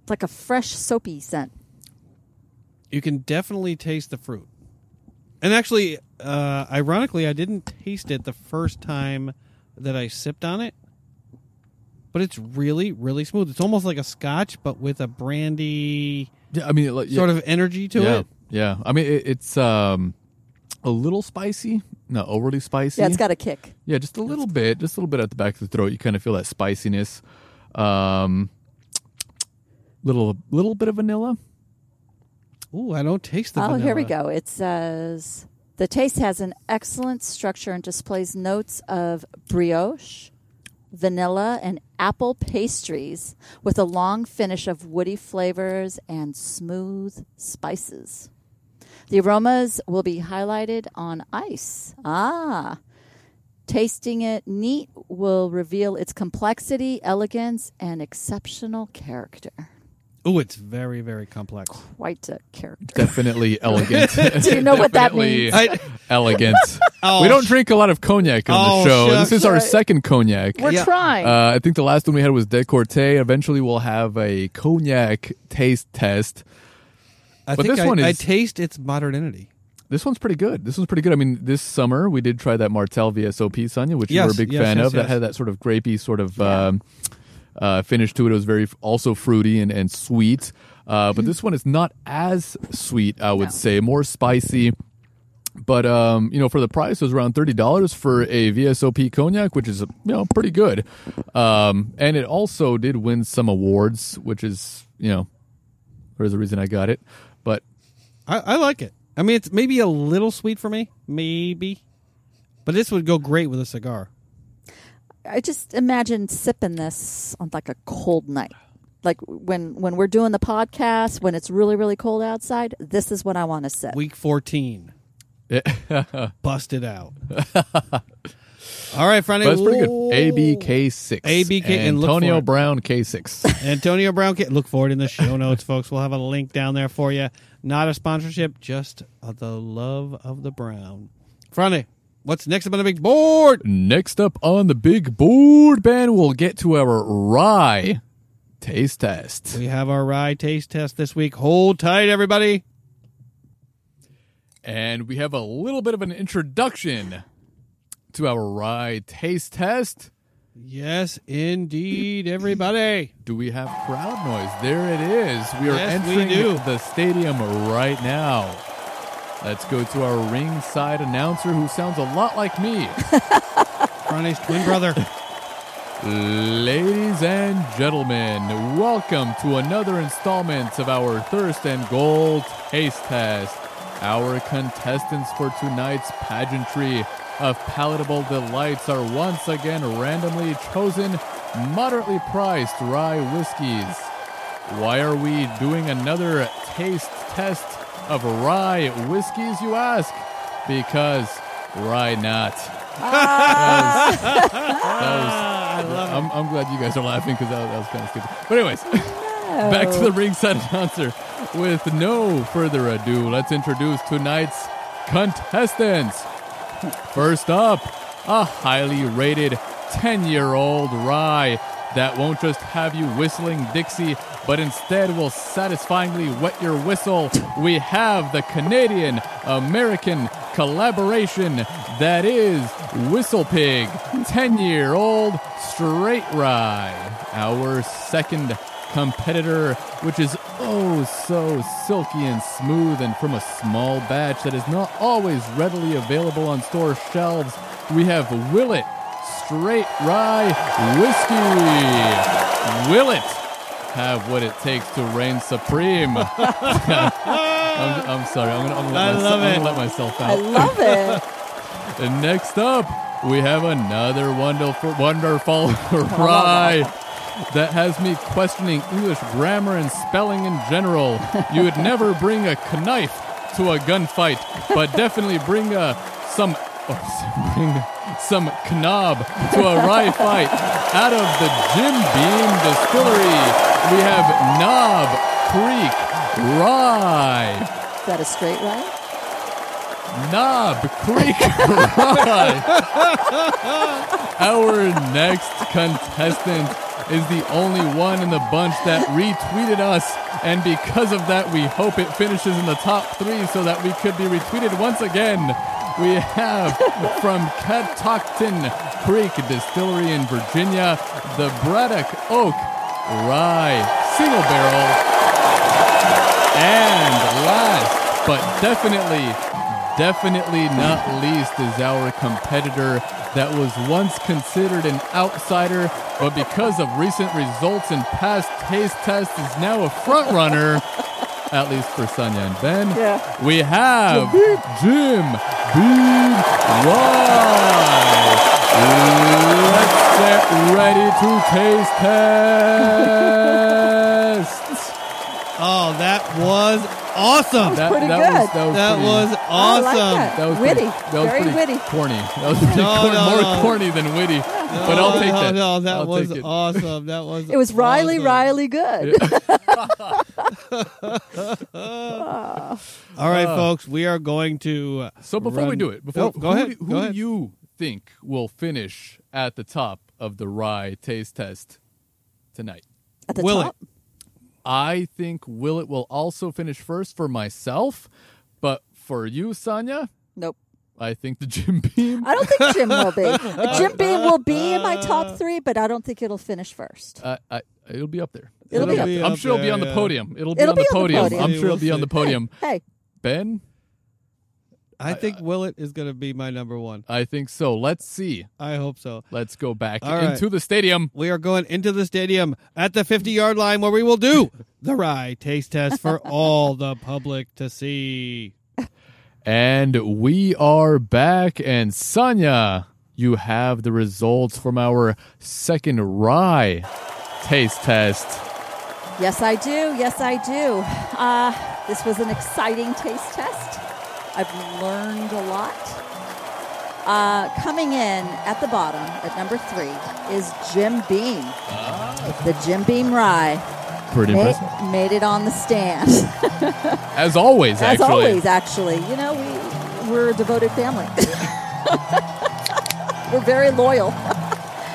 like a fresh soapy scent. you can definitely taste the fruit. And actually, uh, ironically, I didn't taste it the first time that I sipped on it, but it's really, really smooth. It's almost like a scotch, but with a brandy Yeah, I mean, it, like- yeah, sort of energy to yeah, it. Yeah, I mean, it, it's um a little spicy, not overly spicy. Yeah, it's got a kick. Yeah, just a little bit, just a little bit at the back of the throat. You kind of feel that spiciness. Um, little little bit of vanilla. Ooh, I don't taste the oh, here we vanilla. go. It says the taste has an excellent structure and displays notes of brioche, vanilla, and apple pastries with a long finish of woody flavors and smooth spices. The aromas will be highlighted on ice. Ah. Tasting it neat will reveal its complexity, elegance, and exceptional character. Ooh, it's very, very <laughs> complex. Quite a character. <laughs> Definitely elegant. Do you know what that Definitely means? I, <laughs> elegant. oh, we don't drink a lot of cognac on Oh, the show. This shucks. is our second cognac. We're Yeah. trying. Uh, I think the last one we had was Decorte. Eventually, we'll have a cognac taste test. I but think this I, one I is- taste its modernity. This one's pretty good. This one's pretty good. I mean, this summer we did try that Martel VSOP Sonia, which Yes, you were a big yes, fan yes, of. yes. That had that sort of grapey sort of um, uh, finish to it. It was very f- also fruity and, and sweet. Uh, but this one is not as sweet, I would say, more spicy. But um, you know, for the price, it was around thirty dollars for a VSOP cognac, which is you know pretty good. Um, and it also did win some awards, which is you know, there's a reason I got it. But I, I like it. I mean, it's maybe a little sweet for me, maybe, but this would go great with a cigar. I just imagine sipping this on like a cold night. Like when when we're doing the podcast, when it's really really cold outside, this is what I want to sip. Week <laughs> 14. Bust it out. <laughs> All right, Friday. But it's pretty good. Whoa. ABK six. ABK, and look for Antonio it. Brown K six. <laughs> Antonio Brown. Kid. Look for it in the show notes, folks. We'll have a link down there for you. Not a sponsorship, just uh, the love of the Brown. Friday, what's next up on the big board? Next up on the big board, Ben, we'll get to our rye taste test. We have our rye taste test this week. Hold tight, everybody. And we have a little bit of an introduction to our rye taste test. Yes, indeed, everybody. Do we have crowd noise? There it is. We are Yes, we entering do. the stadium right now. Let's go to our ringside announcer who sounds a lot like me. Friday's twin brother. Ladies and gentlemen, welcome to another installment of our Thirst and Gold Taste Test. Our contestants for tonight's pageantry of palatable delights are once again randomly chosen, moderately priced rye whiskeys. Why are we doing another taste test of rye whiskeys, you ask? Because why not? That was- that was- I'm, I'm glad you guys are laughing because that, that was kind of stupid. But, anyways, <laughs> back to the ringside announcer. With no further ado, let's introduce tonight's contestants. First up, a highly rated 10 year old rye that won't just have you whistling Dixie, but instead will satisfyingly wet your whistle. We have the Canadian American collaboration that is Whistle Pig, 10 year old straight rye, our second competitor, which is oh so silky and smooth and from a small batch that is not always readily available on store shelves, we have Willet Straight Rye Whiskey. Willet have what it takes to reign supreme. <laughs> I'm, I'm sorry. I'm gonna, I'm I gonna let myself, love it. I'm gonna let myself out. I love it. And next up, we have another wonderful, wonderful rye that has me questioning English grammar and spelling in general. You would never bring a knife to a gunfight, but definitely bring a some or bring some knob to a rye fight. Out of the Jim Beam Distillery, we have Knob Creek Rye. Is that a straight ride? Knob Creek Rye. Our next contestant is the only one in the bunch that retweeted us, and because of that, we hope it finishes in the top three so that we could be retweeted once again. We have from Catoctin Creek Distillery in Virginia, the Braddock Oak Rye Single Barrel and last, but definitely, definitely not least, is our competitor that was once considered an outsider, but because of recent results and past taste tests, is now a front runner. <laughs> At least for Sonya and Ben. Yeah. We have Jim Beam Live. Let's get ready to taste test. Oh, that was awesome. that, pretty that good. Was, that was, That was pretty, I awesome. like that. that was witty. Pretty, that was Very pretty witty. Corny. That was <laughs> pretty No, corny, no, more no. corny than witty. But I'll Oh, take no, that. No, that I'll was take it. awesome. That was. <laughs> <laughs> It was Riley, awesome. Riley good. All Uh. right, folks, we are going to. So before we run- do it, before Oh, go who, ahead. do- go who ahead. do you think will finish at the top of the rye taste test tonight? <laughs> At the Will top. it? I think Willet will also finish first for myself, but for you, Sonia, Nope. I think the <laughs> Jim Beam. I don't think Jim will <laughs> be. Jim Beam will be in my Uh, top three, but I don't think it'll finish first. Uh, I, it'll be up there. It'll be up there. I'm sure it'll be on the Yeah. podium. It'll be, It'll on, the be on the podium. podium. I'm sure it'll be on the We'll podium. Hey, Ben, I think Willet is going to be my number one. I think so. Let's see. I hope so. Let's go back All right. into the stadium. We are going into the stadium at the 50 yard line where we will <laughs> do the rye taste test for all the public to see. And we are back. And Sonia, you have the results from our second rye taste test. yes, I do. Yes, I do. Uh, this was an exciting taste test. I've learned a lot. Uh, coming in at the bottom at number three is Jim Beam. The Jim Beam Rye Pretty made, Ah. impressive. made it on the stand. As always, As actually. always, actually, you know we we're a devoted family. <laughs> we're very loyal.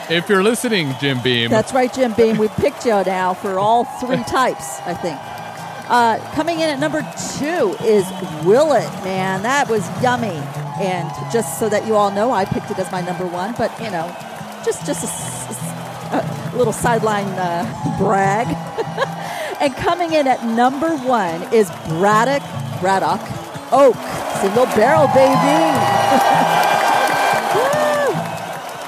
If you're listening, Jim Beam, That's right, Jim Beam. We picked you now for all three types, I think. Uh, coming in at number two is Willet. Man, that was yummy. And just so that you all know, I picked it as my number one. But you know, just just a s- s- a little sideline uh, brag. <laughs> and coming in at number one is Braddock Braddock Oak Single Barrel, baby. <laughs> Woo!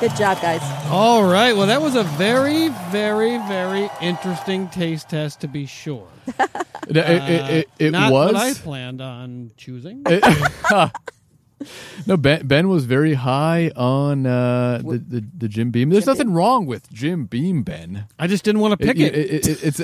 Good job, guys. All right. Well, that was a very, very, very interesting taste test to be sure. it, it, it, it Not was. what I planned on choosing. It- No, Ben Ben was very high on uh, the, the the Jim Beam. There's Jim nothing wrong with Jim Beam, Ben. I just didn't want to pick it. it's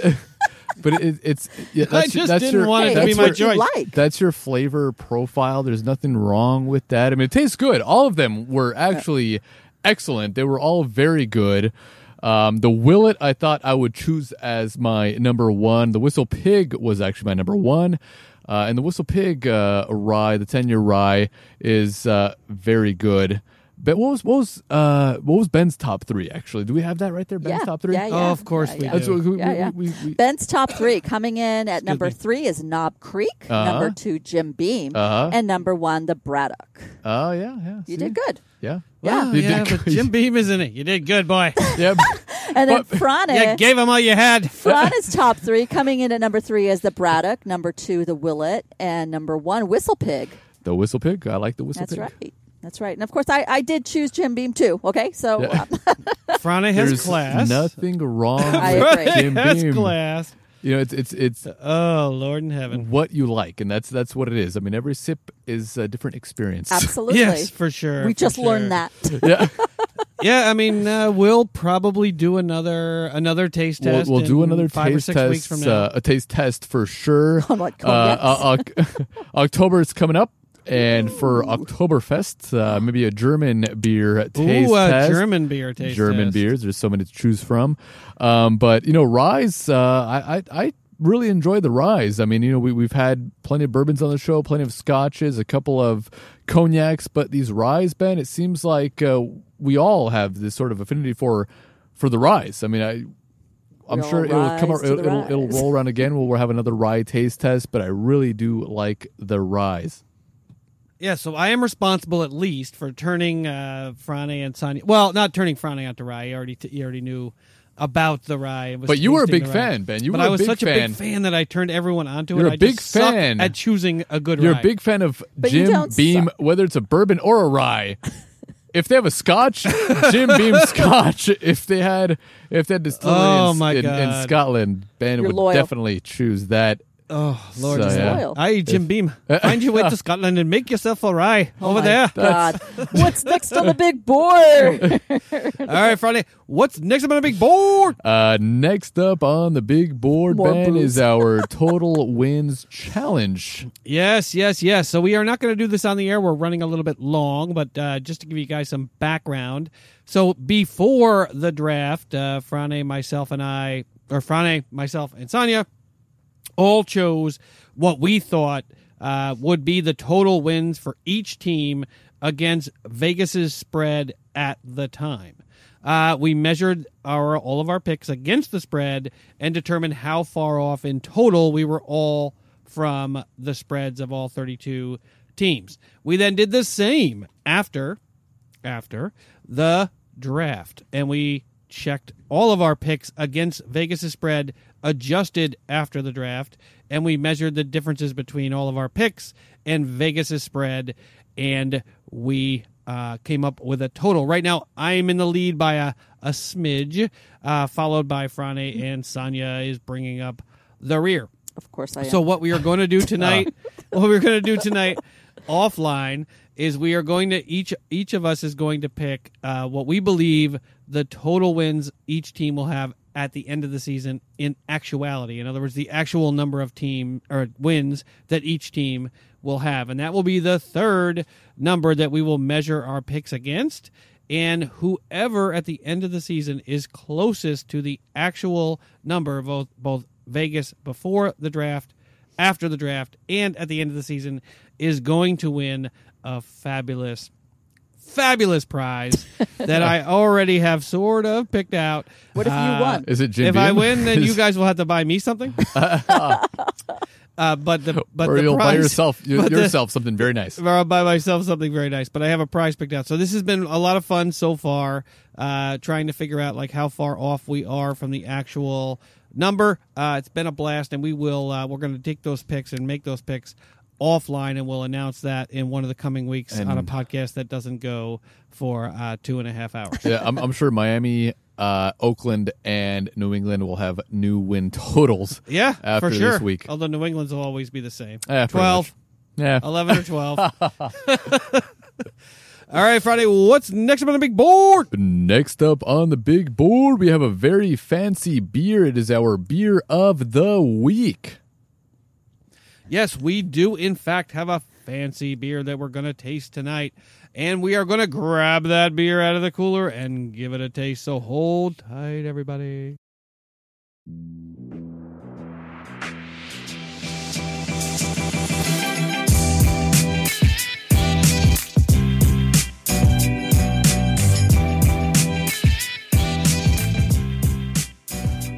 <laughs> but it, it's yeah, I that's, just that's didn't your, want it to that's be my your, what you choice. like. That's your flavor profile. There's nothing wrong with that. I mean, it tastes good. All of them were actually excellent. They were all very good. Um, the Willet, I thought I would choose as my number one. The Whistle Pig was actually my number one. Uh, and the Whistle Pig uh, rye, the 10 year rye, is uh, very good. But what was what was uh, what was Ben's top three actually? Do we have that right there? Ben's yeah. top three. Yeah, yeah. Oh, of course yeah, we yeah. do. That's what we, Yeah, we- yeah. we- we- we- Ben's top three coming in at number three is Knob Creek, Uh-huh. number two Jim Beam, Uh-huh. and number one the Braddock. Oh yeah, yeah. You see? did good, Yeah. Yeah. Oh, You yeah, did but <laughs> good. Jim Beam is in it. You did good, boy. Yep. and then <laughs> What- Frana. you gave him all you <laughs> had. Frana's top three coming in at number three is the Braddock, number two the Willet, and number one Whistle Pig. the whistle pig. I like the whistle That's pig. right. That's right. And of course, I, I did choose Jim Beam too. Okay, so Yeah. um, <laughs> Frana has There's class. <laughs> nothing wrong I with agree. Jim has Beam. class. You know, it's it's it's Oh, Lord in heaven. what you like, and that's that's what it is. I mean, every sip is a different experience. <laughs> absolutely. Yes, for sure. we for just sure. learned that. <laughs> yeah. Yeah, I mean, uh, we'll probably do another another taste We'll, test. we'll do in another five taste or six test. weeks from now. Uh, a taste test for sure. I'm like, <laughs> oh, uh, Oc- <laughs> October is coming up. And for Oktoberfest, uh, maybe a German beer taste Ooh, uh, test. German beer taste. German test. beers. There's so many to choose from. Um, but you know, rise. Uh, I, I I really enjoy the rise. I mean, you know, we we've had plenty of bourbons on the show, plenty of scotches, a couple of cognacs, but these rise, Ben. It seems like uh, we all have this sort of affinity for for the rise. I mean, I. I'm all sure it'll come. rise to ar- the It'll, it'll, it'll rise. roll around again. We'll, we'll have another rye taste test, but I really do like the rise. Yeah, so I am responsible at least for turning uh, Frane and Sonia. Well, not turning Frane out to Rye. You already, t- you already knew about the Rye. and was But you were a tasting big the rye. fan, Ben. You but were I a was big such a fan. big fan that I turned everyone onto You're it. a I big just suck fan. at choosing a good You're rye. a big fan of But you Jim don't Beam, suck. whether it's a bourbon or a <laughs> rye. If they have a Scotch, Jim <laughs> Beam Scotch. If they had, if they had distillery Oh, in, my in, in God. Scotland, Ben You're would loyal. definitely choose that. Oh Lord, So, is yeah. loyal. I Jim Beam. <laughs> Uh, Find your way to Scotland and make yourself a rye over Oh my there. God, what's next on the big board? All right, Friday. What's next up on the big board? Uh, next up on the big board, More Ben, booze. <laughs> is our total wins challenge. Yes, yes, yes. So we are not going to do this on the air. We're running a little bit long, but uh, just to give you guys some background. So before the draft, uh, Frane, myself, and I, or Frane, myself, and Sonia, all chose what we thought uh, would be the total wins for each team against Vegas's spread at the time. Uh, we measured our all of our picks against the spread and determined how far off in total we were all from the spreads of all 32 teams. We then did the same after after the draft and we checked all of our picks against Vegas' spread adjusted after the draft and we measured the differences between all of our picks and Vegas' spread and we uh, came up with a total. Right now, I am in the lead by a, a smidge, uh, followed by Frane and Sonia is bringing up the rear. of course, I am. So what we are going to do tonight, what we're going to do tonight offline is we are going to each each of us is going to pick uh, what we believe the total wins each team will have at the end of the season in actuality. In other words, the actual number of team or wins that each team will have, and that will be the third number that we will measure our picks against. And whoever at the end of the season is closest to the actual number, both both Vegas before the draft, after the draft, and at the end of the season is going to win a fabulous, fabulous <laughs> prize that I already have sort of picked out. What if you uh, won? Is it Jim? if I Beam? win, then <laughs> Is- you guys will have to buy me <laughs> something. uh, but the but or the you'll buy prize- yourself you- but the- yourself something very <laughs> nice. or I'll buy myself something very nice. But I have a prize picked out. So this has been a lot of fun so far, uh, trying to figure out like how far off we are from the actual number. Uh, it's been a blast, and we will uh, we're going to take those picks and make those picks offline, and we'll announce that in one of the coming weeks on a podcast that doesn't go for uh, two and a half hours. yeah, I'm, I'm sure Miami, uh, Oakland, and New England will have new win totals. <laughs> Yeah, after for sure. this week. Although New England's will always be the same. Yeah, pretty 12, much. Yeah. 11 or <laughs> <laughs> 12. All right, Friday, what's next up on the big board? Next up on the big board, we have a very fancy beer. It is our beer of the week. Yes, we do, in fact, have a fancy beer that we're going to taste tonight. And we are going to grab that beer out of the cooler and give it a taste. So hold tight, everybody.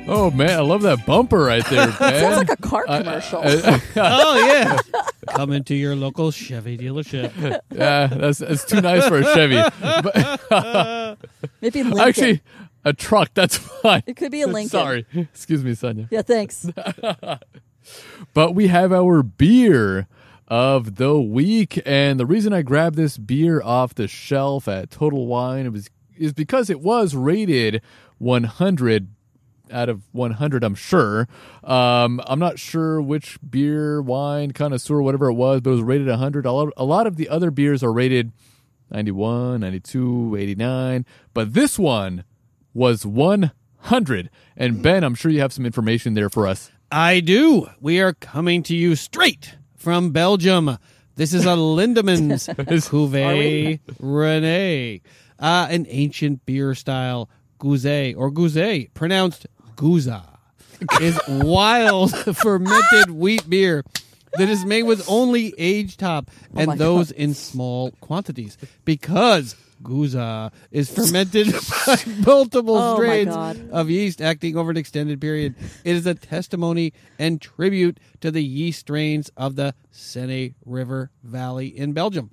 Oh man, I love that bumper <laughs> right there. Sounds man. like a car commercial. Oh, yeah. Come into your local Chevy dealership. yeah, that's that's too nice for <laughs> a Chevy. But <laughs> Maybe Lincoln. actually, a truck. That's fine. it could be a Lincoln. Sorry, excuse me, Sonia. Yeah, <laughs> thanks. But we have our beer of the week, and the reason I grabbed this beer off the shelf at Total Wine was is because it was rated 100 out of 100 i'm sure um, i'm not sure which beer wine connoisseur whatever it was but it was rated 100 a lot, a lot of the other beers are rated 91 92 89 but this one was 100 and ben i'm sure you have some information there for us I do. We are coming to you straight from Belgium. This is a Lindemans Cuvée Rene, uh, an ancient beer style Gouzet or Gouzet, pronounced Gouza, is wild <laughs> fermented wheat beer that is made with only aged top and Oh my those in small quantities because Gouza is fermented <laughs> by multiple Oh, my strains God. of yeast acting over an extended period. It is a testimony and tribute to the yeast strains of the Seine River Valley in Belgium.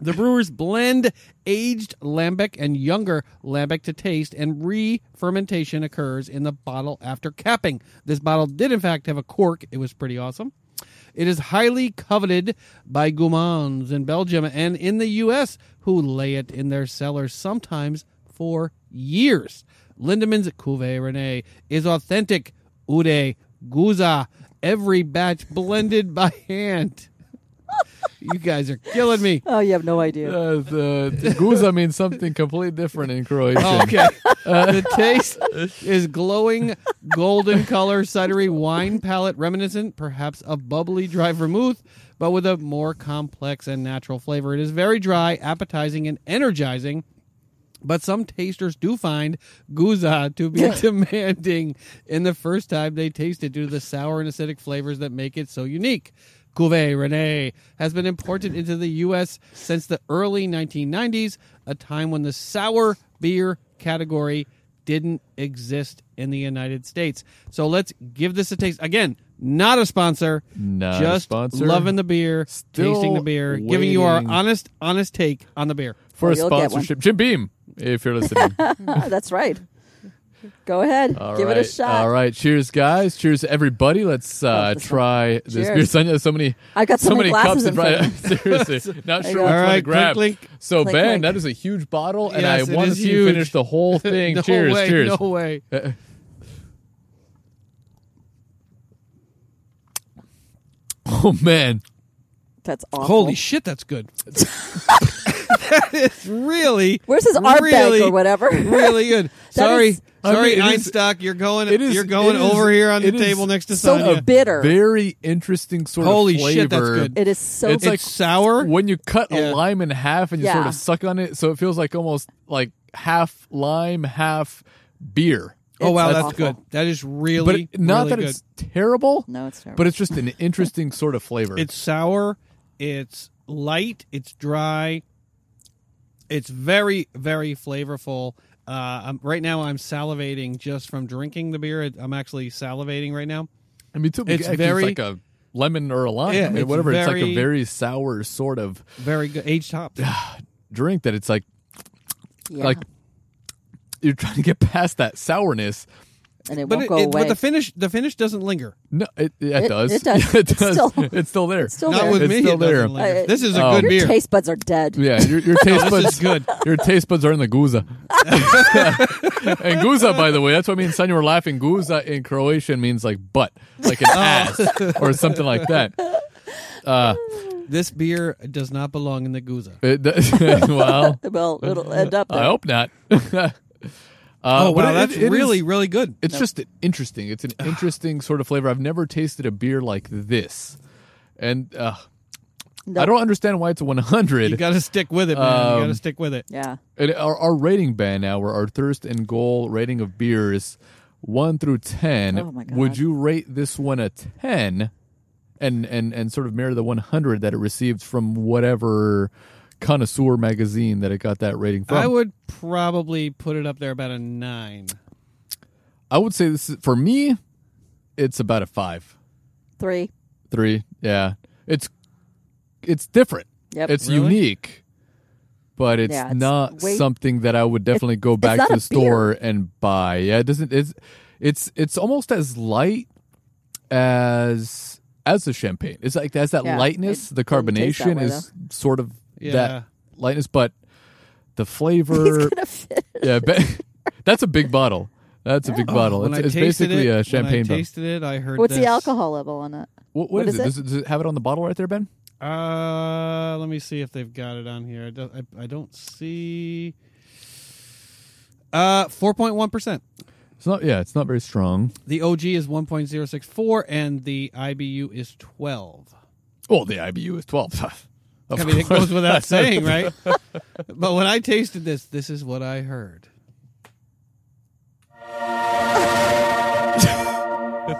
The brewers blend aged lambic and younger lambic to taste, and re fermentation occurs in the bottle after capping. This bottle did, in fact, have a cork. It was pretty awesome. It is highly coveted by gourmands in Belgium and in the U.S., who lay it in their cellars sometimes for years. Lindemann's Cuvée Rene is authentic Ude Guza, every batch blended by hand. You guys are killing me. Oh, you have no idea. Uh, the guza means something completely different in Croatian. Oh, okay. <laughs> the taste is glowing golden color, cidery wine palette, reminiscent perhaps of bubbly dry vermouth, but with a more complex and natural flavor. It is very dry, appetizing, and energizing. But some tasters do find guza to be <laughs> demanding in the first time they taste it due to the sour and acidic flavors that make it so unique. Cuvée Rene has been imported into the U.S. since the early 1990s, a time when the sour beer category didn't exist in the United States. So let's give this a taste. Again, not a sponsor, Not a just sponsor. loving the beer, Still tasting the beer, giving you our waiting. honest, honest take on the beer. For Oh, a you'll get one. sponsorship, Jim Beam, if you're <laughs> listening. Ah, That's right. Go ahead. All Give it a right. shot. All right, cheers, guys. Cheers, everybody. Let's uh, Love this try this Cheers. beer. Sonia, so many, I've got so so many many glasses cups in front of <laughs> Seriously, not There you sure go. which All one to right, grab. clink, clink. So Clink, Ben, clink. that is a huge bottle, and Yes, I it want to is see you finish huge. the whole <laughs> thing. no cheers, way, cheers. Uh, No way. Oh man, That's awful. Holy shit, that's <laughs> good. that is really. Where's his art bag or whatever? really <laughs> good. Sorry, is- I sorry, mean, it is- Einstock, you're going. it is- you're going it is- over here on the it is table next to so Sonia. bitter. very interesting sort Holy of flavor. shit, that's good. it is so It's it's like- sour. when you cut Yeah. a lime in half and you sort Yeah. of suck on it, so it feels like almost like half lime, half beer. oh wow, It's that's awful. good. That is But really, it- not really that good. it's terrible, No, it's terrible. but it's <laughs> just an interesting sort of flavor. It's sour. It's light. It's dry. It's very, very flavorful. Uh, I'm, right now, I'm salivating just from drinking the beer. I'm actually salivating right now. I mean, too, it's it's very- like a lemon or a lime, Yeah, I mean, it's whatever. it's like very- a very sour sort of Very good. Aged hops. drink that it's like yeah. like you're trying to get past that sourness. and it But won't it, go it- away. but the finish the finish doesn't linger. No, it, it, does. it does. <laughs> it It's does. still- it's still there. still Not there. with It's me. still it doesn't there. linger. I- this is a Oh. good Your beer. taste buds are dead. Yeah, <laughs> your, your taste this buds is good. Your taste buds are in <laughs> the guza. and guza, by the way, that's what I mean. Sonia were laughing. Guza in Oh. Croatian means like butt, like an ass, or something like that. Uh, This beer does not belong in the Guza. It does- <laughs> well, Well, it'll end up there. Uh, I hope not. <laughs> Uh, oh but wow, it- that's it- it is- really really good. it's just interesting. It's an interesting sort of flavor. I've never tasted a beer like this, and uh, I don't understand why it's a one You hundred. got to stick with it, man. you got Um, to stick with it. Yeah. And our, our rating band now, where our thirst and goal rating of beers, one through ten. Oh my God. Would you rate this one a ten, and and and sort of mirror the one hundred that it received from whatever connoisseur magazine that it got that rating from? I would probably put it up there about a nine. I would say this is, for me, it's about a five, Three. three. Yeah, it's it's different. Yep. <laughs> It's Really? unique, but it's, Yeah, it's not way- something that I would definitely go back not to a the store and buy. Yeah, it doesn't. It's it's it's almost as light as as the champagne. It's like that's that Yeah, lightness. it The doesn't taste that carbonation way, is sort of Yeah. that lightness, but <laughs> the flavor. <laughs> yeah, but, that's a big bottle. That's a big bottle. When It's, I it's tasted basically it, a champagne When I bottle. tasted it, I heard What's this. the alcohol level on it? What, What what is is, it? it? Does, it? does it have it on the bottle right there, Ben? Uh, let me see if they've got it on here. I don't, I, I don't see. Uh, four point one percent. It's not. Yeah, it's not very strong. The OG is one point zero six four, and the IBU is twelve. Well, the IBU is twelve. <laughs> Of I mean, it course. goes <laughs> without saying, right? but when I tasted this, this is what I <laughs> heard.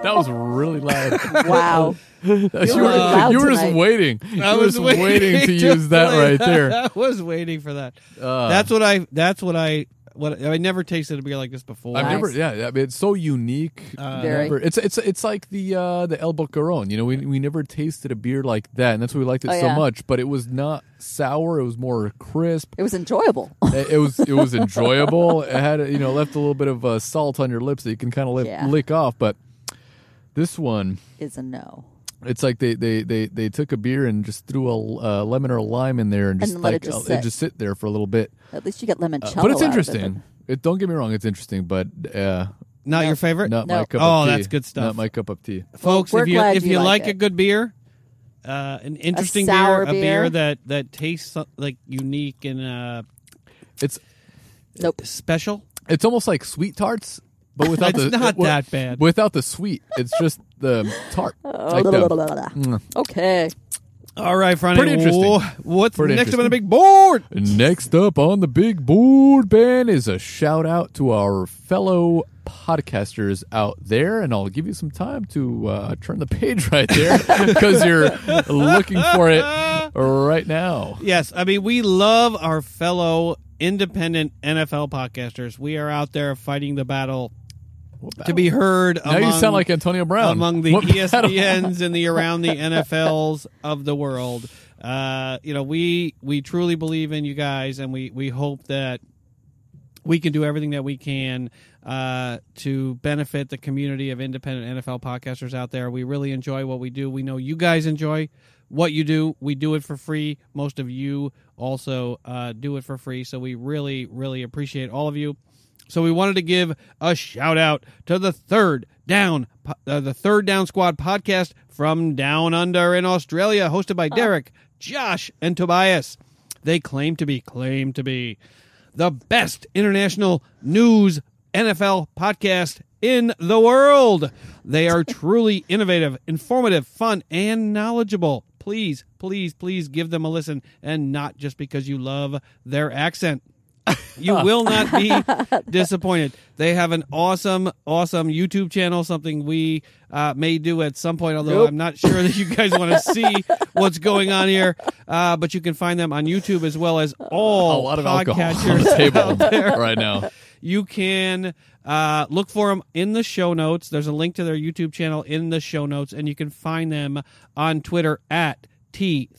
that was really loud. Wow. <laughs> you were, loud you were just tonight. waiting. I you were just waiting, <laughs> to use that play right <laughs> there. I was waiting for that. Uh, that's what I. That's what I. What I never tasted a beer like this before. I've Nice. never. Yeah, I mean, it's so unique. Uh, Very. Never- It's it's it's like the uh, the El Bocaron. You know, we we never tasted a beer like that, and that's why we liked it Oh, so yeah. much. But it was not sour. It was more crisp. It was enjoyable. <laughs> it, it was it was enjoyable. It had you know left a little bit of uh, salt on your lips that you can kind of Yeah. lick off. But this one, Is a no. it's like they they they, they took a beer and just threw a uh, lemon or a lime in there and just And let like it just uh, sit. just sit there for a little bit. At least you get limoncello. Uh, but it's out of it, interesting. It, don't get me wrong, it's interesting, but uh, Not your favorite, not my No. cup. Oh, of tea. that's good stuff. Not my cup of tea. folks. We're If you glad if you you like like a it. good beer, uh, an interesting beer, sour a beer beer. that that tastes so- like unique and uh, It's but- nope. special. it's almost like sweet tarts. But without It's the not wi- that bad. Without the sweet, it's just the <laughs> tart. Oh, Like the- Mm. Okay. All right, Friday. Pretty interesting. wh- What's Pretty next up interesting. on the big board? Next up on the big board, Ben, is a shout out to our fellow podcasters out there. And I'll give you some time to uh, turn the page right there <laughs> because you're looking for it right now. Yes, I mean we love our fellow independent NFL podcasters. We are out there fighting the battle to be heard. Now you among- sound like Antonio Brown. among the E What- ESPNs and the around the NFLs of the world. Uh, you know, we we truly believe in you guys, and we we hope that we can do everything that we can uh, to benefit the community of independent NFL podcasters out there. We really enjoy what we do. We know you guys enjoy what you do. We do it for free. Most of you also uh, do it for free. So we really, really appreciate all of you. So we wanted to give a shout out to the third down, po- uh, the third down squad podcast from down under in Australia, hosted by Derek, Josh, and Tobias. They claim to be claim to be the best international news NFL podcast in the world. They are truly innovative, informative, fun, and knowledgeable. Please, please, please give them a listen and not just because you love their accent. You will not <laughs> be disappointed. They have an awesome, awesome YouTube channel, something we uh, may do at some point, although I'm not sure that you guys want <laughs> to see what's going on here. Uh, but you can find them on YouTube as well as <laughs> A all lot of alcohol on podcatchers the out table there. right now. You can uh, look for them in the show notes. There's a link to their YouTube channel in the show notes, and you can find them on Twitter at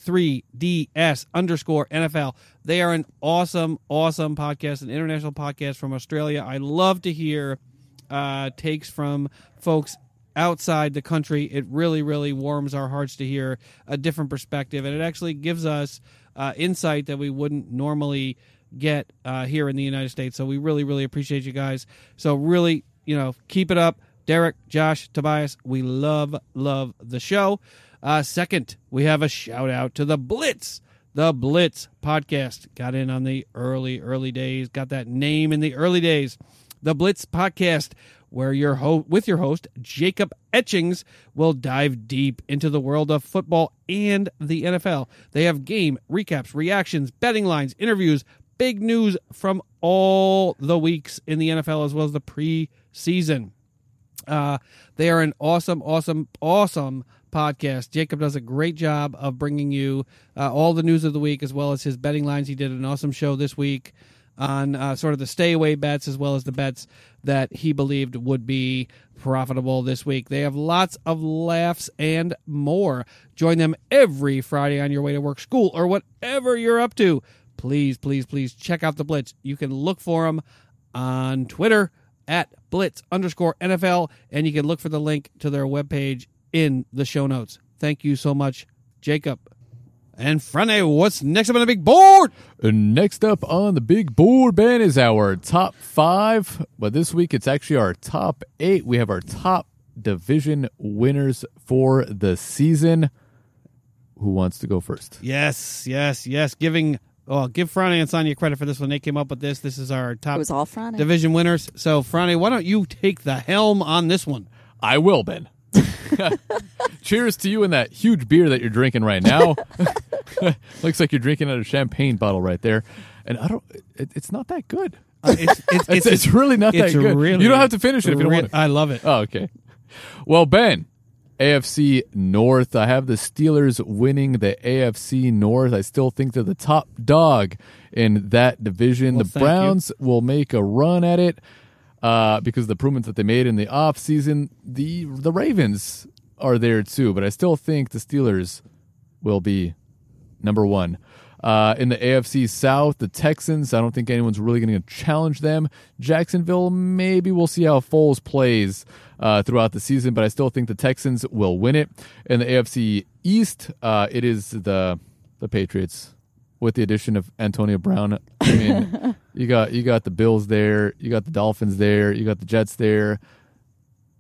T3DS underscore NFL. They are an awesome, awesome podcast, an international podcast from Australia. I love to hear uh, takes from folks outside the country. It really, really warms our hearts to hear a different perspective, and it actually gives us uh, insight that we wouldn't normally get uh, here in the United States. So we really, really appreciate you guys. So really, you know, keep it up. Derek, Josh, Tobias, we love, love the show. Uh, second, we have a shout out to the Blitz. The Blitz podcast got in on the early, early days, got that name in the early days. The Blitz podcast, where your ho- with your host, Jacob Etchings, will dive deep into the world of football and the NFL. They have game recaps, reactions, betting lines, interviews, big news from all the weeks in the NFL as well as the preseason. Uh, they are an awesome, awesome, awesome podcast. Jacob does a great job of bringing you uh, all the news of the week as well as his betting lines. He did an awesome show this week on uh, sort of the stay away bets as well as the bets that he believed would be profitable this week. They have lots of laughs and more. Join them every Friday on your way to work, school, or whatever you're up to. Please, please, please check out the Blitz. You can look for them on Twitter at blitz underscore NFL, and you can look for the link to their webpage in the show notes. Thank you so much, Jacob. And Frane, what's next up on the big board? Next up on the big board, Ben, is our top five. But this week, it's actually our top eight. We have our top division winners for the season. Who wants to go first? Yes, yes, yes. Giving, well, give Frane and Sonia credit for this one. They came up with this. This is our top It was all Friday. division winners. So, Frane, why don't you take the helm on this one? I will, Ben. Cheers to you and that huge beer that you're drinking right now. <laughs> Looks like you're drinking out of a champagne bottle right there. And I don't, it, it's not that good. Uh, it's, it's, <laughs> It's, it's really not it's that good. really- you don't have to finish it if you don't re- want to. I love it. <laughs> Oh, okay. Well, Ben, AFC North. I have the Steelers winning the AFC North. I still think they're the top dog in that division. Well, the thank you. Browns will make a run at it uh, because of the improvements that they made in the offseason. The the Ravens are there too, but I still think the Steelers will be number one. Uh, in the AFC South, the Texans, I don't think anyone's really going to challenge them. Jacksonville, maybe we'll see how Foles plays uh, throughout the season, but I still think the Texans will win it. In the AFC East, uh, it is the the Patriots with the addition of Antonio Brown. I mean, you got you got the Bills there, you got the Dolphins there, you got the Jets there.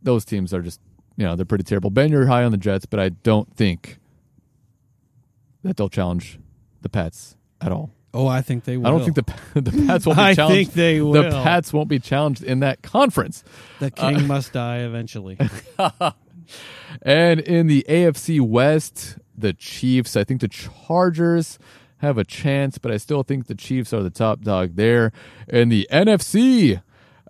Those teams are just you know they're pretty terrible. Ben, you're high on the Jets, but I don't think that they'll challenge the Pats at all. Oh, I think they will. I don't think the <laughs> the Pats won't <laughs> I be challenged. think they The will. Pats won't be challenged in that conference. the king uh, must die <laughs> eventually. And in the AFC West, the Chiefs. I think the Chargers have a chance, but I still think the Chiefs are the top dog there. And the NFC,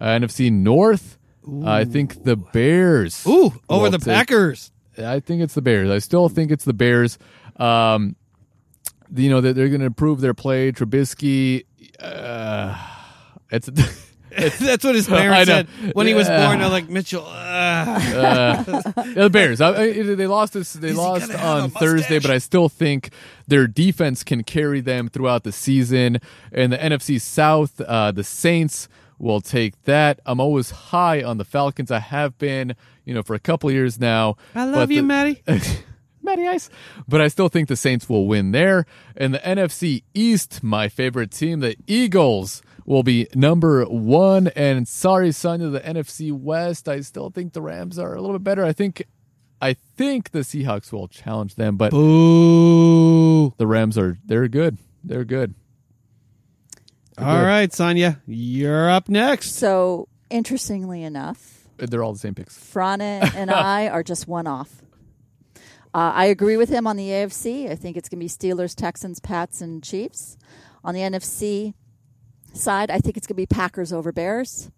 uh, NFC North. I think the Bears. Ooh, over will the take- Packers. I think it's the Bears. I still think it's the Bears. Um, you know that they're going to improve their play. Trubisky. Uh, it's. <laughs> <laughs> That's what his I parents know. said when he was Yeah. born. They're like Mitchell. ah." Yeah, the Bears. I, I, they lost this. They Is he lost gonna have a on Thursday, mustache? but I still think their defense can carry them throughout the season. And the NFC South, uh, the Saints will take that. I'm always high on the Falcons. I have been, you know, for a couple of years now. I love But you, the- <laughs> Maddie. Matty Ice. But I still think the Saints will win there. And the NFC East, my favorite team, the Eagles, will be number one. And sorry, son, to the NFC West. I still think the Rams are a little bit better. I think I think the Seahawks will challenge them, but Boo. the Rams are they're good. They're good. All right, Sonia, you're up next. so interestingly enough, They're all the same picks. Frana and I are just one off. Uh, I agree with him on the AFC. I think it's going to be Steelers, Texans, Pats, and Chiefs. On the NFC side, I think it's going to be Packers over Bears,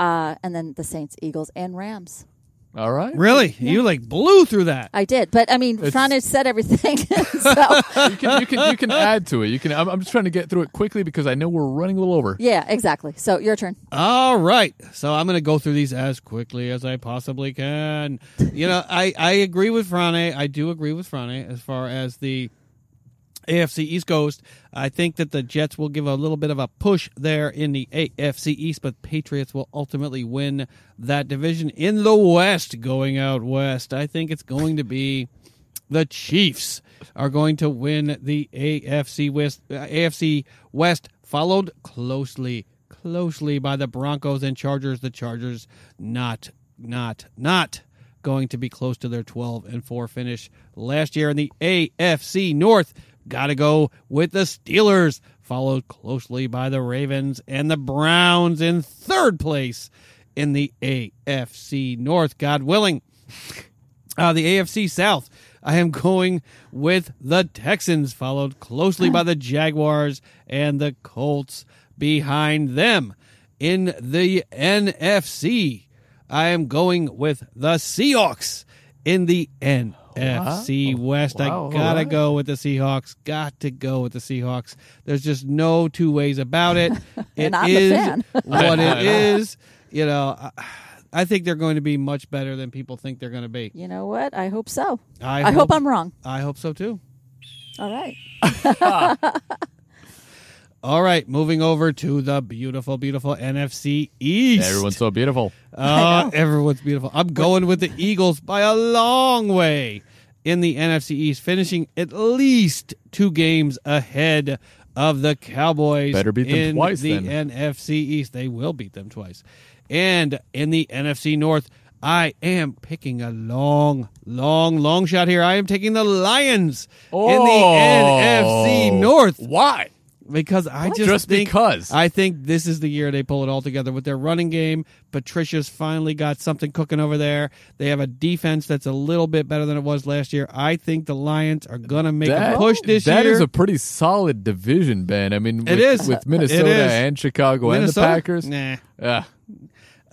uh, and then the Saints, Eagles, and Rams. All right. Really? You like blew through that. I did, but I mean, It's- Frana said everything. <laughs> so You can you can you <laughs> can add to it. You can I'm, I'm just trying to get through it quickly because I know we're running a little over. yeah, exactly. So your turn. All right. So I'm going to go through these as quickly as I possibly can. You know, I, I agree with Frane. I do agree with Frane as far as the AFC East Coast. I think that the Jets will give a little bit of a push there in the AFC East, but Patriots will ultimately win that division in the West. Going out west, I think it's going to be the Chiefs are going to win the AFC West. uh, AFC West, followed closely, closely by the Broncos and Chargers. The Chargers not, not, not going to be close to their 12 and 4 finish last year in the AFC North. Got to go with the Steelers, followed closely by the Ravens and the Browns in third place in the AFC North. God willing. Uh, the AFC South. I am going with the Texans, followed closely by the Jaguars and the Colts behind them. In the NFC, I am going with the Seahawks in the NFC Oh, West. Wow. I gotta go with the Seahawks. Got to go with the Seahawks. There's just no two ways about it. It <laughs> And I'm a is fan. <laughs> what I know. it is. You know, I, I think they're going to be much better than people think they're going to be. You know what? I hope so. I I, hope, hope- I'm wrong. I hope so too. All right. All right, moving over to the beautiful, beautiful NFC East. Everyone's so beautiful. Uh, everyone's beautiful. I'm going with the Eagles by a long way in the NFC East, finishing at least two games ahead of the Cowboys. Better beat them in twice, The then. NFC East, they will beat them twice. And in the NFC North, I am picking a long, long, long shot here. I am taking the Lions in the Oh. NFC North Why? because I just Just think- because. I think this is the year they pull it all together with their running game. Patricia's finally got something cooking over there. They have a defense that's a little bit better than it was last year. I think the Lions are gonna make a push this that year. is a pretty solid division, Ben. I mean, with, It is. with Minnesota It is. and Chicago Minnesota? and the Packers. Nah, Yeah.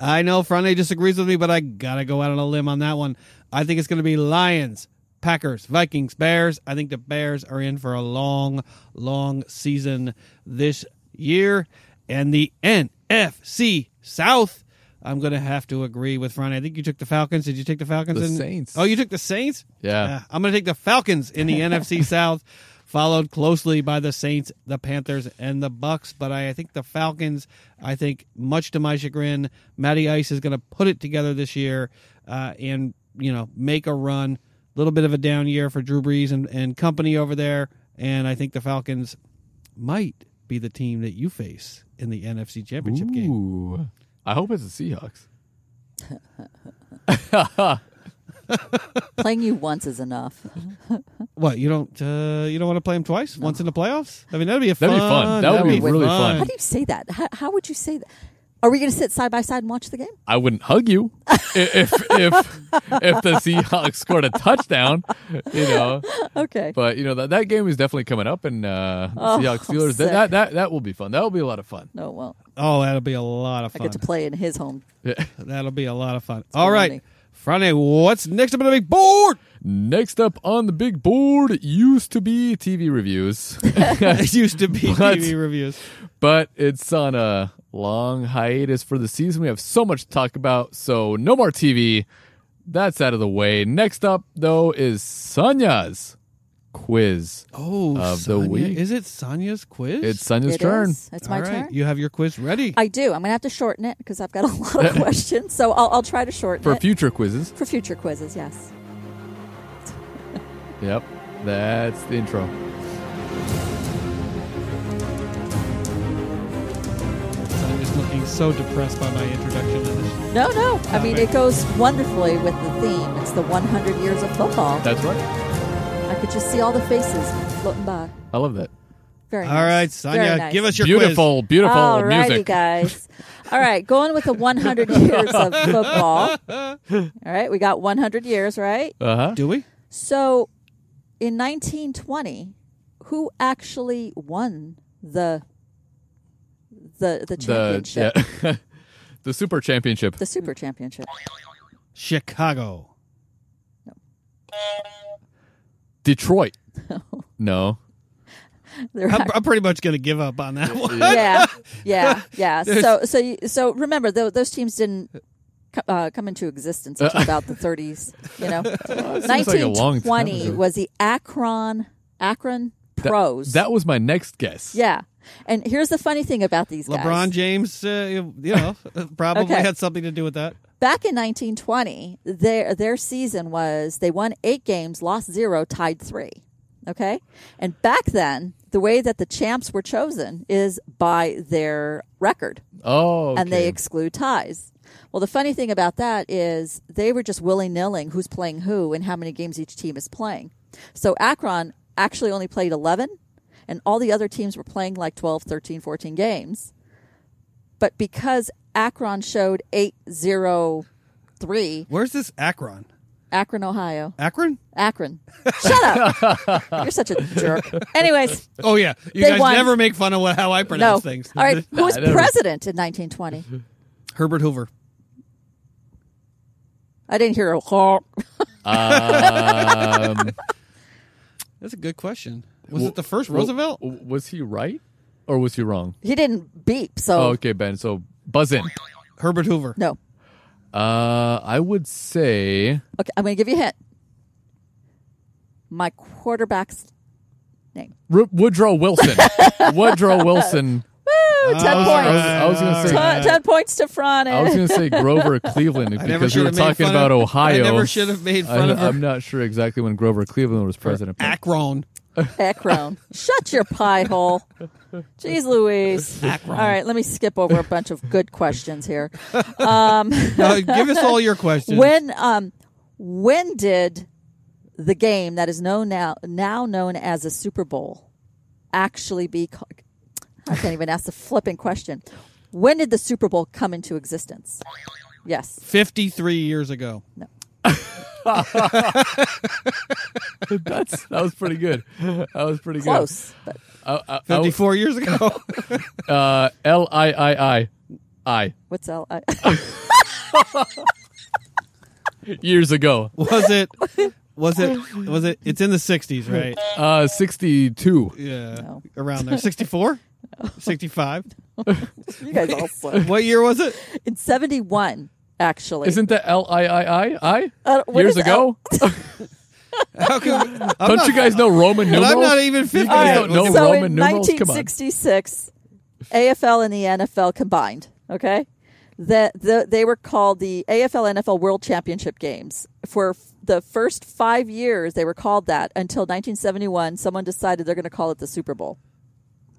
I know Friday disagrees with me, but I gotta go out on a limb on that one. I think it's gonna be Lions. Packers, Vikings, Bears. I think the Bears are in for a long, long season this year. And the NFC South, I'm going to have to agree with Ronnie. I think you took the Falcons. Did you take the Falcons? The in- Saints. Oh, you took the Saints? Yeah. I'm going to take the Falcons in <laughs> the NFC South, followed closely by the Saints, the Panthers, and the Bucks. But I, I think the Falcons. I think, much to my chagrin, Matty Ice is going to put it together this year uh, and you know make a run. A little bit of a down year for Drew Brees and, and company over there, and I think the Falcons might be the team that you face in the NFC Championship game. Ooh. I hope it's the Seahawks. Playing you once is enough. What you don't uh, you don't want to play them twice? Once in the playoffs? I mean that'd be a That'd be fun. fun. That would be really fun. How do you say that? How, how would you say that? Are we going to sit side by side and watch the game? I wouldn't hug you i- if if <laughs> if the Seahawks scored a touchdown, you know. Okay. But you know that that game is definitely coming up, and uh, the Seahawks Oh, I'm Steelers that, sick. that that that will be fun. That will be a lot of fun. no, it won't. Oh, that'll be a lot of I fun. get to play in his home. That'll be a lot of fun. All right, baloney. Friday, what's next up on the big board? <laughs> Next up on the big board it used to be TV reviews, <laughs> it used to be What? TV reviews. but it's on a long hiatus for the season. We have so much to talk about, so no more TV. That's out of the way. Next up though is Sonya's quiz. Oh, Of the Sonya. week. Is it Sonia's quiz? It's Sonya's It turn. is. It's my All right, turn. You have your quiz ready. I do. I'm going to have to shorten it because I've got a <laughs> <laughs> lot of questions. So I'll, I'll try to shorten for it. future quizzes. for future quizzes, yes. Yep, that's the intro. I'm just looking so depressed by my introduction to this. No, no. I mean, Okay. it goes wonderfully with the theme. It's the 100 years of football. That's right. I could just see all the faces floating by. I love that. Very All nice. right, Very Sonia, nice. give us your quiz. beautiful, beautiful All righty, music. guys. <laughs> All right, going with the 100 years of football. All right, we got 100 years, right? Uh huh. Do we? So, in 1920, who actually won the the the championship, The, yeah. <laughs> the Super Championship. the Super <laughs> Championship? <laughs> Chicago. <laughs> Detroit. no. They're I'm, act- I'm pretty much going to give up on that <laughs> one. <laughs> yeah, yeah, yeah. So, so, you, so remember, tho- those teams didn't co- uh, come into existence until about the 30s. You <laughs> know, seems like a long time 1920 ago. was the Akron Akron Pros. That was my next guess. yeah, and here's the funny thing about these guys. LeBron James, uh, you know, <laughs> probably Okay. had something to do with that. Back in 1920, their their season was they won eight games, lost zero, tied three. Okay, and back then. The way that the champs were chosen is by their record, Oh. and they okay. exclude ties. Well, the funny thing about that is they were just willy nilling who's playing who and how many games each team is playing. So Akron actually only played 11, and all the other teams were playing like 12, 13, 14 games. But because Akron showed 803, Where's this Akron? Akron, Ohio. Akron? Akron. Shut up. <laughs> You're such a jerk. Anyways, Oh yeah, you They guys won. never make fun of what, how I pronounce no. things. All right. Who was <laughs> I don't- president in 1920? Herbert Hoover. I didn't hear a call. Um, That's a good question. Was it the first Roosevelt? w- was he right or was he wrong? He didn't beep. So, Oh, okay, Ben. So buzz in. Herbert Hoover. no. Uh, I would say Okay. I'm going to give you a hint. My quarterback's name. R- Woodrow Wilson. <laughs> <laughs> Woodrow Wilson. Oh, Woo, 10 All points. right, I was gonna all say- Ten- right. 10 points to Fran. I was going to say Grover Cleveland I never because we should were have made talking fun about of- Ohio. I never should have made I, fun of her. am not sure exactly when Grover Cleveland was president. but- <laughs> Akron. Akron. <laughs> Shut your pie hole. Jeez Louise. All right, let me skip over a bunch of good questions <laughs> here. Uh, give us all your questions. When um when did the game that is known now now known as the Super Bowl actually be ca- I can't even ask the flipping question. When did the Super Bowl come into existence? Yes. 53 years <laughs> ago. That's that was pretty good. That was pretty Close. But good. Oh. I- I- I was- 54 years <laughs> ago. Uh, L I I I I what's L I years ago. was it was <laughs> it was it it's in the 60s, right? Uh, sixty-two. Yeah. <laughs> No. Around <laughs> there. 64? 65? you guys also What year was it? in 71 actually. <laughs> Isn't that L I I I I? Uh, what Years is ago. How <laughs> come I'm Don't not, you guys know Roman but numerals? I'm not even 50 guys yet. don't know- so Roman in numerals? Come on. 1966, AFL and the NFL combined. Okay, the, the, they were called the AFL NFL World Championship Games. For f- the first five years, they were called that until 1971. Someone decided they're going to call it the Super Bowl.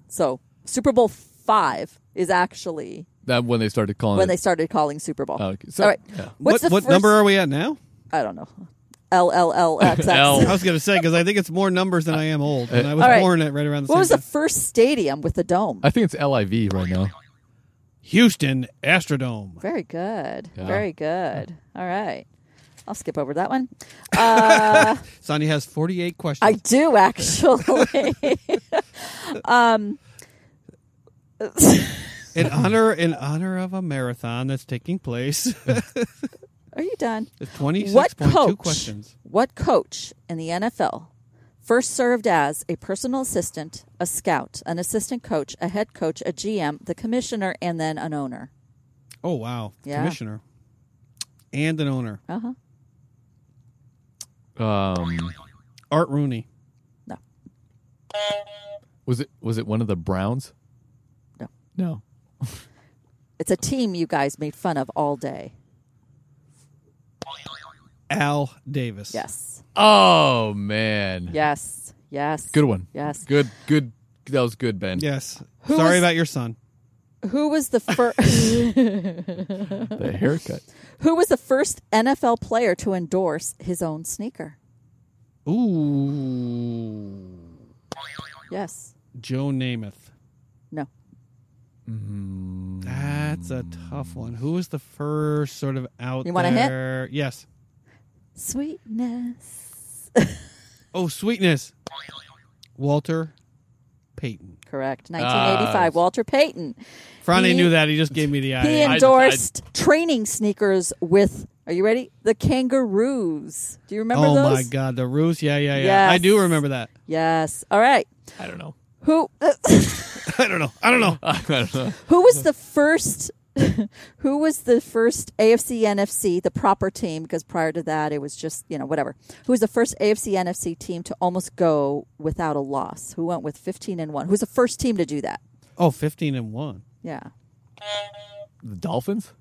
So Super Bowl five is actually e- That when they started calling when it. they started calling Super Bowl. Oh, okay. So- All right, yeah. what what's the what first- number are we at now? I don't know. L L L X X. <laughs> L. I was going to say cuz I think it's more numbers than I am old. And I was All right. born at right around the What same was the time. first stadium with the dome? I think it's L I V right now. Houston Astrodome. Very good. Yeah. Very good. All right. I'll skip over that one. Sonny has 48 questions. I <laughs> do actually. in honor in honor of a marathon that's taking <laughs> place. Are you done? What 26.2 coach? questions. What coach in the NFL first served as a personal assistant, a scout, an assistant coach, a head coach, a GM, the commissioner, and then an owner? Oh wow, Yeah. commissioner and an owner, Uh huh. Um, Art Rooney. No. was it was it one of the Browns? No. No. It's a team you guys made fun of all day. Al Davis. Yes. Oh man. Yes. Yes. Good one. Yes. Good. Good. That was good, Ben. Yes. Who Sorry was- about your son. Who was the <laughs> first? The haircut. <laughs> who was the first NFL player to endorse his own sneaker? Ooh. Yes. Joe Namath. No. That's a tough one. Who was the first sort of out You want a hint? there? Yes. Sweetness. Oh, sweetness. Walter Payton. Correct. 1985. Ah. Walter Payton. Franny He- knew that. He just gave me the He eye. I- endorsed training sneakers with, are you ready? The Kangaroos. Do you remember oh those? my God, the ruse. Yeah, yeah, yeah. Yes. I do remember that. <laughs> Yes. All right. I don't know. Who uh, <laughs> I don't know. I don't know. I don't know. who was the first <laughs> who was the first AFC NFC, the proper team because prior to that it was just, you know, whatever. Who was the first AFC NFC team to almost go without a loss? Who went with 15 and 1? Who was the first team to do that? Oh, 15 and 1. Yeah. The Dolphins.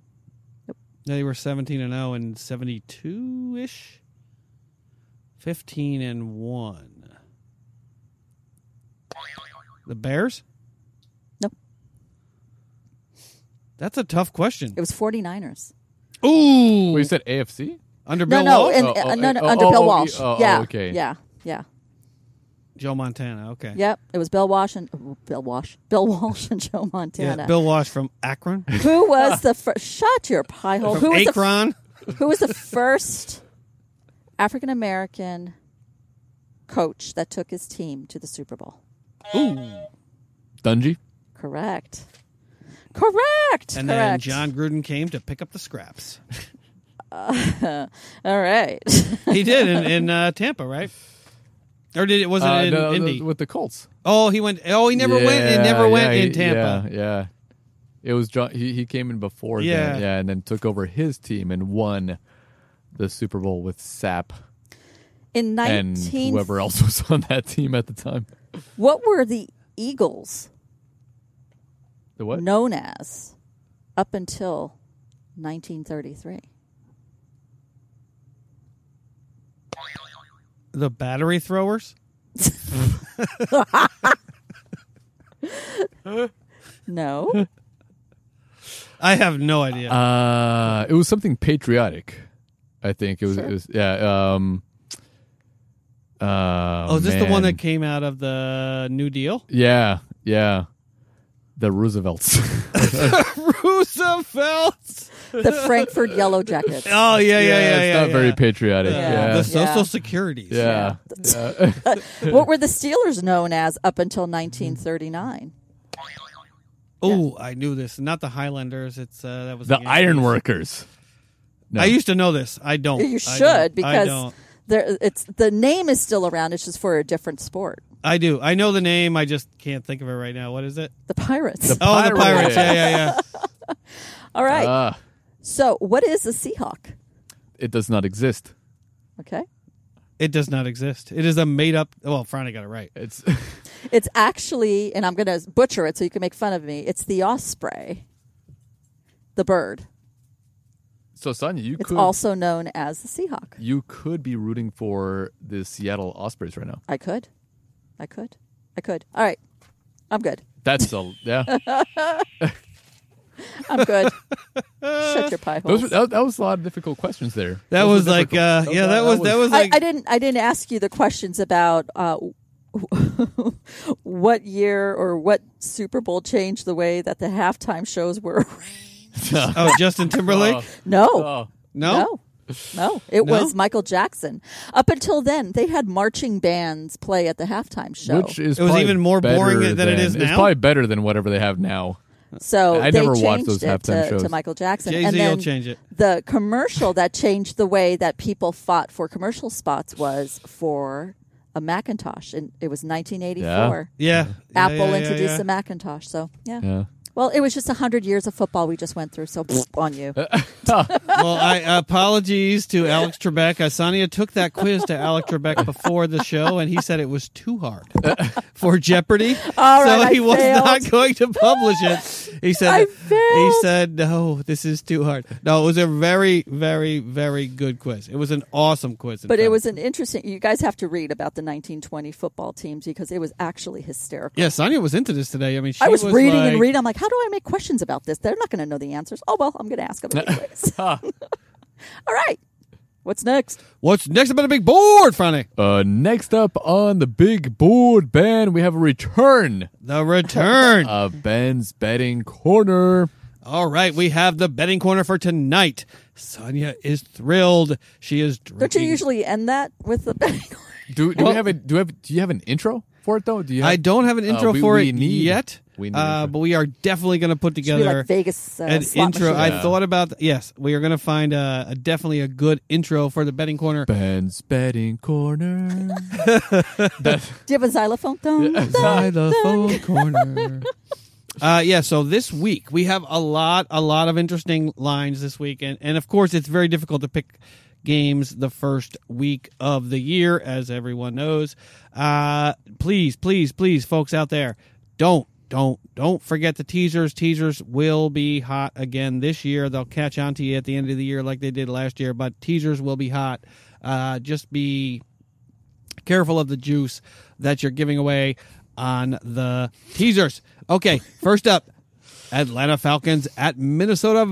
They were 17 and 0 and 72 ish. 15 and 1. The Bears? Nope. That's a tough question. It was 49ers. Ooh, Well, you said AFC? under No, Bill no, Walsh, and, Oh, oh, uh, no, no, oh, under oh, Bill oh, Walsh. oh, oh, yeah, okay. yeah, yeah. Joe Montana. Okay, Yep, it was Bill Walsh and oh, Bill Walsh, Bill <laughs> Walsh and Joe Montana. yeah, Bill Walsh from Akron, who <laughs> was the first? Shut your pie hole. <laughs> Who from was the Akron. who was the first African American coach that took his team to the Super Bowl? Dungy? Correct. Correct. and then Correct. John Gruden came to pick up the scraps. All right. <laughs> He did in, in uh, Tampa, right? Or did it was it Uh, in no, Indy? th- with the Colts. oh, he went. Oh, he never went. It Yeah, never went yeah, in he- Tampa. Yeah, yeah. It was John. He, he came in before Yeah. that, yeah, and then took over his team and won the Super Bowl with Sap In and 19 whoever else <laughs> was on that team at the time. What were the Eagles The what? known as up until 1933? The battery throwers. <laughs> No. I have no idea. Uh, it was something patriotic. I think it was. It was yeah. Um. Uh, oh, is this the one man. that came out of the New Deal? Yeah, yeah. The Roosevelts. <laughs> Roosevelt. the Frankfurt Yellow Jackets. Oh yeah, yeah, yeah. yeah, it's not yeah. very patriotic. Yeah. Yeah. The Yeah. Social Yeah. Security. Yeah. What were the Steelers known as up until 1939? Oh, I knew this. Not the Highlanders. It's uh, that was the Yankees. Ironworkers. No. I used to know this. I don't. You I should don't. I because don't. there it's the name is still around. It's just for a different sport. I do. I know the name. I just can't think of it right now. What is it? The Pirates. Oh, the Pirates. Pirates. Yeah, yeah, yeah. <laughs> All right. Ah, so, what is a Seahawk? it does not exist. Okay. It does not exist. It is a made up. Well, Franny got it right. It's <laughs> It's actually, and I'm going to butcher it so you can make fun of me. It's the osprey, the bird. so Sonia, you It's could also known as the Seahawk. you could be rooting for the Seattle Ospreys right now. I could. I could. I could. All right. I'm good. That's a yeah. <laughs> I'm good. Shut your pie holes. Those were, that, that was a lot of difficult questions there. That Those was were like, difficult. uh, yeah, that was that was I, like. I didn't. I didn't ask you the questions about uh, <laughs> what year or what Super Bowl changed the way that the halftime shows were. <laughs> <laughs> Oh, Justin Timberlake. no, Oh, no? no, no. It No? was Michael Jackson. Up until then, they had marching bands play at the halftime show. which is It was probably even more better boring than it is It's now? probably better than whatever they have now. so I they never watched changed those it halftime to, shows. to Michael Jackson. Jay and Z then will change it. the commercial that changed the way that people fought for commercial spots was for a Macintosh, and it was 1984. Yeah. Yeah, Apple yeah, yeah, introduced yeah. the Macintosh. So yeah. Yeah. Well, it was just hundred years of football we just went through. So on you. <laughs> well, I apologies to Alex Trebek. Asania took that quiz to Alex <laughs> Trebek before the show, and he said it was too hard <laughs> for Jeopardy. All so right, I he was failed. not going to publish it. He said, I he failed. said, no, this is too hard. No, it was a very, very, very good quiz. It was an awesome quiz. in But it fact. was an interesting. You guys have to read about the 1920 football teams because it was actually hysterical. Yeah, Sonia was into this today. I mean, she I was, reading like, and reading. I'm like, how do I make questions about this? They're not going to know the answers. Oh well, I'm going to ask them <laughs> anyways. <laughs> All right. What's next? What's next up on the big board, Franny? Uh, next up on the big board, Ben, we have a return The return. <laughs> of Ben's betting corner. All right, we have the betting corner for tonight. Sonia is thrilled. She is drinking. Don't you usually end that with the? <laughs> Do, do we Well- have a do we have do you have an intro for it though? Do you? Have, I don't have an intro Uh, we- for we it need- yet. we need uh, intro. but we are definitely going to put Should be together like Vegas uh, an slot intro. machine. I thought about yes, we are going to find uh a definitely a good intro for the betting corner. Ben's betting corner. Do you have a xylophone? <laughs> Dun, dun. <laughs> Xylophone corner. Uh, yeah, so this week we have a lot, a lot of interesting lines this week, and, and of course it's very difficult to pick games the first week of the year, as everyone knows. Uh, please, please, please, folks out there, don't, don't, don't forget the teasers. Teasers will be hot again this year. They'll catch on to you at the end of the year like they did last year, but teasers will be hot. Uh, just be careful of the juice that you're giving away on the teasers. Okay, first up, Atlanta Falcons at Minnesota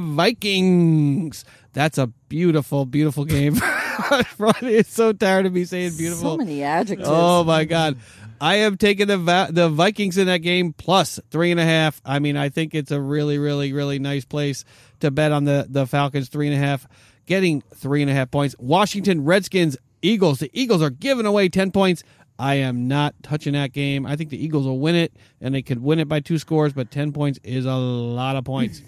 Vikings. That's a beautiful, beautiful game. <laughs> Ronnie is so tired of me saying beautiful. So many adjectives. Oh my god, I am taking the Va- the Vikings in that game plus three and a half. I mean, I think it's a really, really, really nice place to bet on the the Falcons three and a half, getting three and a half points. Washington Redskins Eagles. The Eagles are giving away ten points. I am not touching that game. I think the Eagles will win it, and they could win it by two scores, but ten points is a lot of points.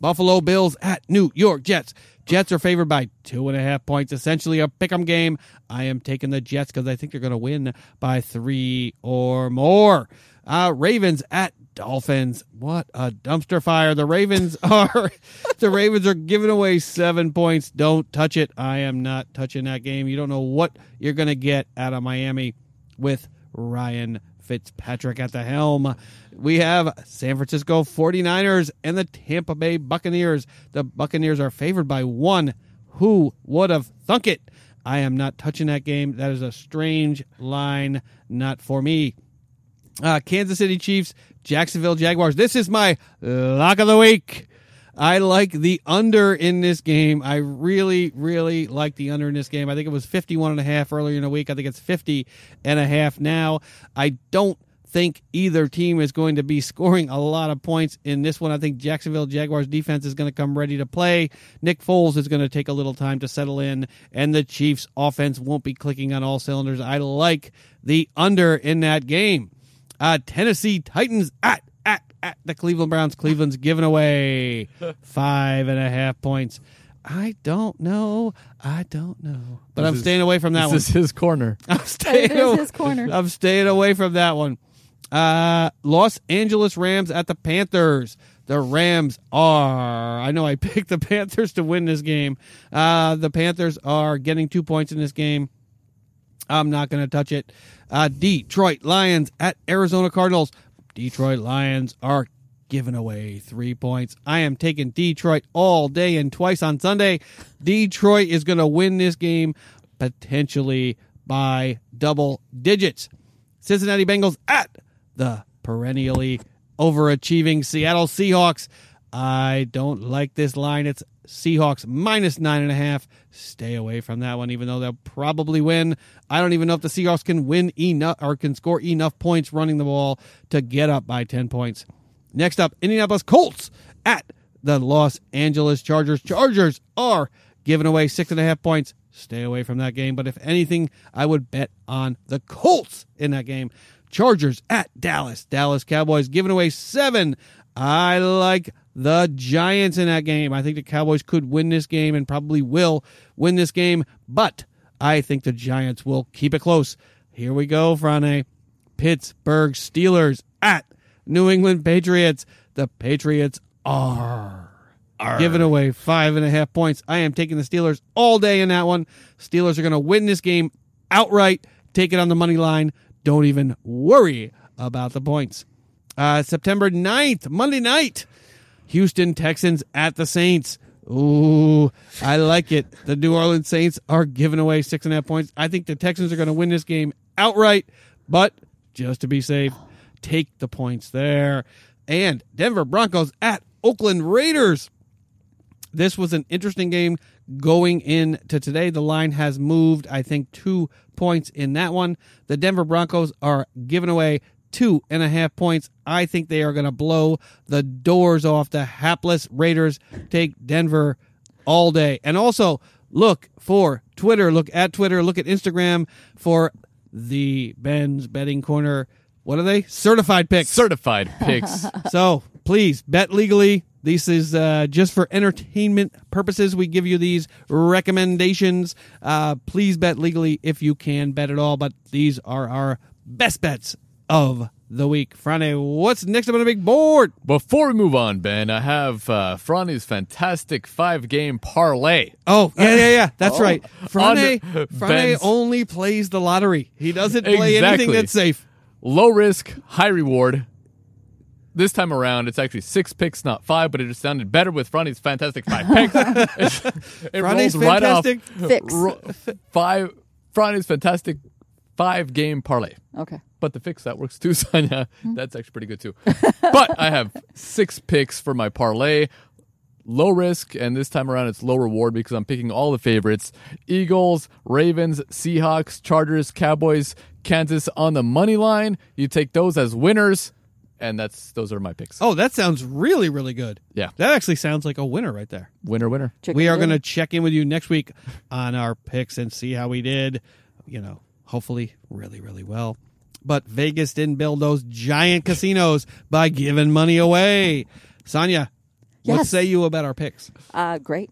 Buffalo Bills at New York Jets. Jets are favored by two and a half points, essentially a pick 'em game. I am taking the Jets because I think they're going to win by three or more. Uh, Ravens at Dolphins. What a dumpster fire! The Ravens <laughs> are the Ravens are giving away seven points. Don't touch it. I am not touching that game. You don't know what you're going to get out of Miami with Ryan Fitzpatrick at the helm. We have San Francisco 49ers and the Tampa Bay Buccaneers. The Buccaneers are favored by one. Who would have thunk it? I am not touching that game. That is a strange line, not for me. Uh, Kansas City Chiefs, Jacksonville Jaguars. This is my lock of the week. I like the under in this game. I really, really like the under in this game. I think it was 51 and a half earlier in the week. I think it's 50 and a half now. I don't think either team is going to be <laughs> scoring a lot of points in this one. I think Jacksonville Jaguars defense is going to come ready to play. Nick Foles is going to take a little time to settle in, and the Chiefs offense won't be clicking on all cylinders. I like the under in that game. Uh, Tennessee Titans at at at the Cleveland Browns. Cleveland's giving <laughs> away five and a half points. I don't know. I don't know. But This I'm is- staying away from that this one. is his corner. <laughs> I'm staying There's away. his corner. I'm staying away from that one. Uh, Los Angeles Rams at the Panthers. The Rams are. I know I <laughs> picked the Panthers to win this game. Uh, the Panthers are getting two points in this game. I'm not going to touch it. Uh, Detroit Lions at Arizona Cardinals. Detroit Lions are giving away three points. I am taking Detroit all day and twice on Sunday. Detroit is going to win this game potentially by double digits. Cincinnati Bengals at the perennially overachieving Seattle Seahawks. I don't like this line. It's Seahawks minus nine and a half. Stay away from that one, even though they'll probably win. I don't even know if the Seahawks can win enough or can score enough points running the ball to get up by 10 points. Next up, Indianapolis Colts at the Los Angeles Chargers. Chargers are giving away six and a half points. Stay away from that game. But if anything, I would bet on the Colts in that game. Chargers at Dallas. Dallas Cowboys giving away seven. I like the Giants in that game. I think the Cowboys could win this game and probably will win this game, but I think the Giants will keep it close. Here we go, Frane. Pittsburgh Steelers at New England Patriots. The Patriots are giving away five and a half points. I am taking the Steelers all day in that one. Steelers are going to win this game outright. Take it on the money line. Don't even worry about the points. Uh, September 9th, Monday night, Houston Texans at the Saints. Ooh, I like it. The New Orleans Saints are giving away six and a half points. I think the Texans are going to win this game outright, but just to be safe, take the points there. And Denver Broncos at Oakland Raiders this was an interesting game going in to today. The line has moved, I think, two points in that one. The Denver Broncos are giving away two and a half points. I think they are going to blow the doors off the hapless Raiders. Take Denver all day. And also look for Twitter, look at Twitter, look at Instagram for the Ben's Betting Corner. What are they? Certified picks. Certified <laughs> picks. So please bet legally. This is uh, just for entertainment purposes. We give you these recommendations. Uh, please bet legally if you can bet at all. But these are our best bets of the week. Friday, what's next up on the big board? Before we move on, Ben, I have uh, Franny's fantastic five game parlay. Oh, yeah, yeah, <laughs> yeah. That's right. Friday, On Friday Ben's- only plays the lottery. He doesn't play anything Exactly. that's safe. Low risk, high reward. This time around, it's actually six picks, not five, but it just sounded better with Franny's fantastic <laughs> five picks. It's- it Franny's rolls right off. fantastic Fix. Ro- five. Franny's fantastic five game parlay. Okay. but the fix that works too, <laughs> Sonia. That's actually pretty good too. but I have six picks for my parlay. Low risk, and this time around it's low reward because I'm picking all the favorites Eagles, Ravens, Seahawks, Chargers, Cowboys, Kansas on the money line. You take those as winners, and that's those are my picks. Oh, that sounds really, really good. Yeah. That actually sounds like a winner right there. Winner, winner. Chicken we are dinner. going to check in with you next week on our picks and see how we did. You know, hopefully, really, really well. But Vegas didn't build those giant casinos by giving money away. Sonia, what Yes. say you about our picks? Uh, great.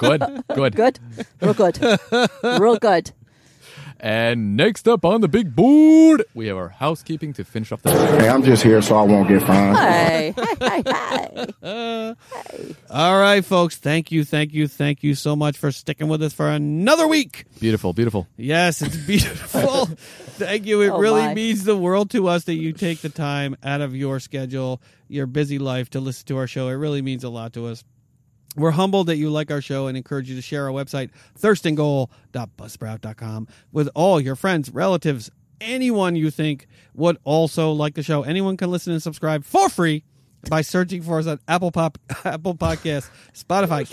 Good, good. Good. Real good. Real good. And next up on the big board, we have our housekeeping to finish off the show. Hey, I'm just here so I won't get fined. Hey, hey, hey, hey. All right, folks. Thank you, thank you, thank you so much for sticking with us for another week. Beautiful, beautiful. Yes, <laughs> it's beautiful. Thank you. It Oh, really my. means the world to us that you take the time out of your schedule, your busy life to listen to our show. It really means a lot to us. We're humbled that you like our show and encourage you to share our website, thirstinggoal.buzzsprout.com, with all your friends, relatives, anyone you think would also like the show. Anyone can listen and subscribe for free by searching for us on Apple Pop, <laughs> Apple Podcasts, Spotify,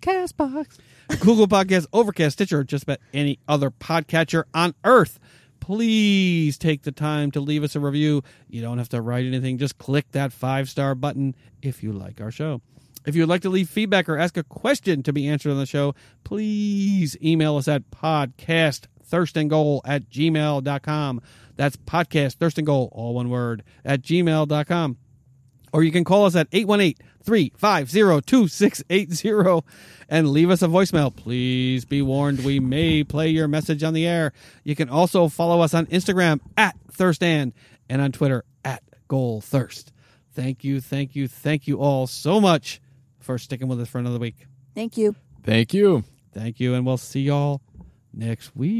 Castbox, Google Podcasts, Overcast, Stitcher, or just about any other podcatcher on earth. Please take the time to leave us a review. You don't have to write anything. Just click that five star button if you like our show. If you'd like to leave feedback or ask a question to be answered on the show, please email us at podcast thirstinggoal at gmail.com. That's podcast thirstinggoal, all one word, at gmail.com or you can call us at 818-350-2680 and leave us a voicemail. Please be warned we may play your message on the air. You can also follow us on Instagram at Thirstand and on Twitter at Goal Thirst. Thank you, thank you, thank you all so much for sticking with us for another week. Thank you. Thank you. Thank you, and we'll see y'all next week.